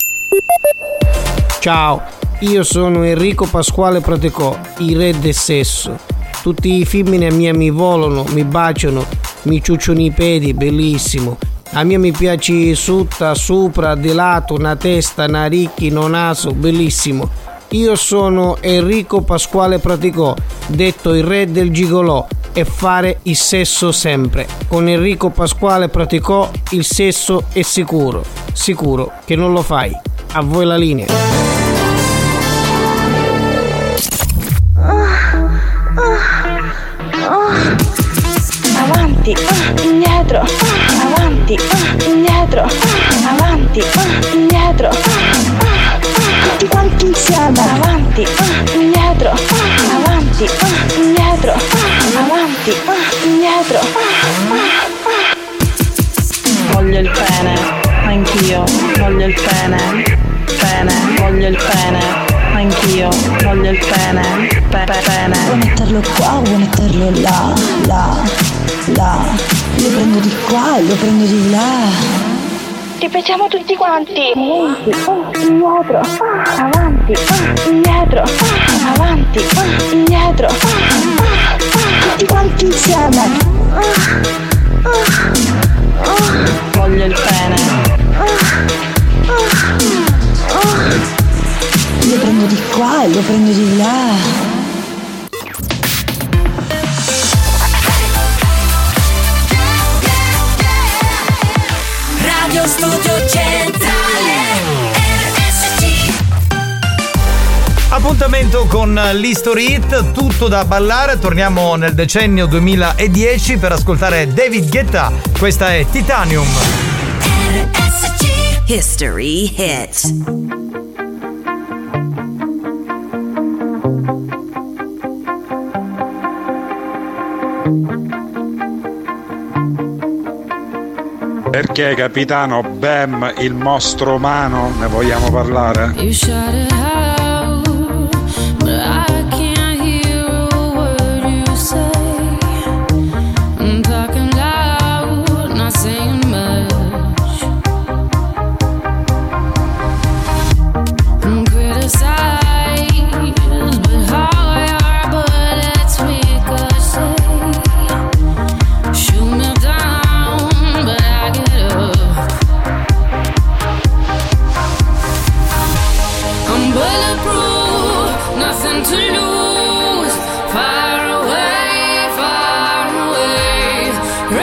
Speaker 23: Ciao, io sono Enrico Pasquale Pratecò, il re del sesso. Tutti i femmine a mia mi volano, mi baciano, mi ciucciano i pedi, bellissimo. A mia mi piace sutta, sopra, di lato, una testa, una ricchino, naso, bellissimo. Io sono Enrico Pasquale Praticò, detto il re del gigolò, e fare il sesso sempre. Con Enrico Pasquale Praticò il sesso è sicuro, sicuro che non lo fai. A voi la linea.
Speaker 16: Ah. Avanti, ah, indietro, ah, avanti, ah, indietro, ah, avanti, ah, indietro, ah, ah, ah, tutti quanti insieme, avanti, ah, indietro, ah, avanti, ah, indietro, ah, avanti, ah, indietro. ah, Voglio il pene, anch'io, voglio il pene, pene, voglio il pene, anch'io, voglio il pene, pene, pene.
Speaker 39: Vuoi metterlo qua, vuoi metterlo là, là, là. Lo prendo di qua, lo prendo di là.
Speaker 16: Ti piacciamo tutti quanti. Avanti, ah, indietro, ah, avanti, ah, indietro, ah, avanti, ah, indietro. ah, ah, ah, tutti quanti insieme. Ah, ah, ah. Voglio il pene. Ah.
Speaker 39: Lo prendo di qua, lo prendo di là.
Speaker 6: Radio Studio Centrale RSC
Speaker 7: Appuntamento con l'History Hit, tutto da ballare, torniamo nel decennio 2010 per ascoltare David Guetta, questa è Titanium.
Speaker 28: History hit.
Speaker 24: Perché capitano Bam, il mostro umano, ne vogliamo parlare?
Speaker 6: You shout it out, but I can't hear a word you say. I'm talking loud, not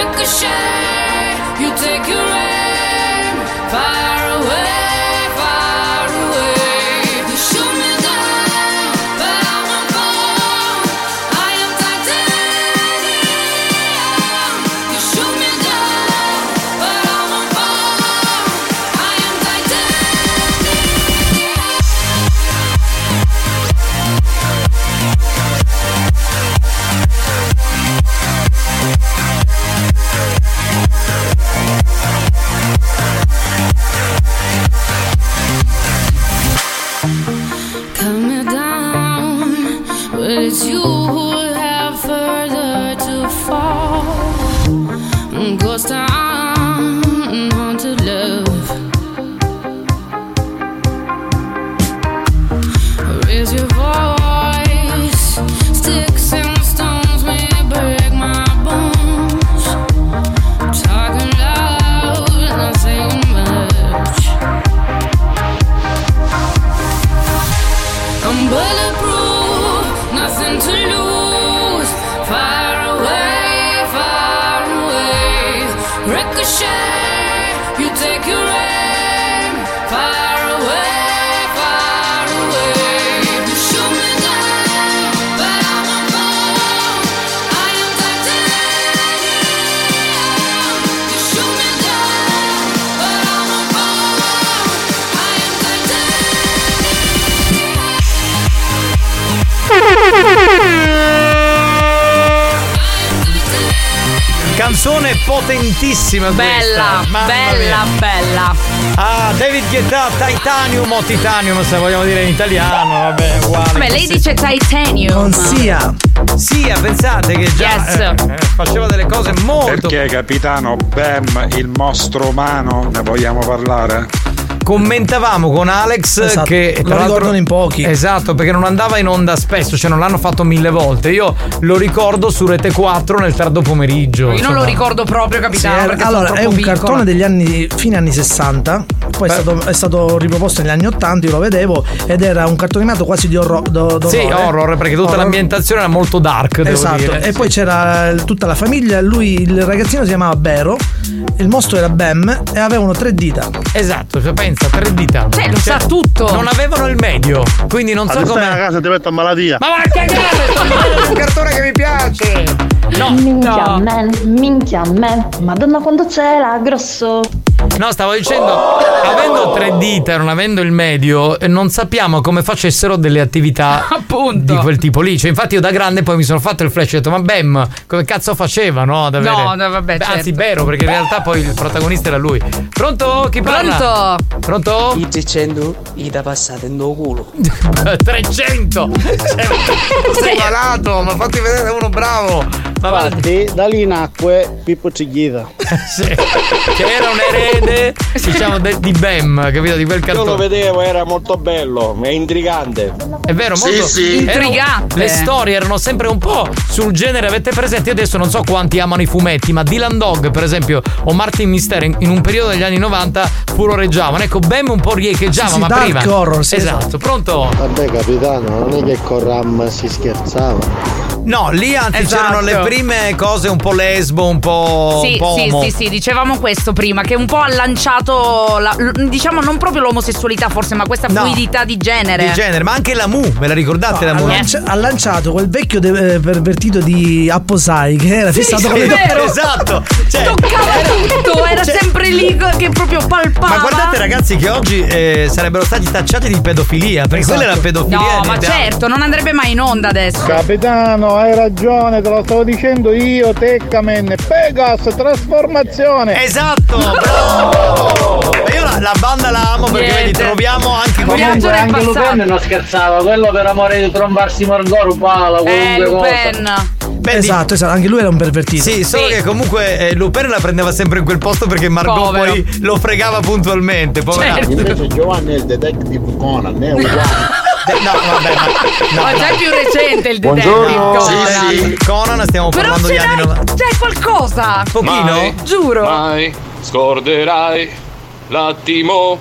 Speaker 6: Ricochet, you take your aim. Far away, far away. You shoot me down, but I won't fall. I am titanium. You shoot me down, but I won't fall. I am titanium. Cut me down, but it's you who will have further to fall. Ghost town, haunted love. Raise your voice, sticks and stones may break my bones. Talking loud, not saying much. I'm bulletproof, nothing to lose. Far away, far away. Ricochet, you take your aim. Far away, far away. You shoot me down, but I won't fall. I am titanium. You shoot me down, but I won't fall. I am titanium.
Speaker 7: Canzone potentissima
Speaker 8: Bella,
Speaker 7: questa. Mamma
Speaker 8: bella,
Speaker 7: mia.
Speaker 8: bella.
Speaker 7: Ah, David Guetta, Titanium o Titanium, se vogliamo dire in italiano, vabbè, è uguale.
Speaker 8: Vabbè, lei
Speaker 7: Sì.
Speaker 8: dice titanium. Non sia.
Speaker 7: Sia, eh, pensate che già
Speaker 8: Yes.
Speaker 7: eh, eh, faceva delle cose molto
Speaker 24: Perché capitano Bam, il mostro umano, ne vogliamo parlare?
Speaker 7: Commentavamo con Alex
Speaker 24: Esatto,
Speaker 7: che
Speaker 24: lo
Speaker 7: tra l'altro-
Speaker 24: ricordano in
Speaker 7: pochi. Esatto, perché non andava in onda spesso, cioè non l'hanno fatto mille volte. Io lo ricordo su Rete 4 nel tardo pomeriggio.
Speaker 8: Io non
Speaker 7: insomma.
Speaker 8: lo ricordo proprio, capitano.
Speaker 7: Sì,
Speaker 8: perché sono
Speaker 26: allora,
Speaker 8: troppo
Speaker 26: è un
Speaker 8: piccola.
Speaker 26: cartone degli anni fine anni 60. Poi è stato, è stato riproposto negli anni 80, io lo vedo, ed era un cartone animato quasi di horror. do-
Speaker 7: Sì,
Speaker 26: d'orrore.
Speaker 7: horror, perché tutta
Speaker 26: Horror.
Speaker 7: l'ambientazione era molto dark, devo
Speaker 26: Esatto,
Speaker 7: dire.
Speaker 26: e poi c'era il- tutta la famiglia, lui, il ragazzino si chiamava Bero, il mostro era Bam e avevano tre dita.
Speaker 7: Esatto, cioè, pensa, tre dita.
Speaker 26: Cioè, lo sa
Speaker 8: tutto.
Speaker 7: Non avevano il medio, quindi non so
Speaker 20: Adesso
Speaker 7: come.
Speaker 20: stai a casa ti metto a malattia.
Speaker 7: Ma va a cagare, sto male, è un cartone che mi piace. No,
Speaker 43: minchia
Speaker 7: no.
Speaker 43: man, minchia man. Madonna quanto c'era, grosso.
Speaker 7: No, stavo dicendo, avendo tre dita e non avendo il medio, eh, non sappiamo come facessero delle
Speaker 8: (laughs)
Speaker 7: attività di quel tipo lì. Cioè, infatti, io da grande poi mi sono fatto il flash e ho detto, ma Bam, come cazzo faceva, no? Ad avere...
Speaker 8: No, no, vabbè,
Speaker 7: Beh, Anzi,
Speaker 8: certo.
Speaker 7: vero, perché in realtà poi il protagonista era lui. Pronto? Chi parla?
Speaker 5: Pronto?
Speaker 7: Pronto?
Speaker 5: I 300 gli da passate in tuo culo.
Speaker 7: 300! Sei malato, ma fatti vedere uno bravo! Ma va,
Speaker 20: Infatti, da lì nacque Pippo
Speaker 7: (laughs)
Speaker 20: Cighita.
Speaker 7: che era un erede, diciamo, de- di Bam, capito? Di quel
Speaker 35: Io lo
Speaker 7: cartone.
Speaker 35: vedevo, era molto bello, è intrigante.
Speaker 7: È vero, molto erano- le storie erano sempre un po' sul genere, avete presente? Io adesso non so quanti amano i fumetti, ma Dylan Dog, per esempio, o Martin Mister in, in un periodo degli anni 90 furoreggiavano. Ecco, Bam un po' riecheggiava,
Speaker 26: Sì, sì,
Speaker 7: ma
Speaker 26: dark
Speaker 7: prima.
Speaker 26: horror, sì,
Speaker 7: esatto.
Speaker 26: esatto.
Speaker 7: pronto?
Speaker 12: Vabbè capitano, non è che con Ram si scherzava.
Speaker 7: No, lì anzi
Speaker 8: Esatto.
Speaker 7: c'erano le prime cose un po' lesbo, un po'.
Speaker 8: Sì,
Speaker 7: un po
Speaker 8: sì,
Speaker 7: omo.
Speaker 8: sì, sì, dicevamo questo prima, che un po' ha lanciato, la- l- diciamo, non proprio l'omosessualità forse, ma questa fluidità di genere.
Speaker 7: Di genere, ma anche la Mu, ve la ricordate la
Speaker 26: ha,
Speaker 7: Mu?
Speaker 26: lanci- ha lanciato quel vecchio de- eh, pervertito di Apposai che era fissato con le
Speaker 7: sì, esatto. Cioè,
Speaker 8: Toccava tutto, era sempre lì co- che proprio palpava.
Speaker 7: Ma guardate ragazzi che oggi eh, sarebbero stati tacciati di pedofilia, perché quella è
Speaker 26: Esatto.
Speaker 7: la pedofilia.
Speaker 8: No,
Speaker 7: nei
Speaker 8: ma
Speaker 7: teatri.
Speaker 8: certo, non andrebbe mai in onda adesso.
Speaker 12: Capitano, eh. hai ragione, te lo stavo dicendo io, Teccamen, Pegas, trasformazione.
Speaker 7: Esatto, bravo. E Io la, la banda la amo perché vedi, troviamo anche
Speaker 12: Comunque,
Speaker 7: anche
Speaker 12: anche Lupin non
Speaker 7: scherzava, quello per amore di trombarsi Margot Pala,
Speaker 12: qualunque
Speaker 26: esatto, esatto, anche lui era un pervertito.
Speaker 7: Sì, solo che comunque eh, Lupin la prendeva sempre in quel posto perché Margot
Speaker 26: Povero.
Speaker 7: poi lo fregava puntualmente. Povera.
Speaker 20: Invece Giovanni è il detective Conan,
Speaker 7: (laughs)
Speaker 20: è uguale.
Speaker 7: No, vabbè, ma,
Speaker 8: Ma già è più recente il detective
Speaker 7: Buongiorno.
Speaker 6: Ah,
Speaker 8: Conan.
Speaker 7: Sì, sì. Conan stiamo
Speaker 8: Però
Speaker 7: parlando
Speaker 8: ce
Speaker 7: di anni
Speaker 8: l'hai-
Speaker 7: 90.
Speaker 8: c'è qualcosa.
Speaker 25: Mai,
Speaker 8: Giuro.
Speaker 25: Mai scorderai l'attimo,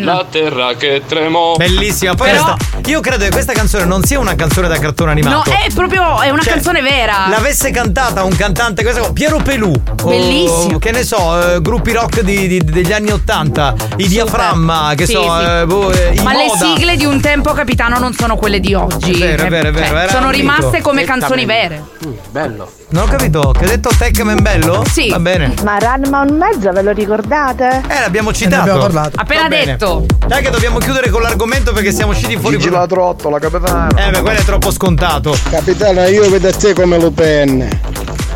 Speaker 25: la terra che tremò.
Speaker 7: Bellissima, poi
Speaker 25: Però-
Speaker 7: era, sta- Io credo che questa canzone non sia una canzone da cartone
Speaker 8: No,
Speaker 7: animato.
Speaker 8: è proprio è una
Speaker 7: Cioè,
Speaker 8: canzone vera.
Speaker 7: L'avesse cantata un cantante, questa qua, Piero Pelù. o-
Speaker 8: Oh, Bellissimo.
Speaker 7: che ne so, eh, gruppi rock di- di- degli anni Ottanta, i diaframma, che
Speaker 8: Sì,
Speaker 7: so,
Speaker 8: sì.
Speaker 7: eh, boh, eh, i
Speaker 8: Ma le
Speaker 7: Moda.
Speaker 8: sigle di un tempo, capitano, non sono quelle di oggi.
Speaker 7: È vero, è vero, è
Speaker 8: Cioè,
Speaker 7: vero, era
Speaker 8: sono
Speaker 7: un
Speaker 8: rimaste
Speaker 7: mito.
Speaker 8: come canzoni vere.
Speaker 7: Bello. Non ho capito, che ha detto Tecmen Bello?
Speaker 8: Sì.
Speaker 7: Va bene.
Speaker 54: Ma Ranma un mezzo ve lo ricordate?
Speaker 7: Eh, l'abbiamo citato.
Speaker 8: Appena
Speaker 7: Va bene.
Speaker 8: detto.
Speaker 7: Dai che dobbiamo chiudere con l'argomento perché siamo usciti fuori. Gigi la trottola, capitano. Eh, beh, quello è troppo scontato.
Speaker 12: Capitano, io vedo te come Lupin.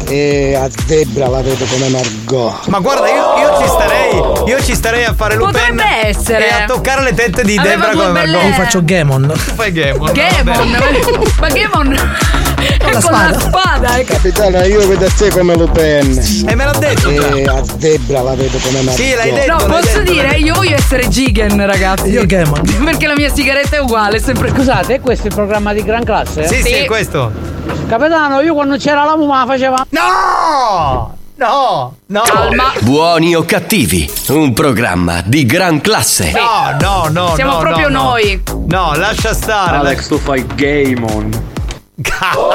Speaker 12: E a Debra la vedo come Margot.
Speaker 7: Ma guarda, io, io ci starei. Io ci starei a fare Lupin.
Speaker 8: Potrebbe essere.
Speaker 7: E a toccare le tette di
Speaker 8: Aveva
Speaker 7: Debra
Speaker 8: due
Speaker 7: come
Speaker 8: belle-
Speaker 7: Margot.
Speaker 8: Io faccio
Speaker 7: Gamon. Tu fai Gamon.
Speaker 8: Gamon.
Speaker 7: va bene.
Speaker 8: (laughs) Ma Gamon
Speaker 7: (laughs)
Speaker 8: è con la spada. eh.
Speaker 12: Capitano, io vedo te come Lupin.
Speaker 7: E Eh, me l'ha detto già.
Speaker 12: E Eh, a Debra la vedo come Margot.
Speaker 7: Eh,
Speaker 8: No, posso dire, eh, io voglio essere Gigan, ragazzi.
Speaker 12: Io
Speaker 8: Gamon. (laughs) Perché la mia sigaretta è uguale, è sempre
Speaker 16: Scusate, è questo il programma di gran classe?
Speaker 7: Sì, sì, è questo.
Speaker 16: Capitano, io quando c'era la muma la facevo.
Speaker 7: No! No! No!
Speaker 16: Calma.
Speaker 1: Buoni o cattivi, un programma di gran classe.
Speaker 7: No, no, no.
Speaker 8: Siamo
Speaker 7: no,
Speaker 8: proprio
Speaker 7: no, no.
Speaker 8: noi.
Speaker 7: No, lascia stare. (laughs) Alex, tu fai game on.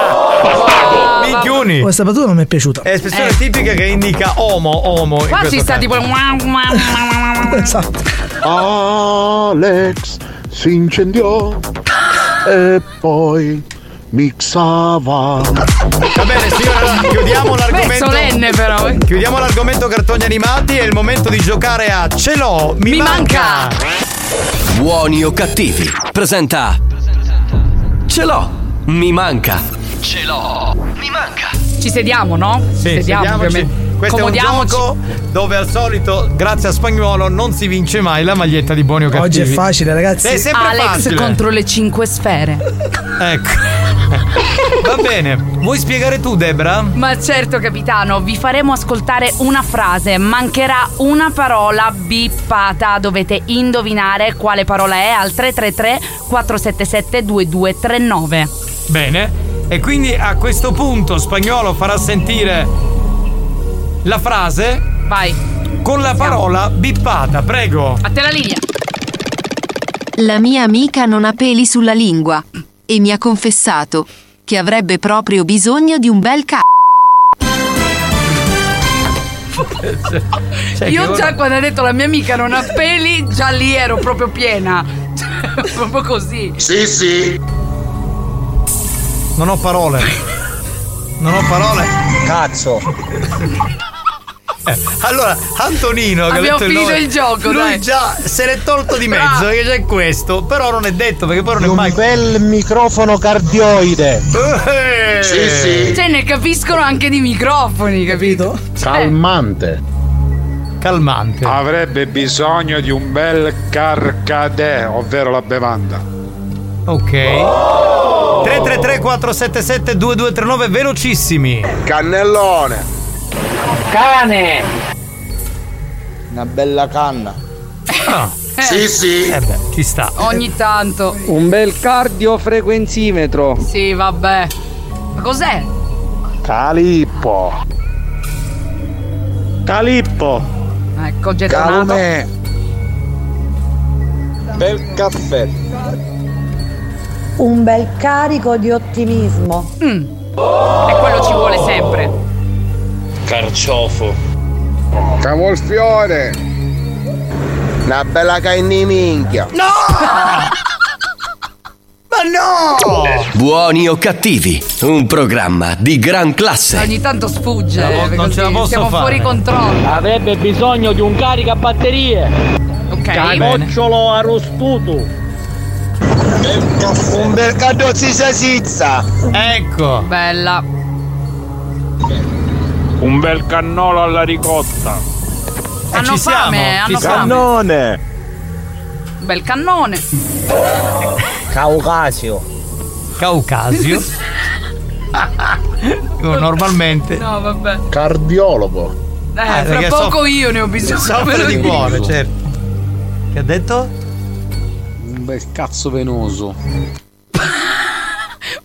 Speaker 8: Oh.
Speaker 7: Minchioni.
Speaker 9: Questa battuta non mi è piaciuta.
Speaker 7: È espressione
Speaker 8: Eh.
Speaker 7: tipica che indica omo, omo. in
Speaker 8: Qua
Speaker 7: questo
Speaker 8: ci sta
Speaker 7: caso.
Speaker 8: tipo.
Speaker 9: Esatto.
Speaker 4: Alex si incendiò e poi mixava.
Speaker 7: Va bene, signora, chiudiamo l'argomento.
Speaker 8: Beh, solenne però, eh.
Speaker 7: Chiudiamo l'argomento cartoni animati. È il momento di giocare a Ce l'ho, mi,
Speaker 1: Mi
Speaker 7: manca.
Speaker 1: Buoni o cattivi, presenta. Ce l'ho, mi manca. Ce l'ho, mi manca.
Speaker 8: Ci sediamo, no? Ci
Speaker 1: Sì,
Speaker 8: sediamo,
Speaker 1: sediamoci.
Speaker 8: ovviamente.
Speaker 7: Questo è un
Speaker 8: Comodiamoci.
Speaker 7: gioco dove al solito, grazie a Spagnuolo, non si vince mai la maglietta di Buoni o
Speaker 9: Oggi
Speaker 7: cattivi.
Speaker 9: è facile, ragazzi.
Speaker 7: È sempre
Speaker 8: Alex
Speaker 7: facile.
Speaker 8: contro le cinque sfere.
Speaker 7: Ecco. (laughs) Va bene. Vuoi spiegare tu, Debra?
Speaker 8: Ma certo, capitano, vi faremo ascoltare una frase. Mancherà una parola bippata. Dovete indovinare quale parola è al 333-477-2239.
Speaker 7: Bene. E quindi a questo punto Spagnolo farà sentire la frase.
Speaker 8: Vai.
Speaker 7: Con la parola bippata, prego.
Speaker 8: A te la linea.
Speaker 55: La mia amica non ha peli sulla lingua e mi ha confessato che avrebbe proprio bisogno di un bel c***o.
Speaker 7: Cioè,
Speaker 8: Io
Speaker 7: che
Speaker 8: già
Speaker 7: ora-
Speaker 8: quando ha detto la mia amica non ha peli, già lì ero proprio piena. Cioè, proprio così.
Speaker 7: Sì, sì. Non ho parole. Non ho parole. Cazzo. allora, Antonino, che ha
Speaker 8: Abbiamo
Speaker 7: detto
Speaker 8: finito
Speaker 7: nome,
Speaker 8: il gioco,
Speaker 7: lui
Speaker 8: dai.
Speaker 7: già se l'è tolto di mezzo, che c'è questo, però non è detto perché poi non è
Speaker 20: Un
Speaker 7: mai
Speaker 20: bel microfono cardioide.
Speaker 7: Eh.
Speaker 20: Sì, sì.
Speaker 8: Cioè, ne capiscono anche di microfoni, capito?
Speaker 14: Calmante.
Speaker 7: Calmante.
Speaker 14: Avrebbe bisogno di un bel carcadè, ovvero la bevanda.
Speaker 7: Ok. 333 477 2239 velocissimi. Cannellone.
Speaker 20: Cane. Una bella canna.
Speaker 8: Sì,
Speaker 20: sì.
Speaker 7: Ah. Eh beh, ci sta.
Speaker 8: Ogni tanto.
Speaker 16: Un bel cardiofrequenzimetro.
Speaker 8: Sì, vabbè. Ma cos'è?
Speaker 20: Calippo. Calippo.
Speaker 8: Ecco, gettonato.
Speaker 20: Bel caffè.
Speaker 39: Un bel carico di ottimismo.
Speaker 8: Mm. E quello ci vuole sempre.
Speaker 56: Carciofo.
Speaker 20: Cavolfiore. Una bella canni minchia.
Speaker 7: Ma no!
Speaker 1: Buoni o cattivi, un programma di gran classe.
Speaker 8: Ogni tanto sfugge.
Speaker 1: No,
Speaker 8: eh,
Speaker 1: non
Speaker 8: così.
Speaker 1: ce la posso
Speaker 8: Siamo
Speaker 1: fare.
Speaker 8: fuori controllo.
Speaker 16: Avrebbe bisogno di un caricabatterie.
Speaker 8: Ok.
Speaker 16: Camocciolo arrostuto.
Speaker 20: Un bel cardozzi sasizza.
Speaker 7: Ecco.
Speaker 8: Bella.
Speaker 14: Un bel cannolo alla ricotta.
Speaker 20: Eh,
Speaker 8: Hanno fame, eh, hanno fame.
Speaker 14: Cannone.
Speaker 8: Bel cannone.
Speaker 7: Caucasio. Caucasio.
Speaker 8: (laughs)
Speaker 7: Io normalmente.
Speaker 8: No, vabbè.
Speaker 7: Cardiologo.
Speaker 8: Eh, fra poco io ne ho bisogno.
Speaker 7: Soffro di cuore, certo. Che ha detto?
Speaker 57: Un bel cazzo venoso.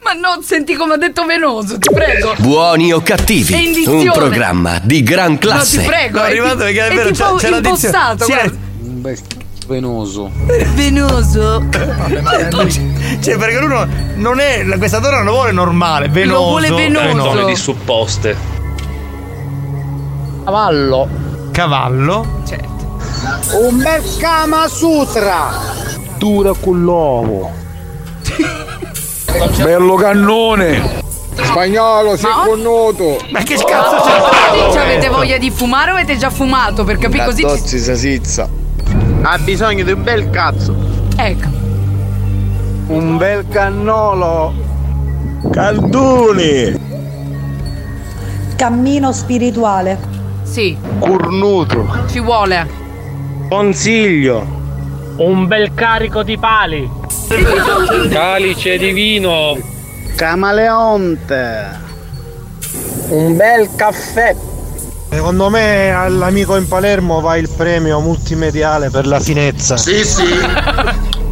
Speaker 8: Ma no, senti come ha detto Venoso, ti prego.
Speaker 1: Buoni o
Speaker 8: È
Speaker 1: cattivi,
Speaker 8: indizione.
Speaker 1: un programma di gran classe.
Speaker 8: No, ti prego.
Speaker 7: No, è arrivato perché è vero, c'è- c'è la dizione.
Speaker 8: impostato,
Speaker 7: Sì,
Speaker 8: guarda.
Speaker 57: Un bel
Speaker 58: venoso.
Speaker 59: Venoso.
Speaker 8: (laughs)
Speaker 7: Cioè, perché uno non è. Questa donna non vuole normale, venoso. Eh,
Speaker 59: Lo vuole venoso.
Speaker 60: Nome di supposte.
Speaker 7: Cavallo. Cavallo?
Speaker 12: Un bel Kama Sutra.
Speaker 20: Dura con l'uovo. Bello cannone.
Speaker 12: Spagnolo, sei connuto.
Speaker 7: Ma che
Speaker 12: cazzo c'è?
Speaker 8: Cioè,
Speaker 7: Eh.
Speaker 8: avete voglia di fumare o avete già fumato? Per capire così. ci-
Speaker 21: sasizza. Ha bisogno di un bel cazzo.
Speaker 8: Ecco.
Speaker 21: Un bel cannolo.
Speaker 20: Calduni.
Speaker 39: Cammino spirituale.
Speaker 8: Sì.
Speaker 21: Cornuto.
Speaker 8: Ci vuole.
Speaker 21: Consiglio.
Speaker 60: Un bel carico di pali. Calice di vino.
Speaker 21: Camaleonte. Un bel caffè.
Speaker 12: Secondo me all'amico in Palermo va il premio multimediale per la finezza.
Speaker 21: Sì, sì.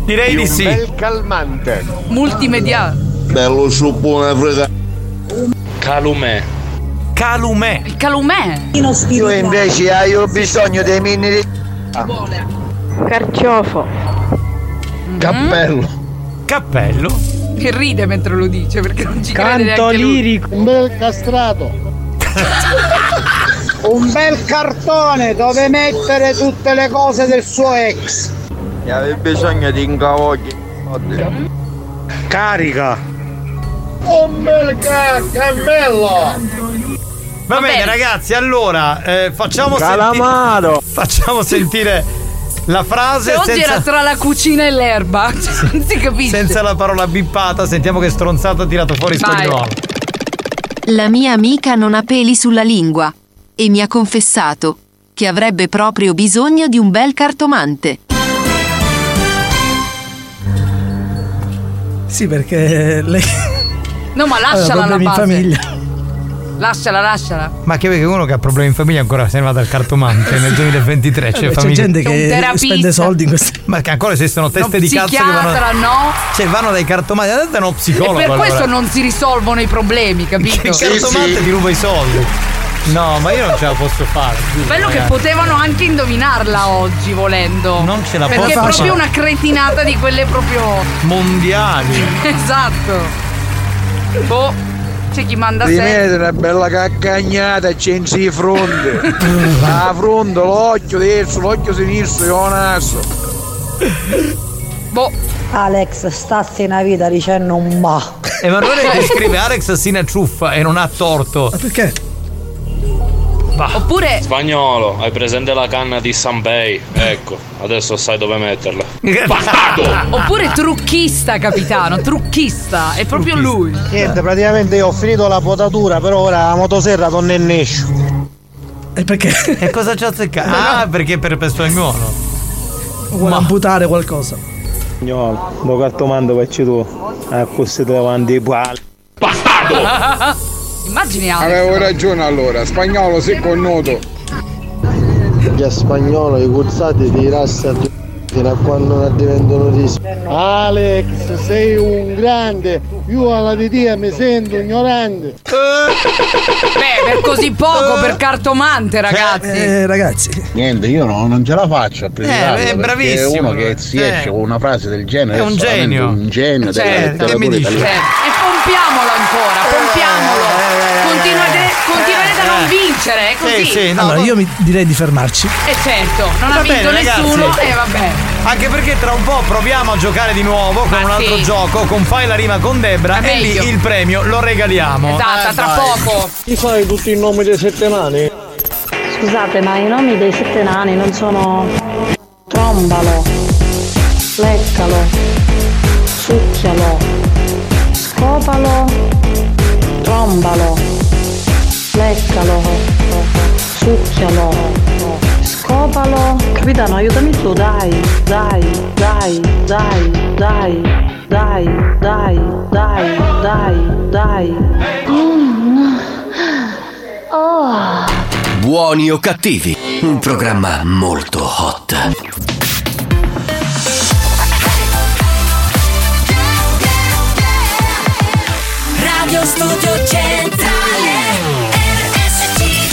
Speaker 7: Direi di sì.
Speaker 21: bel calmante.
Speaker 8: Multimediale.
Speaker 21: Bello suppone frega.
Speaker 60: Calumè.
Speaker 7: Calumè.
Speaker 8: Il calumè.
Speaker 21: Io invece ah, io ho bisogno dei minerali.
Speaker 8: Carciofo.
Speaker 21: Mm-hmm. Cappello.
Speaker 7: Cappello?
Speaker 8: Che ride mentre lo dice perché non ci crede
Speaker 12: Canto
Speaker 8: neanche lui.
Speaker 12: lirico. Un bel castrato.
Speaker 8: (laughs)
Speaker 12: Un bel cartone dove mettere tutte le cose del suo ex.
Speaker 21: Mi avevi bisogno di incavogli. Carica.
Speaker 12: Un Oh, bel cammello.
Speaker 7: Va, bene, ragazzi, allora eh, facciamo
Speaker 20: Calamaro.
Speaker 7: sentire. (laughs) Facciamo sentire la frase
Speaker 8: Se oggi
Speaker 7: senza,
Speaker 8: era tra la cucina e
Speaker 7: (laughs)
Speaker 8: l'erba, cioè, non si capisce.
Speaker 7: senza la parola bippata, sentiamo che stronzata ha tirato fuori sto
Speaker 8: Vai.
Speaker 7: di nuovo.
Speaker 55: La mia amica non ha peli sulla lingua e mi ha confessato che avrebbe proprio bisogno di un bel cartomante.
Speaker 9: Sì, perché lei.
Speaker 8: No, ma
Speaker 9: ha
Speaker 8: lasciala la
Speaker 9: problemi in
Speaker 8: base.
Speaker 9: famiglia.
Speaker 8: Lasciala, lasciala.
Speaker 7: Ma che perché uno che ha problemi in famiglia ancora se ne va dal cartomante nel 2023. C'è,
Speaker 9: Vabbè, c'è
Speaker 7: famiglia-
Speaker 9: gente che Un terapista. spende soldi in questo.
Speaker 7: Ma che ancora esistono teste di cazzo che
Speaker 8: psichiatra,
Speaker 7: vanno.
Speaker 8: no?
Speaker 7: Cioè, vanno dai cartomanti. Adesso è uno psicologo.
Speaker 8: e per
Speaker 7: allora.
Speaker 8: questo non si risolvono i problemi, capito?
Speaker 7: Il cartomante ti ruba i soldi. No, ma io non ce la posso fare. giuro,
Speaker 8: Bello che
Speaker 7: ragazzi.
Speaker 8: potevano anche indovinarla oggi volendo.
Speaker 7: Non ce la
Speaker 8: Perché è
Speaker 7: posso
Speaker 8: proprio
Speaker 7: fare.
Speaker 8: una cretinata di quelle proprio. (laughs)
Speaker 7: Mondiali.
Speaker 8: Esatto. Boh, c'è chi manda
Speaker 12: Di
Speaker 8: sempre.
Speaker 12: me una bella caccagnata c'enzi di fronte.
Speaker 7: (laughs)
Speaker 12: La fronte, l'occhio destro, l'occhio sinistro, io naso.
Speaker 8: Boh.
Speaker 39: Alex, stassi una vita dicendo un ma.
Speaker 8: (laughs)
Speaker 39: (laughs)
Speaker 7: Emanuele ti scrive Alex Sina ciuffa e non ha torto. Ma (laughs)
Speaker 9: perché?
Speaker 8: Oppure
Speaker 60: Spagnolo, hai presente la canna di Sanbei? Ecco, adesso sai dove metterla.
Speaker 8: Ah, Oppure trucchista, capitano, trucchista, è proprio lui.
Speaker 12: Niente, praticamente io ho finito la potatura, però ora la motoserra torna in nescio.
Speaker 9: E perché?
Speaker 7: E cosa ci ha azzeccato? Ah, perché per, per spagnolo.
Speaker 9: Vuole amputare qualcosa.
Speaker 12: Spagnolo, lo cartomando facci tu. A questo davanti ai pali.
Speaker 8: Immagini Alex.
Speaker 12: Avevo ragione allora, spagnolo si connoto.
Speaker 21: Gli spagnolo, i cuzzati ti rassano fino a quando non diventano risi.
Speaker 12: Alex, sei un grande. Io alla di Dio mi sento ignorante.
Speaker 8: Beh, Eh, per così poco, per
Speaker 4: Cioè,
Speaker 8: cartomante, ragazzi.
Speaker 9: Eh, ragazzi.
Speaker 4: Niente, io no- non ce la faccio a predicarla,
Speaker 8: Eh, è
Speaker 4: perché
Speaker 8: bravissimo,
Speaker 4: Uno che si
Speaker 8: eh.
Speaker 4: esce con una frase del genere
Speaker 8: È un
Speaker 4: solamente
Speaker 8: genio.
Speaker 4: Un genio della
Speaker 8: Certo.
Speaker 4: letteratura
Speaker 8: Che mi dici?
Speaker 4: italiana.
Speaker 8: E pompiamolo ancora, pompiamolo. Continuate, continuerete a
Speaker 7: Eh.
Speaker 8: non vincere, è così.
Speaker 9: allora, io mi direi di fermarci.
Speaker 8: E certo, non
Speaker 7: Va
Speaker 8: ha vinto
Speaker 7: bene, ragazzi.
Speaker 8: nessuno e vabbè. Ah,
Speaker 7: Anche perché tra un po' proviamo a giocare di nuovo con un altro gioco, con Fai la rima con Debra e lì
Speaker 8: meglio.
Speaker 7: il premio lo regaliamo.
Speaker 8: Esatto, tra
Speaker 21: Ah,
Speaker 8: poco.
Speaker 12: Ti sai tutti i nomi dei sette nani?
Speaker 16: Scusate, ma i nomi dei sette nani non sono. Trombalo, leccalo, succhialo, scopalo, trombalo, leccalo, succhialo, scopalo. Capitano, aiutami tu, dai, dai, dai, dai, dai, dai, dai, dai, dai, dai. Oh.
Speaker 1: Buoni o cattivi, un programma molto hot.
Speaker 6: Radio Studio Centrale RSC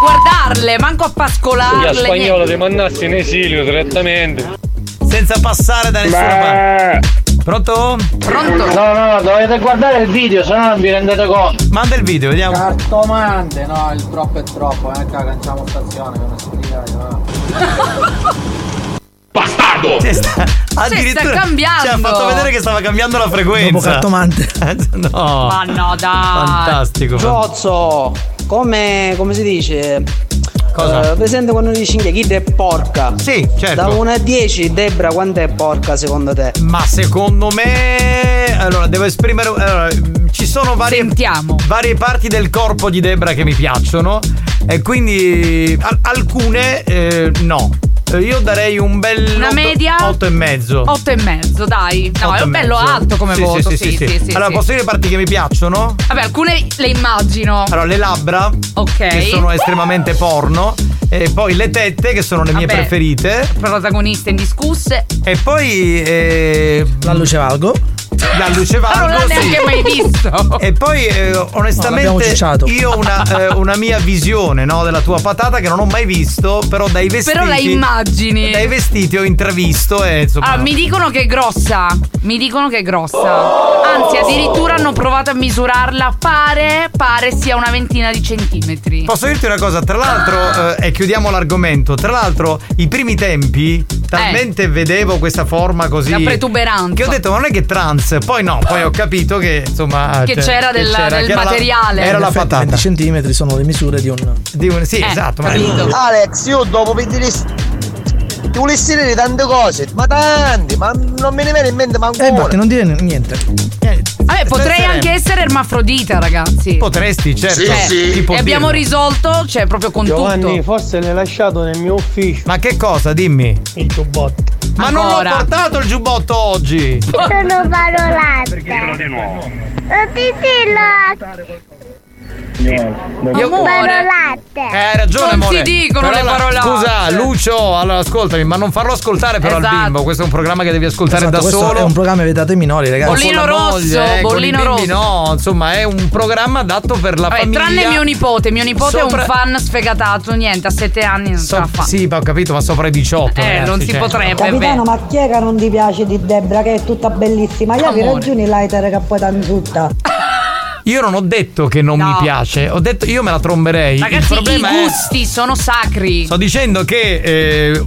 Speaker 8: guardarle, manco a
Speaker 12: Gli
Speaker 8: pascolarle.
Speaker 12: spagnolo
Speaker 8: niente.
Speaker 12: ti mandassi in esilio direttamente.
Speaker 7: Senza passare da nessuna parte. Pronto?
Speaker 8: Pronto?
Speaker 12: No, no, dovete guardare il video, se no non vi rendete conto.
Speaker 7: Manda il video, vediamo.
Speaker 23: Cartomante, no, il troppo è troppo, eh, che la lanciamo stazione, che non si dica, eh. no.
Speaker 7: Bastardo! Sta, addirittura
Speaker 8: sta cambiando.
Speaker 7: Ci ha fatto vedere che stava cambiando la frequenza.
Speaker 9: Dopo cartomante.
Speaker 7: (laughs) no.
Speaker 8: Ma Ah, no, dai.
Speaker 7: Fantastico.
Speaker 23: Giozzo, come, come si dice?
Speaker 7: Cosa?
Speaker 23: Eh, presente quando dici che Kid è porca?
Speaker 7: Sì, certo.
Speaker 23: Da 1 a 10, Debra, quanto è porca secondo te?
Speaker 7: Ma secondo me. Allora, devo esprimere. allora, ci sono varie. Varie parti del corpo di Debra che mi piacciono. E quindi. al- alcune. eh, no. Eh, Io darei un bel.
Speaker 8: Una
Speaker 7: otto-
Speaker 8: media?
Speaker 7: Otto e mezzo.
Speaker 8: 8 e mezzo, dai. No,
Speaker 7: Otto
Speaker 8: è
Speaker 7: e
Speaker 8: un bello
Speaker 7: mezzo.
Speaker 8: alto come
Speaker 7: Sì,
Speaker 8: voto.
Speaker 7: Sì, sì, sì. sì. allora, posso dire le parti che mi piacciono?
Speaker 8: Vabbè, alcune le immagino.
Speaker 7: Allora, le labbra.
Speaker 8: Ok.
Speaker 7: Che sono estremamente porno. E poi le tette, che sono le mie
Speaker 8: Vabbè.
Speaker 7: preferite.
Speaker 8: Protagoniste indiscusse.
Speaker 7: E poi. eh,
Speaker 9: La luce valgo.
Speaker 7: La luce valgo.
Speaker 8: Ma non l'ha
Speaker 7: sì.
Speaker 8: neanche
Speaker 7: (laughs)
Speaker 8: mai visto.
Speaker 7: E poi, eh,
Speaker 9: No, l'abbiamo
Speaker 7: onestamente,
Speaker 9: cicciato.
Speaker 7: io ho una, eh, una mia visione no, della tua patata che non ho mai visto, però dai vestiti.
Speaker 8: Però la immagini.
Speaker 7: Dai vestiti ho intravisto e insomma.
Speaker 8: Ah, mi dicono che è grossa. Mi dicono che è grossa. Anzi, addirittura hanno provato a misurarla. Pare, pare sia una ventina di centimetri.
Speaker 7: Posso dirti una cosa, tra l'altro, eh, e chiudiamo l'argomento, tra l'altro i primi tempi talmente vedevo questa forma così...
Speaker 8: Eh. La protuberanza.
Speaker 7: Che ho detto, ma non è che è trans, poi no, poi ho capito che insomma...
Speaker 8: Che
Speaker 7: cioè,
Speaker 8: c'era
Speaker 7: che
Speaker 8: del- del
Speaker 7: che era la-
Speaker 8: materiale.
Speaker 7: era la
Speaker 9: In effetti,
Speaker 7: patata.
Speaker 9: 20 centimetri
Speaker 8: Eh,
Speaker 9: sono le misure di un.
Speaker 26: Ah,
Speaker 7: Di un- sì, esatto. ma-
Speaker 23: Alex, io dopo 20 dis-
Speaker 61: veramente volessi dire tante cose, ma tante, ma non me ne viene in mente manco
Speaker 9: E
Speaker 61: una.
Speaker 9: infatti Eh, non dire n- niente.
Speaker 8: Vabbè, potrei
Speaker 9: Penseremo.
Speaker 8: anche essere ermafrodita, ragazzi.
Speaker 7: Potresti, certo.
Speaker 8: Cioè,
Speaker 7: Tipo
Speaker 8: e abbiamo
Speaker 7: dirlo.
Speaker 8: risolto, cioè, proprio con
Speaker 7: Giovanni,
Speaker 8: tutto.
Speaker 62: Forse l'hai lasciato nel mio ufficio.
Speaker 7: Ma che cosa, dimmi?
Speaker 62: Il giubbotto.
Speaker 7: Ma non l'ho portato il giubbotto oggi!
Speaker 63: Sono parolata.
Speaker 7: di nuovo.
Speaker 63: Titillo.
Speaker 7: Io-
Speaker 63: Parolata.
Speaker 7: Eh, hai ragione, amore. Però la- Scusa, Lucio, allora ascoltami, ma non farlo ascoltare però al
Speaker 9: Esatto.
Speaker 7: bimbo. Questo è un programma che devi ascoltare
Speaker 9: Esatto,
Speaker 7: da
Speaker 9: questo
Speaker 7: solo.
Speaker 9: è un programma vietato ai minori, ragazzi.
Speaker 7: Con la moglie, eh, con i bimbi No, insomma, è un programma adatto per la
Speaker 8: Vabbè,
Speaker 7: famiglia.
Speaker 8: tranne mio nipote, mio nipote è
Speaker 7: Sopra-
Speaker 8: un fan sfegatato, niente, a sette anni non ce la fa.
Speaker 7: Sì, ma ho capito, ma sopra i cioè. 18.
Speaker 8: Eh, non si potrebbe,
Speaker 39: Capitano, ma chi è che non ti piace di Debra che è tutta bellissima? Gli avevi
Speaker 7: Amore.
Speaker 39: ragioni l'iter che poi tanzutta.
Speaker 7: Io non ho detto che non mi piace, ho detto io me la tromberei. il
Speaker 8: Ragazzi, i
Speaker 7: problema è.
Speaker 8: gusti sono sacri.
Speaker 7: Sto dicendo che eh,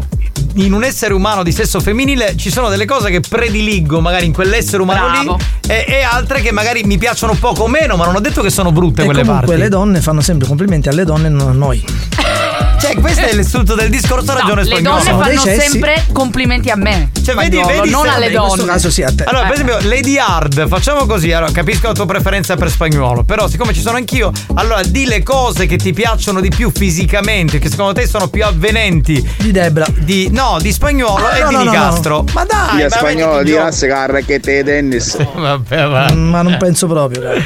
Speaker 7: in un essere umano di sesso femminile ci sono delle cose che prediligo magari in quell'essere umano
Speaker 8: Bravo.
Speaker 7: lì e, e altre che magari mi piacciono poco o meno, ma non ho detto che sono brutte
Speaker 9: E
Speaker 7: quelle
Speaker 9: comunque
Speaker 7: parti.
Speaker 9: le donne fanno sempre complimenti alle donne e non a noi.
Speaker 7: (laughs) Cioè, questo è l'istituto del discorso
Speaker 8: No,
Speaker 7: ragione
Speaker 8: le
Speaker 7: spagnola.
Speaker 8: donne fanno sempre complimenti a me.
Speaker 7: Cioè, vedi,
Speaker 8: Spagnolo,
Speaker 7: vedi
Speaker 8: non
Speaker 7: se-
Speaker 8: alle donne.
Speaker 7: Allora, per
Speaker 8: Eh.
Speaker 7: esempio, Lady Hard, facciamo così. Allora, capisco la tua preferenza per spagnolo, però, siccome ci sono anch'io, allora di le cose che ti piacciono di più fisicamente, che secondo te sono più avvenenti.
Speaker 9: Di Debra.
Speaker 7: no, di spagnolo
Speaker 9: Ah,
Speaker 7: e
Speaker 9: no,
Speaker 7: di
Speaker 9: no, no,
Speaker 7: Nicastro.
Speaker 9: no.
Speaker 7: Ma dai,
Speaker 9: Via
Speaker 7: ma
Speaker 9: spagnolo,
Speaker 7: vedi,
Speaker 9: via
Speaker 7: Gio-
Speaker 4: Carrachete
Speaker 9: (laughs)
Speaker 4: e Dennis.
Speaker 7: Vabbè, va. Eh.
Speaker 9: Mm, Ma non penso proprio. cioè. raga.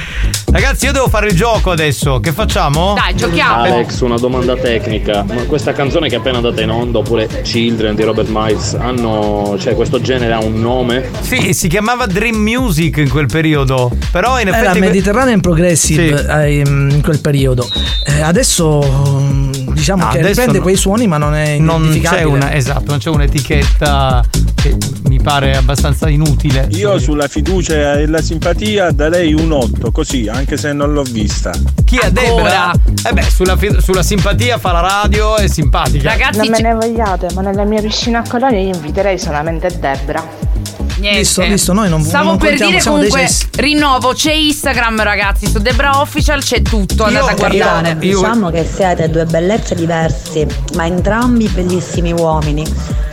Speaker 7: Ragazzi, io devo fare il gioco adesso. Che facciamo?
Speaker 8: Dai, giochiamo.
Speaker 12: Alex, una domanda tecnica. Ma questa canzone che è appena andata in onda, oppure Children di Robert Miles, hanno. cioè questo genere ha un nome?
Speaker 7: Sì, si chiamava Dream Music in quel periodo. Però in effetti.
Speaker 9: Era Mediterranean Progressive eh, in quel periodo. Eh, adesso mm, diciamo
Speaker 7: No,
Speaker 9: che
Speaker 7: Ah, adesso
Speaker 9: riprende
Speaker 7: no.
Speaker 9: quei suoni, ma non è
Speaker 7: non
Speaker 9: identificabile.
Speaker 7: c'è una, esatto, non c'è un'etichetta che mi pare abbastanza inutile.
Speaker 30: Io sulla fiducia e la simpatia darei un 8, così, anche se non l'ho vista.
Speaker 7: Chi è Debra? Eh beh, sulla, fi- sulla simpatia fa la radio, è simpatica.
Speaker 20: non me ne vogliate, ma nella mia piscina a colori io inviterei solamente Debra.
Speaker 8: Niente.
Speaker 9: Visto, visto, noi non
Speaker 8: Stavo
Speaker 9: non
Speaker 8: per
Speaker 9: contiamo,
Speaker 8: dire
Speaker 9: siamo dei
Speaker 8: comunque,
Speaker 9: cessi.
Speaker 8: rinnovo, c'è Instagram ragazzi, su Debra Official c'è tutto, andate a guardare.
Speaker 39: Diciamo che siete due bellezze diverse, ma entrambi bellissimi uomini.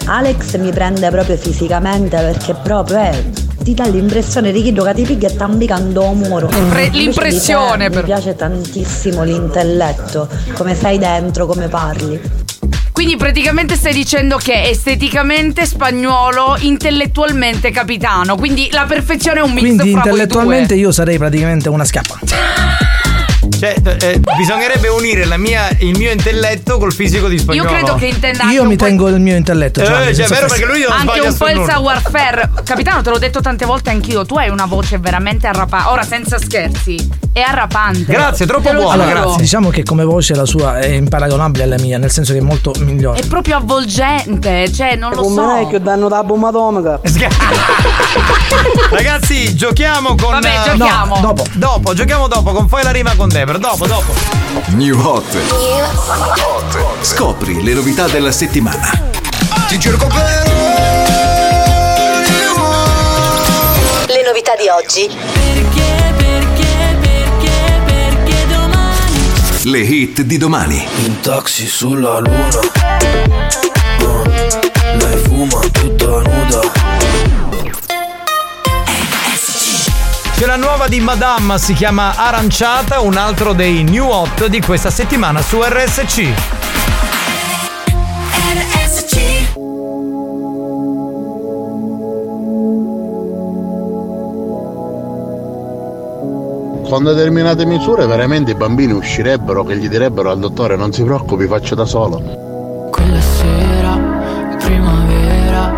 Speaker 39: Alex mi prende proprio fisicamente perché proprio è. Ti dà l'impressione di chi gioca di piglia e tambicando a un muro.
Speaker 62: Mm.
Speaker 39: Invece di
Speaker 8: l'impressione,
Speaker 39: te Mi piace tantissimo l'intelletto, come sei dentro, come parli.
Speaker 8: Quindi praticamente stai dicendo che esteticamente spagnolo, intellettualmente capitano, quindi la perfezione è un mix
Speaker 9: Quindi
Speaker 8: fra voi
Speaker 9: intellettualmente
Speaker 8: due.
Speaker 9: io sarei praticamente una
Speaker 7: (laughs)
Speaker 9: schiappa.
Speaker 7: Cioè, eh, bisognerebbe unire la mia- il mio intelletto col fisico di spagnolo.
Speaker 9: Io mi tengo il mio intelletto.
Speaker 7: Eh,
Speaker 9: Giovanni,
Speaker 7: cioè,
Speaker 9: senza
Speaker 7: è vero
Speaker 9: fare-
Speaker 7: perché lui non
Speaker 8: Anche
Speaker 7: sbaglia
Speaker 8: un po'
Speaker 7: su
Speaker 8: il
Speaker 7: nulla.
Speaker 8: savoir-faire. Capitano, te l'ho detto tante volte anch'io, tu hai una voce veramente arrapante. Ora, senza scherzi, è arrapante. Te lo
Speaker 9: Allora,
Speaker 8: giuro.
Speaker 9: Diciamo che come voce la sua è imparagonabile alla mia, nel senso che è molto migliore.
Speaker 8: È proprio avvolgente, cioè, non lo
Speaker 62: Come
Speaker 8: so.
Speaker 62: me che danno da bomba atomica.
Speaker 7: Ragazzi, giochiamo con.
Speaker 8: Vabbè,
Speaker 7: eh,
Speaker 8: giochiamo.
Speaker 7: no, dopo. Dopo, giochiamo dopo con Fai la rima con Debra. Dopo, dopo.
Speaker 29: New Hot. Scopri le novità della settimana.
Speaker 64: Ti cerco per
Speaker 65: Le novità di oggi. Perché, perché, perché, perché domani?
Speaker 29: Le hit di domani. In taxi sulla luna. Lei fuma tutta nuda.
Speaker 7: C'è la nuova di Madame, si chiama Aranciata, un altro dei new hot di questa settimana su RSC.
Speaker 8: Eh.
Speaker 4: Con determinate misure veramente i bambini uscirebbero che gli direbbero al dottore non si preoccupi faccio da solo.
Speaker 6: Quella sera, primavera,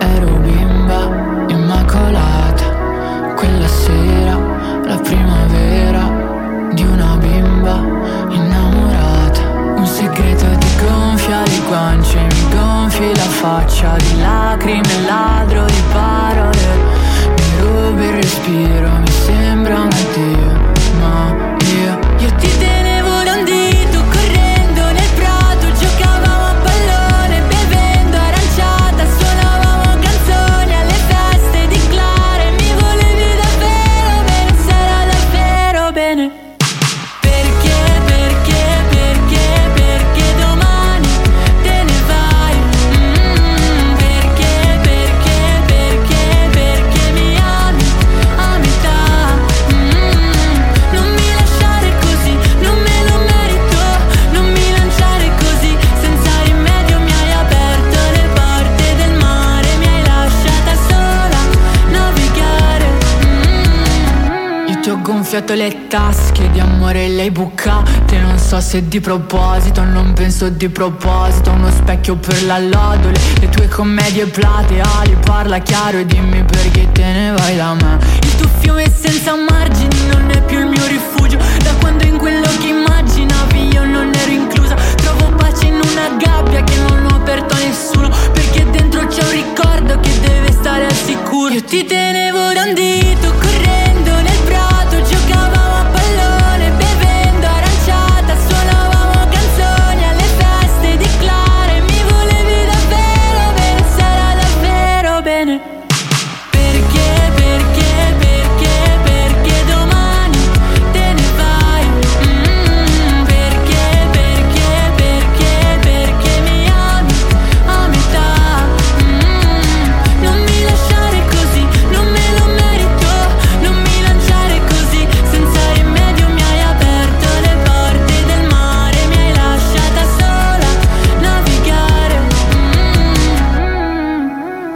Speaker 6: ero bimba immacolata. Quella sera, la primavera di una bimba innamorata. Un segreto ti gonfia le guance, mi gonfi la faccia di lacrime, ladro di parole. Mi rubi il respiro, mi sembra un addio, ma io
Speaker 65: Io ti tenevo un dito correndo nel prato, giocavamo a pallone, bevendo aranciata, suonavamo canzoni alle feste di Clara e mi volevi davvero bene, sarà davvero bene. Perché, perché, perché, perché domani te ne vai? Mm, Mm,
Speaker 6: gonfiato le tasche di amore le hai bucate Non so se di proposito, non penso di proposito Uno specchio per la lodole, le tue commedie plateali Parla chiaro e dimmi perché te ne vai da me Il tuo fiume senza margini non è più il mio rifugio Da quando in quello che immaginavi io non ero inclusa Trovo pace in una gabbia che non ho aperto a nessuno Perché dentro c'è un ricordo che deve stare al sicuro Io ti tenevo da un dito correndo nel prato Giocavamo a pallone bevendo aranciata Suonavamo canzoni alle feste di Clara E mi volevi davvero bene, sarà davvero bene Perché, perché, perché, perché domani te ne vai Mm, Perché, perché, perché, perché mi ami a metà Mm, Non mi lasciare così, non me lo merito Non mi lanciare così, senza rimedio mi hai aperto le porte del mare Mi hai lasciata sola navigare Mm,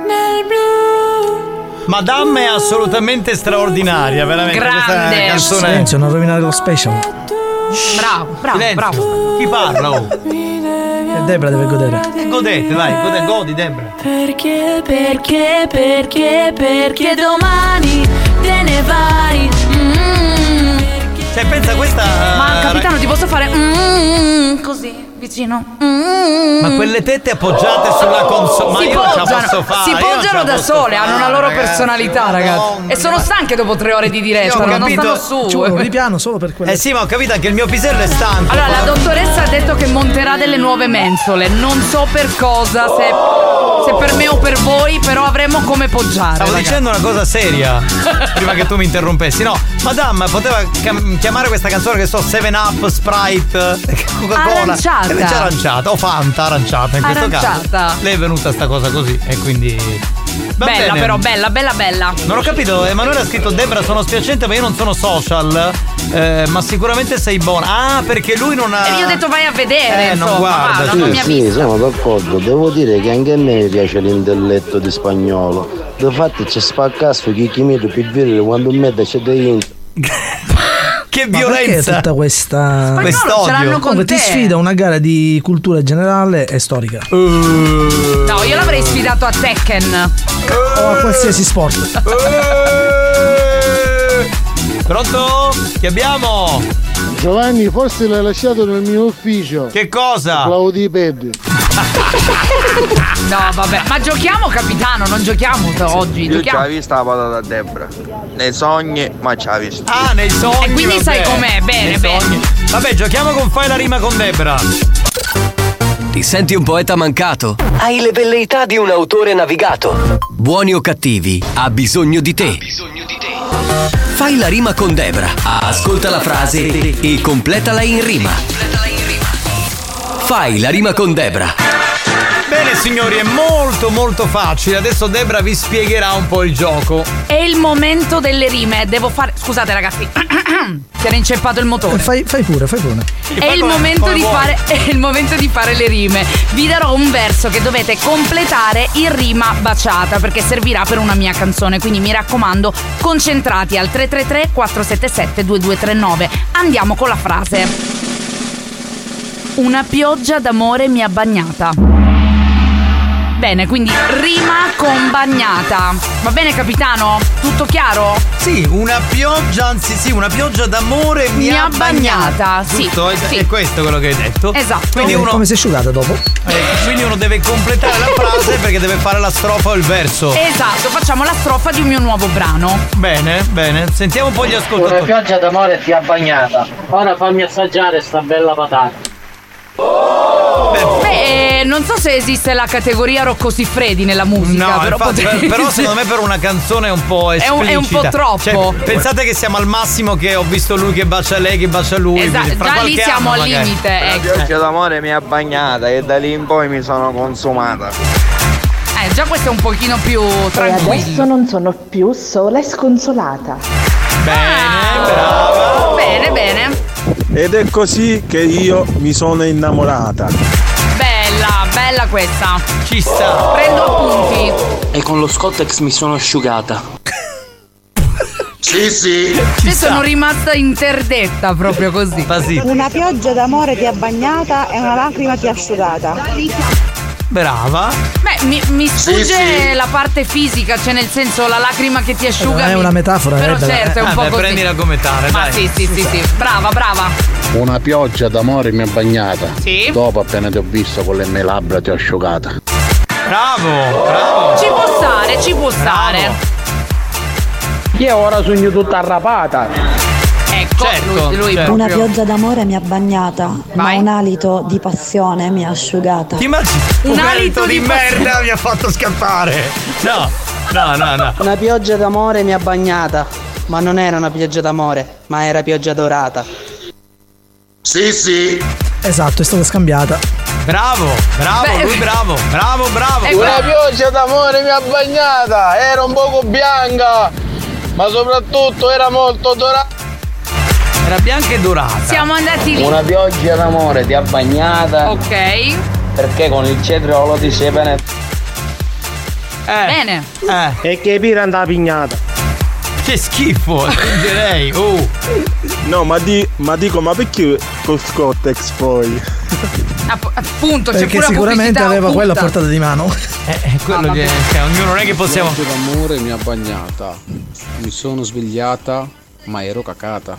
Speaker 6: Nel blu
Speaker 7: Madame è assolutamente straordinaria, veramente. Questa
Speaker 9: Grande.
Speaker 7: canzone.
Speaker 9: Silenzio, non rovinare lo special. Eh,
Speaker 8: Bravo, bravo,
Speaker 7: Silenzio.
Speaker 8: bravo.
Speaker 7: Chi parla? oh?
Speaker 9: E Debra deve godere.
Speaker 7: Eh, Godete, vai, gode, godi, Debra.
Speaker 6: Perché, perché, perché, perché domani te ne vai? Mm.
Speaker 7: Cioè, pensa questa.
Speaker 8: Ma capitano, Ah, ti posso fare mm, così vicino? Mm.
Speaker 7: Ma quelle tette appoggiate sulla console. Ma
Speaker 8: si
Speaker 7: io non ce la
Speaker 8: poggiano,
Speaker 7: posso fare.
Speaker 8: si
Speaker 7: io non ce
Speaker 8: poggiano
Speaker 7: la
Speaker 8: da
Speaker 7: posso fare,
Speaker 8: sole, hanno una loro
Speaker 7: ragazzi.
Speaker 8: personalità, ragazzi. E sono stanche dopo tre ore di diretta,
Speaker 7: Io ho
Speaker 8: non
Speaker 7: capito-
Speaker 8: stanno su.
Speaker 7: Ci vuole un
Speaker 9: ripiano solo per quello.
Speaker 7: Eh sì, ma ho capito anche il mio pisello è stanco.
Speaker 8: Allora, la dottoressa ha detto che monterà delle nuove mensole. Non so per cosa, se, se per me o per voi, però avremo come poggiare.
Speaker 7: Stavo
Speaker 8: ragazzi.
Speaker 7: dicendo una cosa
Speaker 8: (laughs)
Speaker 7: seria prima che tu mi interrompessi. No, Madame poteva cam- chiamare questa canzone che so 7 Up, Sprite, eh, Coca-Cola.
Speaker 8: Aranciata.
Speaker 7: Eh, invece aranciata o Fanta aranciata in questo
Speaker 8: Aranciata.
Speaker 7: caso. Lei è venuta sta cosa così e quindi Va
Speaker 8: Bella
Speaker 7: bene.
Speaker 8: però, bella, bella, bella.
Speaker 7: Non ho capito, Emanuele ha scritto Debra sono spiacente ma io non sono social, eh, ma sicuramente sei buona. Ah, perché lui non ha...
Speaker 8: E io ho detto vai a vedere,
Speaker 7: Eh, non
Speaker 8: insomma,
Speaker 7: guarda,
Speaker 8: guarda,
Speaker 7: sì,
Speaker 8: non mi ha
Speaker 7: sì.
Speaker 8: visto.
Speaker 20: Ah, Sì, sono d'accordo. Devo dire che anche a me piace l'intelletto di spagnolo. Difatti c'è spaccasco chi chi mette per dire quando mette c'è dei int.
Speaker 7: Che
Speaker 9: violenza! tutta questa.
Speaker 20: Spagnolo Quest'odio. ce l'hanno con
Speaker 9: Comunque ti
Speaker 8: te.
Speaker 9: sfida una gara di cultura generale e storica.
Speaker 7: Uh.
Speaker 8: No, io l'avrei sfidato a Tekken.
Speaker 9: O a qualsiasi sport.
Speaker 7: Pronto? Che abbiamo?
Speaker 4: Giovanni, forse l'hai lasciato nel mio ufficio.
Speaker 7: Che cosa?
Speaker 4: Claudi Pedri.
Speaker 8: No, vabbè, ma giochiamo capitano, non giochiamo to- oggi,
Speaker 29: Io ci
Speaker 8: giochiamo.
Speaker 29: ho vista la patata Debra. Nei sogni, ma ci ho vista.
Speaker 7: Ah, nei sogni.
Speaker 8: E quindi sai com'è, bene,
Speaker 7: Nei
Speaker 8: bene.
Speaker 7: sogni. Vabbè, giochiamo con Fai la rima con Debra.
Speaker 1: Ti senti un poeta mancato? Hai le velleità di un autore navigato. Buoni o cattivi, ha bisogno di te. Fai la rima con Debra. Ascolta la frase e completala in rima. Fai la rima con Debra.
Speaker 7: Cioè, Bene signori, è molto molto facile. Adesso Debra vi spiegherà un po' il gioco.
Speaker 8: È il momento delle rime, devo fare. Scusate ragazzi, (clears throat) si era inceppato il motore.
Speaker 9: Fai, fai pure, fai pure.
Speaker 8: È il, momento di fare, (laughs) è il momento di fare le rime. Vi darò un verso che dovete completare in rima baciata perché servirà per una mia canzone. Quindi mi raccomando, concentrati al 333-477-2239. Andiamo con la frase. Una pioggia d'amore mi ha bagnata. Bene, quindi rima con bagnata. Va bene capitano? Tutto chiaro?
Speaker 7: Sì, una pioggia, anzi sì, una pioggia d'amore mi,
Speaker 8: Mi ha bagnata, sì,
Speaker 7: Giusto? È-
Speaker 8: sì.
Speaker 7: È questo quello che hai detto.
Speaker 8: Esatto.
Speaker 7: Quindi
Speaker 9: Come,
Speaker 7: uno,
Speaker 9: come si è asciugata dopo?
Speaker 7: eh, quindi uno deve completare la frase perché deve fare la strofa o il verso.
Speaker 8: Esatto, facciamo la strofa di un mio nuovo brano.
Speaker 7: Bene, bene. Sentiamo un po' gli
Speaker 12: Una
Speaker 7: ascoltatori.
Speaker 12: pioggia d'amore ti ha bagnata. Ora fammi assaggiare sta bella patata.
Speaker 7: Oh.
Speaker 8: Beh, eh, non so se esiste la categoria Rocco Siffredi nella musica,
Speaker 7: No,
Speaker 8: però
Speaker 7: infatti,
Speaker 8: potrei-
Speaker 7: per- però secondo me per una canzone è un po'
Speaker 8: È un-
Speaker 7: esplicita
Speaker 8: è un po' troppo.
Speaker 7: Cioè, pensate che siamo al massimo che ho visto lui che bacia lei, che bacia lui. quindi
Speaker 8: Esatto,
Speaker 7: fra
Speaker 8: già lì
Speaker 7: qualche anno
Speaker 8: siamo al
Speaker 7: magari.
Speaker 8: limite.
Speaker 12: Eh,
Speaker 29: La
Speaker 8: ecco.
Speaker 29: pioggia d'amore mi ha bagnata e da lì in poi mi sono consumata.
Speaker 8: Eh, già questo è un pochino più
Speaker 66: E
Speaker 8: tranquillo.
Speaker 66: adesso non sono più sola e sconsolata.
Speaker 8: Bene, bene.
Speaker 67: Ed è così che io mi sono innamorata.
Speaker 8: Bella, bella questa.
Speaker 7: Ci sta.
Speaker 8: Prendo appunti.
Speaker 68: E con lo Scottex mi sono asciugata.
Speaker 4: Sì, sì.
Speaker 8: Cioè sono rimasta interdetta proprio così.
Speaker 39: Una pioggia d'amore ti ha bagnata e una lacrima ti ha asciugata.
Speaker 7: Brava.
Speaker 8: Beh, mi, mi sfugge
Speaker 7: sì.
Speaker 8: la parte fisica, cioè nel senso la lacrima che ti asciuga.
Speaker 9: è
Speaker 8: mi-
Speaker 9: una metafora,
Speaker 8: Però
Speaker 9: eh, della-
Speaker 8: certo, è un
Speaker 9: Ah,
Speaker 8: po'
Speaker 9: beh,
Speaker 8: così.
Speaker 7: prendila come tale,
Speaker 8: Ma
Speaker 7: dai.
Speaker 8: sì, sì, sì, sì. Brava, brava.
Speaker 4: Una pioggia d'amore mi ha bagnata.
Speaker 8: Sì.
Speaker 4: Dopo appena ti ho visto con le mie labbra ti ho asciugata.
Speaker 7: Bravo, bravo.
Speaker 8: Ci può stare, ci può stare.
Speaker 69: Io ora sogno tutta arrapata.
Speaker 8: Ecco,
Speaker 7: Certo,
Speaker 8: lui, lui
Speaker 39: Una
Speaker 8: proprio.
Speaker 39: pioggia d'amore mi ha bagnata, ma un alito di passione mi ha asciugata.
Speaker 7: Ti immagini? Un alito di merda mi ha fatto scappare. No, no, no, no.
Speaker 16: Una pioggia d'amore mi ha bagnata, ma non era una pioggia d'amore, ma era pioggia dorata.
Speaker 4: Sì, sì.
Speaker 9: Esatto, è stata scambiata.
Speaker 7: Bravo, bravo,
Speaker 9: Beh.
Speaker 7: lui bravo, bravo, bravo.
Speaker 12: Una pioggia d'amore mi ha bagnata, era un poco bianca, ma soprattutto era molto dorata.
Speaker 7: Era bianca e dorata.
Speaker 8: Siamo andati lì.
Speaker 70: Una pioggia d'amore ti ha bagnata.
Speaker 8: Ok.
Speaker 70: Perché con il cetriolo ti sepane.
Speaker 7: Eh.
Speaker 8: Bene.
Speaker 12: E che pira andava pignata.
Speaker 7: Che schifo, (laughs) direi. Oh.
Speaker 71: No, ma, di- ma dico, ma perché col Scottex poi?
Speaker 8: Appunto, c'è
Speaker 9: Perché
Speaker 8: pure
Speaker 9: sicuramente
Speaker 8: pubblicità
Speaker 9: aveva
Speaker 8: occulta.
Speaker 9: quella a portata di mano.
Speaker 7: Quello che, cioè, ognuno non è che possiamo.
Speaker 14: d'amore mi ha bagnata. Mi sono svegliata, ma ero cacata.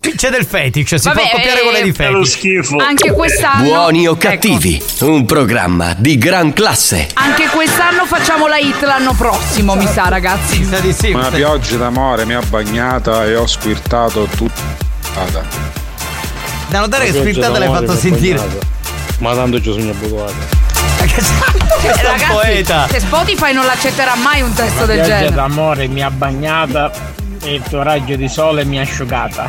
Speaker 7: C'è del fetish, si
Speaker 8: Vabbè,
Speaker 7: può copiare
Speaker 8: eh,
Speaker 7: quelle di fetish.
Speaker 8: è lo schifo. Anche quest'anno- ecco.
Speaker 1: Buoni o cattivi, un programma di gran classe.
Speaker 8: Anche quest'anno facciamo la hit l'anno prossimo, mi sa, ragazzi.
Speaker 72: Una pioggia d'amore mi ha bagnata e ho squirtato tutta.
Speaker 7: Da notare che squirtata l'hai fatto sentire.
Speaker 72: Ma tanto ci sono abituato.
Speaker 7: Questo è un
Speaker 8: Ragazzi,
Speaker 7: poeta.
Speaker 8: Se Spotify non l'accetterà mai un testo
Speaker 73: La
Speaker 8: del
Speaker 73: pioggia
Speaker 8: genere.
Speaker 73: d'amore mi ha bagnata e il tuo raggio di sole mi ha asciugata.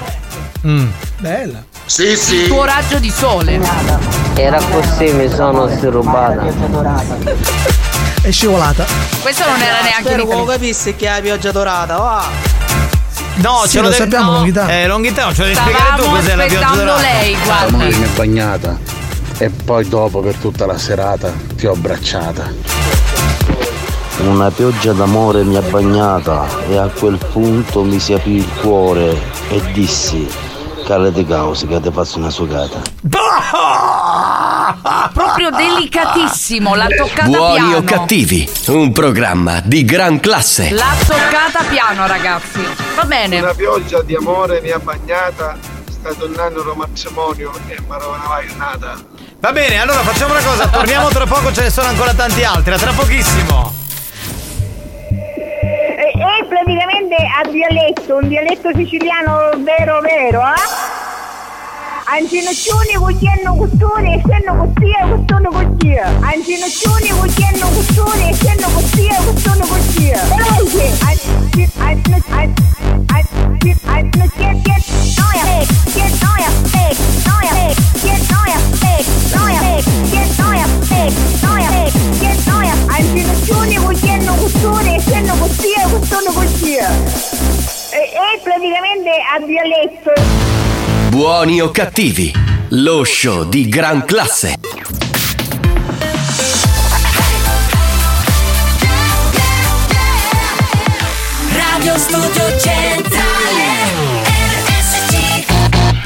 Speaker 9: Bella.
Speaker 4: Sì,
Speaker 8: Il tuo raggio di sole.
Speaker 16: Era così mi sono srubata.
Speaker 9: È scivolata.
Speaker 8: Questo non era neanche
Speaker 16: Spero
Speaker 8: in
Speaker 16: che lo
Speaker 8: italiano.
Speaker 16: capisse che è la pioggia dorata, va.
Speaker 7: No,
Speaker 16: Sì,
Speaker 7: ce lo,
Speaker 16: lo
Speaker 7: devi-
Speaker 16: sappiamo,
Speaker 7: no.
Speaker 16: Longhitano.
Speaker 7: Eh, Longhitano, ce lo devi spiegare tu
Speaker 16: Stavamo
Speaker 7: cos'è la pioggia
Speaker 16: aspettando
Speaker 7: dorata.
Speaker 16: lei,
Speaker 4: L'amore mi ha bagnata. E poi dopo per tutta la serata ti ho abbracciata.
Speaker 20: Una pioggia d'amore mi ha bagnata e a quel punto mi si aprì il cuore e dissi, care di causi che ti faccio una sugata.
Speaker 8: Proprio delicatissimo, l'ha toccata
Speaker 1: Buoni
Speaker 8: piano.
Speaker 1: o cattivi, un programma di gran classe.
Speaker 8: L'ha toccata piano, ragazzi. Va bene.
Speaker 12: Una pioggia di amore mi ha bagnata, sta tornando lo matrimonio e maravana vai nata.
Speaker 7: Va bene, allora facciamo una cosa, torniamo tra poco, ce ne sono ancora tanti altri, a tra pochissimo.
Speaker 17: E, e Eh, praticamente a dialetto, un dialetto siciliano vero vero, eh? Ancinoccioni, cugliano costone, essendo costia, costone costia. Ancinoccioni, cugliano costone, essendo costia, costone costia. Veloce! Anci- anci- anci- anci- ancinocchietti, che noia, che noia, che noia, che noia, che noia, che noia, che noia, che noia. Ancinoccioni, cugliano costone, essendo costia, costone costia. E, e praticamente a dialetto.
Speaker 1: Buoni o cattivi, lo show di gran classe.
Speaker 25: Radio Studio Centrale RSC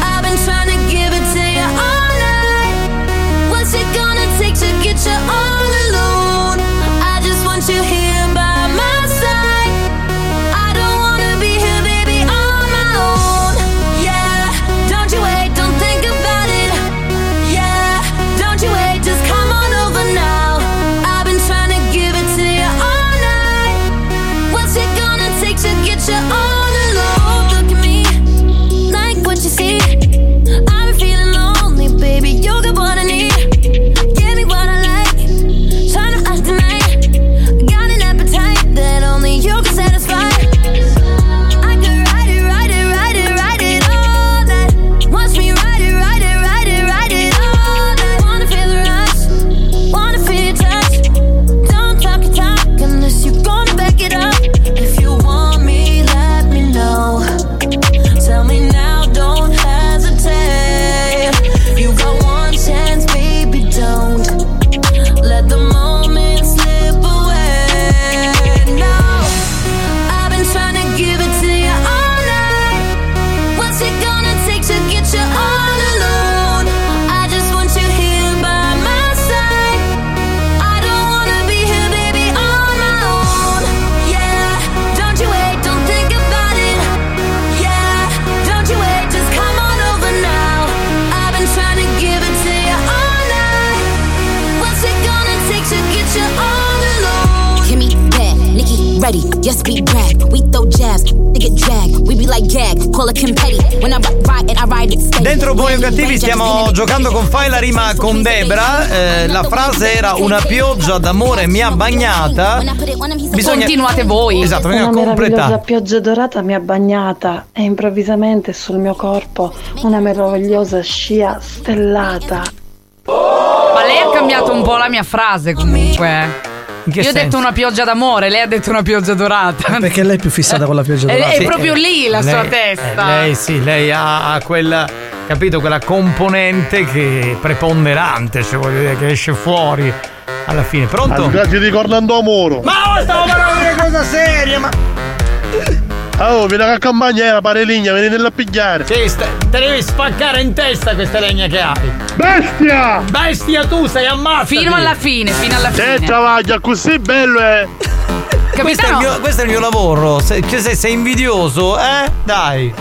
Speaker 25: I've been trying to give it to you all night. What's it gonna take to get you all alone? I just want you here by my side. I don't wanna be here, baby, on my own. Yeah, don't you wait, don't think about it. Yeah, don't you wait, just come on over now. I've been trying to give it to you all night. What's it gonna take to get you all alone? Look at me, like
Speaker 24: Yes, we rap. We throw jabs. They get dragged. We be like gag. Call it Kim Petty. When I ride, ride and I ride it steady.
Speaker 7: Dentro Buoni o Cattivi stiamo giocando con Fai la rima con Debra. Eh, la frase era una pioggia d'amore mi ha bagnata. Bisogna-
Speaker 8: Continuate voi.
Speaker 7: Esatto,
Speaker 8: Una
Speaker 7: bisogna
Speaker 8: meravigliosa
Speaker 7: completare.
Speaker 8: La
Speaker 39: pioggia dorata mi ha bagnata e improvvisamente sul mio corpo una meravigliosa scia stellata.
Speaker 8: Ma lei ha cambiato un po' la mia frase comunque.
Speaker 9: In che
Speaker 8: Io ho
Speaker 9: senso? Eh,
Speaker 8: detto una pioggia d'amore, lei ha detto una pioggia dorata.
Speaker 9: Perché lei è più fissata con la pioggia
Speaker 8: (laughs) È-
Speaker 9: dorata. eh,
Speaker 8: è proprio lì la sua
Speaker 7: Lei-
Speaker 8: testa.
Speaker 7: eh, lei sì, lei ha, ha quella, capito, quella componente che è preponderante, cioè voglio dire, che esce fuori alla fine. Pronto?
Speaker 21: Al Ah, di Cornando Moro.
Speaker 7: Ma oh, stavo parlando di una cosa seria, ma.
Speaker 21: Oh, vieni a campagna, era pare ligna, venite a pigliare.
Speaker 7: Sì, sta- te devi spaccare in testa questa legna che hai.
Speaker 21: Bestia!
Speaker 7: Bestia tu, sei ammazzato!
Speaker 8: Fino alla fine, fino alla fine.
Speaker 21: Eh, cavaglia, così bello è!
Speaker 7: Questo è, il mio, questo è il mio lavoro. Se- cioè, se sei invidioso, eh? Dai.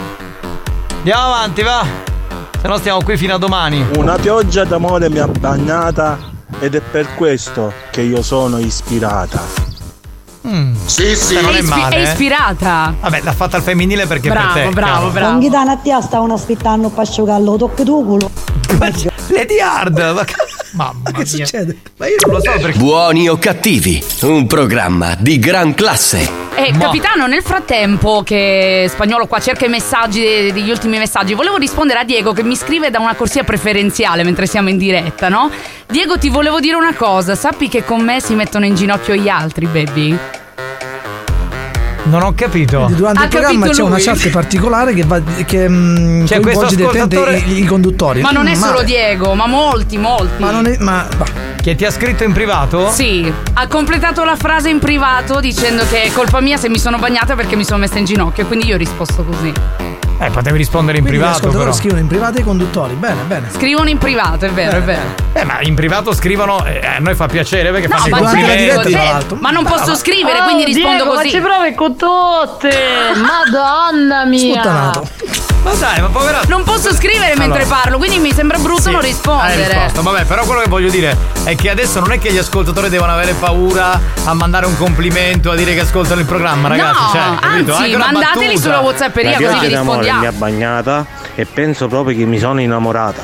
Speaker 7: Andiamo avanti, va. Se no stiamo qui fino a domani.
Speaker 25: Una pioggia d'amore mi ha bagnata ed è per questo che io sono ispirata.
Speaker 7: Sì, sì. Mm. Non
Speaker 8: è,
Speaker 7: è
Speaker 8: ispi-
Speaker 7: male.
Speaker 8: è
Speaker 7: eh.
Speaker 8: ispirata.
Speaker 7: Vabbè, l'ha fatta al femminile perché
Speaker 8: Bravo,
Speaker 7: per te.
Speaker 8: bravo,
Speaker 7: cavolo.
Speaker 74: Con Ghitana a te stavano aspettando per asciugarlo, lo tocco tu culo.
Speaker 7: (laughs) Lady Hard, ma
Speaker 9: (laughs)
Speaker 7: mamma che succede? Ma io non lo so perché.
Speaker 1: Buoni o cattivi, un programma di gran classe.
Speaker 8: Eh, capitano, nel frattempo che Spagnolo qua cerca i messaggi, eh, degli ultimi messaggi, volevo rispondere a Diego che mi scrive da una corsia preferenziale mentre siamo in diretta, no? Diego, ti volevo dire una cosa, sappi che con me si mettono in ginocchio gli altri, baby.
Speaker 7: Non ho capito.
Speaker 9: Durante
Speaker 8: Ha
Speaker 9: il programma
Speaker 8: capito
Speaker 9: c'è
Speaker 8: lui.
Speaker 9: una chat particolare che, va, che mm,
Speaker 7: Cioè, questo
Speaker 9: coinvolge direttamente
Speaker 7: ascoltatore-
Speaker 9: i, i conduttori.
Speaker 8: Ma non è
Speaker 9: Mm,
Speaker 8: solo Diego, ma molti, molti.
Speaker 9: Ma non è. Ma.
Speaker 7: Che ti ha scritto in privato?
Speaker 8: Sì, ha completato la frase in privato dicendo che è colpa mia se mi sono bagnata perché mi sono messa in ginocchio, quindi io ho risposto così.
Speaker 7: Eh, potevi rispondere in
Speaker 9: Quindi gli
Speaker 7: privato,
Speaker 9: ascoltatori
Speaker 7: però.
Speaker 9: scrivono in privato i conduttori. Bene, bene.
Speaker 8: Scrivono in privato, è vero, è vero.
Speaker 7: Eh, ma in privato scrivono. eh, a noi fa piacere perché
Speaker 8: No,
Speaker 7: fanno i
Speaker 8: ma Diego,
Speaker 7: complimenti.
Speaker 8: Diego, Diego, ma non posso
Speaker 7: ma-
Speaker 8: scrivere, quindi rispondo
Speaker 16: Ah, Diego,
Speaker 8: così.
Speaker 16: Ma ci provi con
Speaker 8: (laughs)
Speaker 16: tutte! Madonna Eh, mia!
Speaker 7: Sputtanato. Ma dai, ma poveraccio.
Speaker 8: Non posso scrivere mentre
Speaker 7: Allora.
Speaker 8: parlo, quindi mi sembra brutto non
Speaker 7: Hai
Speaker 8: rispondere.
Speaker 7: risposto. Vabbè, però quello che voglio dire è che adesso non è che gli ascoltatori devono avere paura a mandare un complimento, a dire che ascoltano il programma, ragazzi.
Speaker 8: No,
Speaker 7: cioè, capito?
Speaker 8: anzi,
Speaker 7: Anche una
Speaker 8: mandateli
Speaker 7: battuta.
Speaker 8: sulla Whatsapperia,
Speaker 12: La
Speaker 8: così vi
Speaker 12: pioggia d'amore mi
Speaker 8: rispondiamo.
Speaker 12: ha bagnata e penso proprio che mi sono innamorata.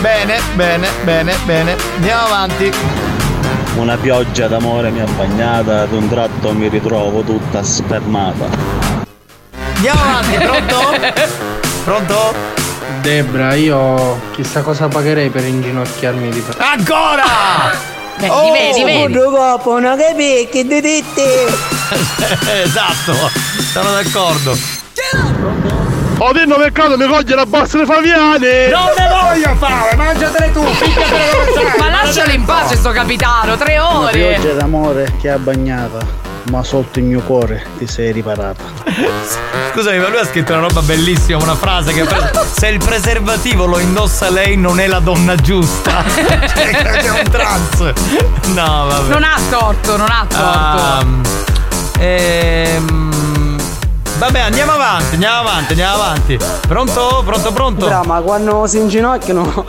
Speaker 7: Bene, bene, bene, bene. Andiamo avanti.
Speaker 20: Una pioggia d'amore mi ha bagnata, ad un tratto mi ritrovo tutta spermata.
Speaker 7: Andiamo avanti,
Speaker 8: (laughs)
Speaker 7: pronto? Pronto?
Speaker 12: Debra, io chissà cosa pagherei per inginocchiarmi di te.
Speaker 7: Ancora!
Speaker 16: Vedi,
Speaker 7: Oh!
Speaker 16: vedi, vedi.
Speaker 17: Dopo, che picchi,
Speaker 7: esatto, sono d'accordo.
Speaker 21: Oh, te no peccato, mi coglie la bassa le faviane!
Speaker 7: Eh, Non ne voglio fare, mangiatele (laughs) tu, picchiatele come sai!
Speaker 8: Ma lascialo in pace sto capitano, tre
Speaker 12: Una pioggia
Speaker 8: ore. (laughs)
Speaker 12: d'amore ti ha bagnata, ma sotto il mio cuore ti sei riparata.
Speaker 7: Scusami, ma lui ha scritto una roba bellissima, una frase che ha
Speaker 8: (laughs)
Speaker 7: preso- se il preservativo lo indossa lei non è la donna
Speaker 8: (laughs)
Speaker 7: giusta. Cioè, è un trans. No, vabbè.
Speaker 8: Non ha torto, non ha
Speaker 75: Ah,
Speaker 8: torto.
Speaker 7: Ehm, ehm, vabbè, andiamo avanti, andiamo avanti, andiamo avanti. Pronto? Pronto, pronto?
Speaker 75: Bra, ma quando si inginocchiano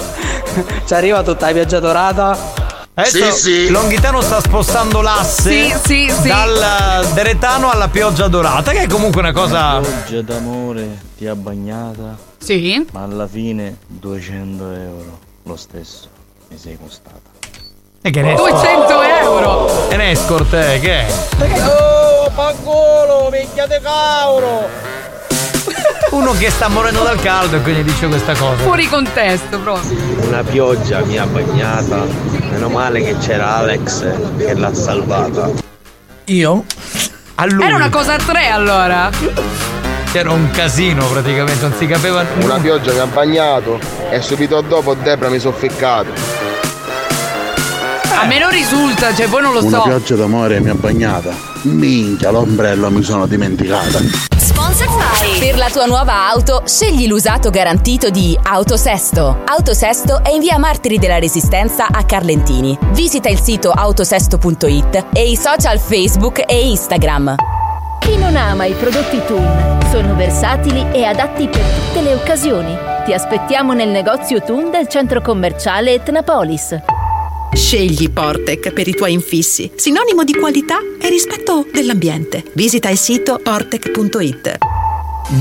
Speaker 75: (laughs) ci arriva tutta la pioggia dorata.
Speaker 7: Adesso Eh, Longhitano sta spostando l'asse
Speaker 75: Sì, sì, sì.
Speaker 7: dal Deretano alla pioggia dorata, che è comunque una cosa.
Speaker 20: Pioggia d'amore ti ha bagnata.
Speaker 8: Sì.
Speaker 20: Ma alla fine 200 euro lo stesso mi sei costata.
Speaker 7: E Eh, che ne
Speaker 8: 200
Speaker 7: euro! E ne escort, eh, che è?
Speaker 12: Oh, pangolo, vecchia de cauro!
Speaker 7: Uno che sta morendo dal caldo e quindi dice questa cosa.
Speaker 8: Fuori contesto, proprio.
Speaker 20: Una pioggia mi ha bagnata, meno male che c'era Alex eh, che l'ha salvata.
Speaker 9: Io?
Speaker 8: Era una cosa a tre allora.
Speaker 7: C'era un casino praticamente, non si capiva
Speaker 76: Una pioggia mi ha bagnato e subito dopo Debra mi sono ficcato.
Speaker 8: A me non risulta, cioè voi non lo
Speaker 4: Una
Speaker 8: so.
Speaker 4: pioggia d'amore mi ha bagnata. Minchia, l'ombrello mi sono dimenticata.
Speaker 77: Spotify. Per la tua nuova auto, scegli l'usato garantito di Autosesto. Autosesto è in via Martiri della Resistenza a Carlentini. Visita il sito autosesto.it e i social Facebook e Instagram.
Speaker 55: Chi non ama i prodotti TUN? Sono versatili e adatti per tutte le occasioni. Ti aspettiamo nel negozio TUN del centro commerciale Etnapolis. Scegli Portec per i tuoi infissi, sinonimo di qualità e rispetto dell'ambiente. Visita il sito portec.it.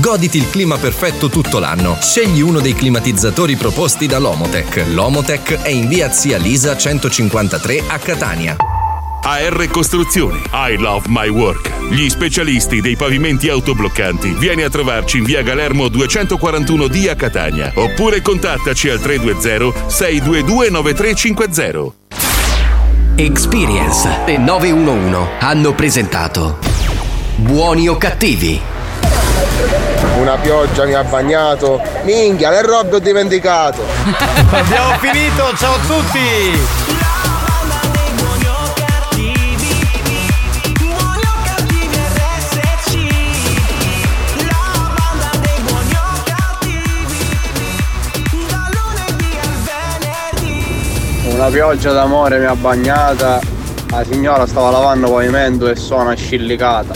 Speaker 1: Goditi il clima perfetto tutto l'anno. Scegli uno dei climatizzatori proposti da Lomotech. Lomotech è in via Zia Lisa 153 a Catania.
Speaker 30: AR Costruzioni. I love my work. Gli specialisti dei pavimenti autobloccanti. Vieni a trovarci in via Galermo 241D a Catania. Oppure contattaci al 320-622-9350.
Speaker 78: Experience e 911 hanno presentato Buoni o cattivi?
Speaker 79: Una pioggia mi ha bagnato. Minchia, le robe ho
Speaker 7: (laughs)
Speaker 79: dimenticato.
Speaker 7: Abbiamo finito, ciao a tutti!
Speaker 80: Una pioggia d'amore mi ha bagnata. La signora stava lavando pavimento e sono scillicata.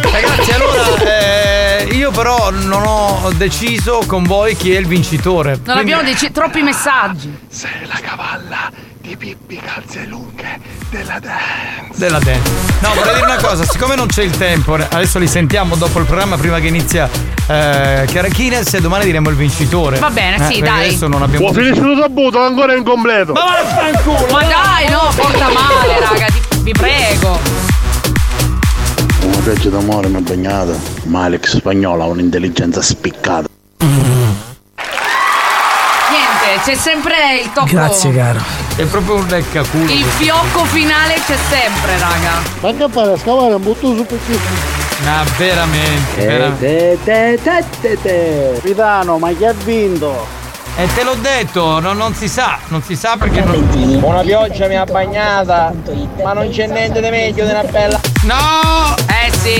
Speaker 7: Ragazzi, allora eh, io però non ho deciso con voi chi è il vincitore.
Speaker 8: Non
Speaker 7: Quindi-
Speaker 8: abbiamo dec- troppi messaggi.
Speaker 12: Sei la cavalla di Pippi Calzelunghe della dance.
Speaker 7: Della dance. No, vorrei dire una cosa, siccome non c'è il tempo, eh, adesso li sentiamo dopo il programma prima che inizia eh, Chiarachines e domani diremo il vincitore.
Speaker 8: Va bene,
Speaker 7: Eh,
Speaker 8: sì,
Speaker 7: perché
Speaker 8: dai.
Speaker 7: Adesso non abbiamo
Speaker 12: Ho finito lo sabuto, ancora in completo.
Speaker 7: Ma va a fanculo!
Speaker 8: Ma dai, no, porta male, raga, ti- vi prego.
Speaker 4: Una pioggia d'amore mi ha bagnata, ma Alex Spagnola ha un'intelligenza spiccata.
Speaker 8: Niente, c'è sempre il tocco.
Speaker 7: caro. È proprio un leccaculo.
Speaker 8: Il
Speaker 7: questo.
Speaker 8: fiocco finale c'è sempre, raga.
Speaker 12: Ma che fare? Scavare un botto su perché.
Speaker 7: Ma veramente, veramente.
Speaker 12: Te te te te te. Pitano, ma chi ha vinto?
Speaker 7: E te l'ho detto, no- non si sa, non si sa perché non.
Speaker 12: Una pioggia mi ha bagnata, ma non c'è niente di meglio di una bella.
Speaker 8: No! Eh sì,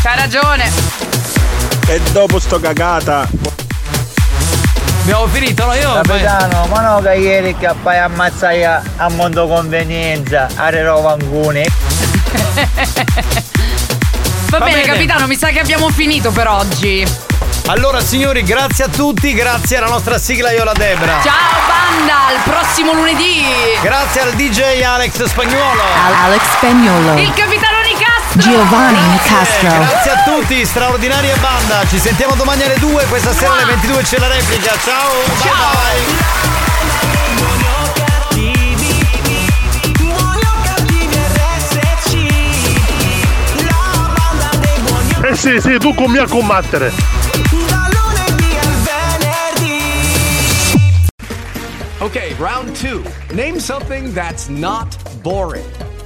Speaker 8: c'hai ragione.
Speaker 14: E dopo sto cagata.
Speaker 7: Abbiamo finito, no? Io.
Speaker 12: Capitano, ma no che ieri che poi ammazzai a, a mondo convenienza, a Rerovanguni.
Speaker 8: Va,
Speaker 7: Va
Speaker 8: bene,
Speaker 7: bene.
Speaker 8: capitano, mi sa che abbiamo finito per oggi.
Speaker 7: Allora, signori, grazie a tutti, grazie alla nostra sigla Iola Debra.
Speaker 8: Ciao banda, al prossimo lunedì.
Speaker 7: Grazie al DJ Alex Spagnuolo.
Speaker 5: Alex Spagnolo.
Speaker 8: Il capitano Nicastro.
Speaker 5: Giovanni Nicastro.
Speaker 7: Grazie a tutti, straordinaria banda. Ci sentiamo domani alle 2, questa sera alle 22 c'è la replica. Ciao, ciao. bye bye.
Speaker 12: Eh sì, sì, tu con me a combattere.
Speaker 27: Okay, round two. Name something that's not boring.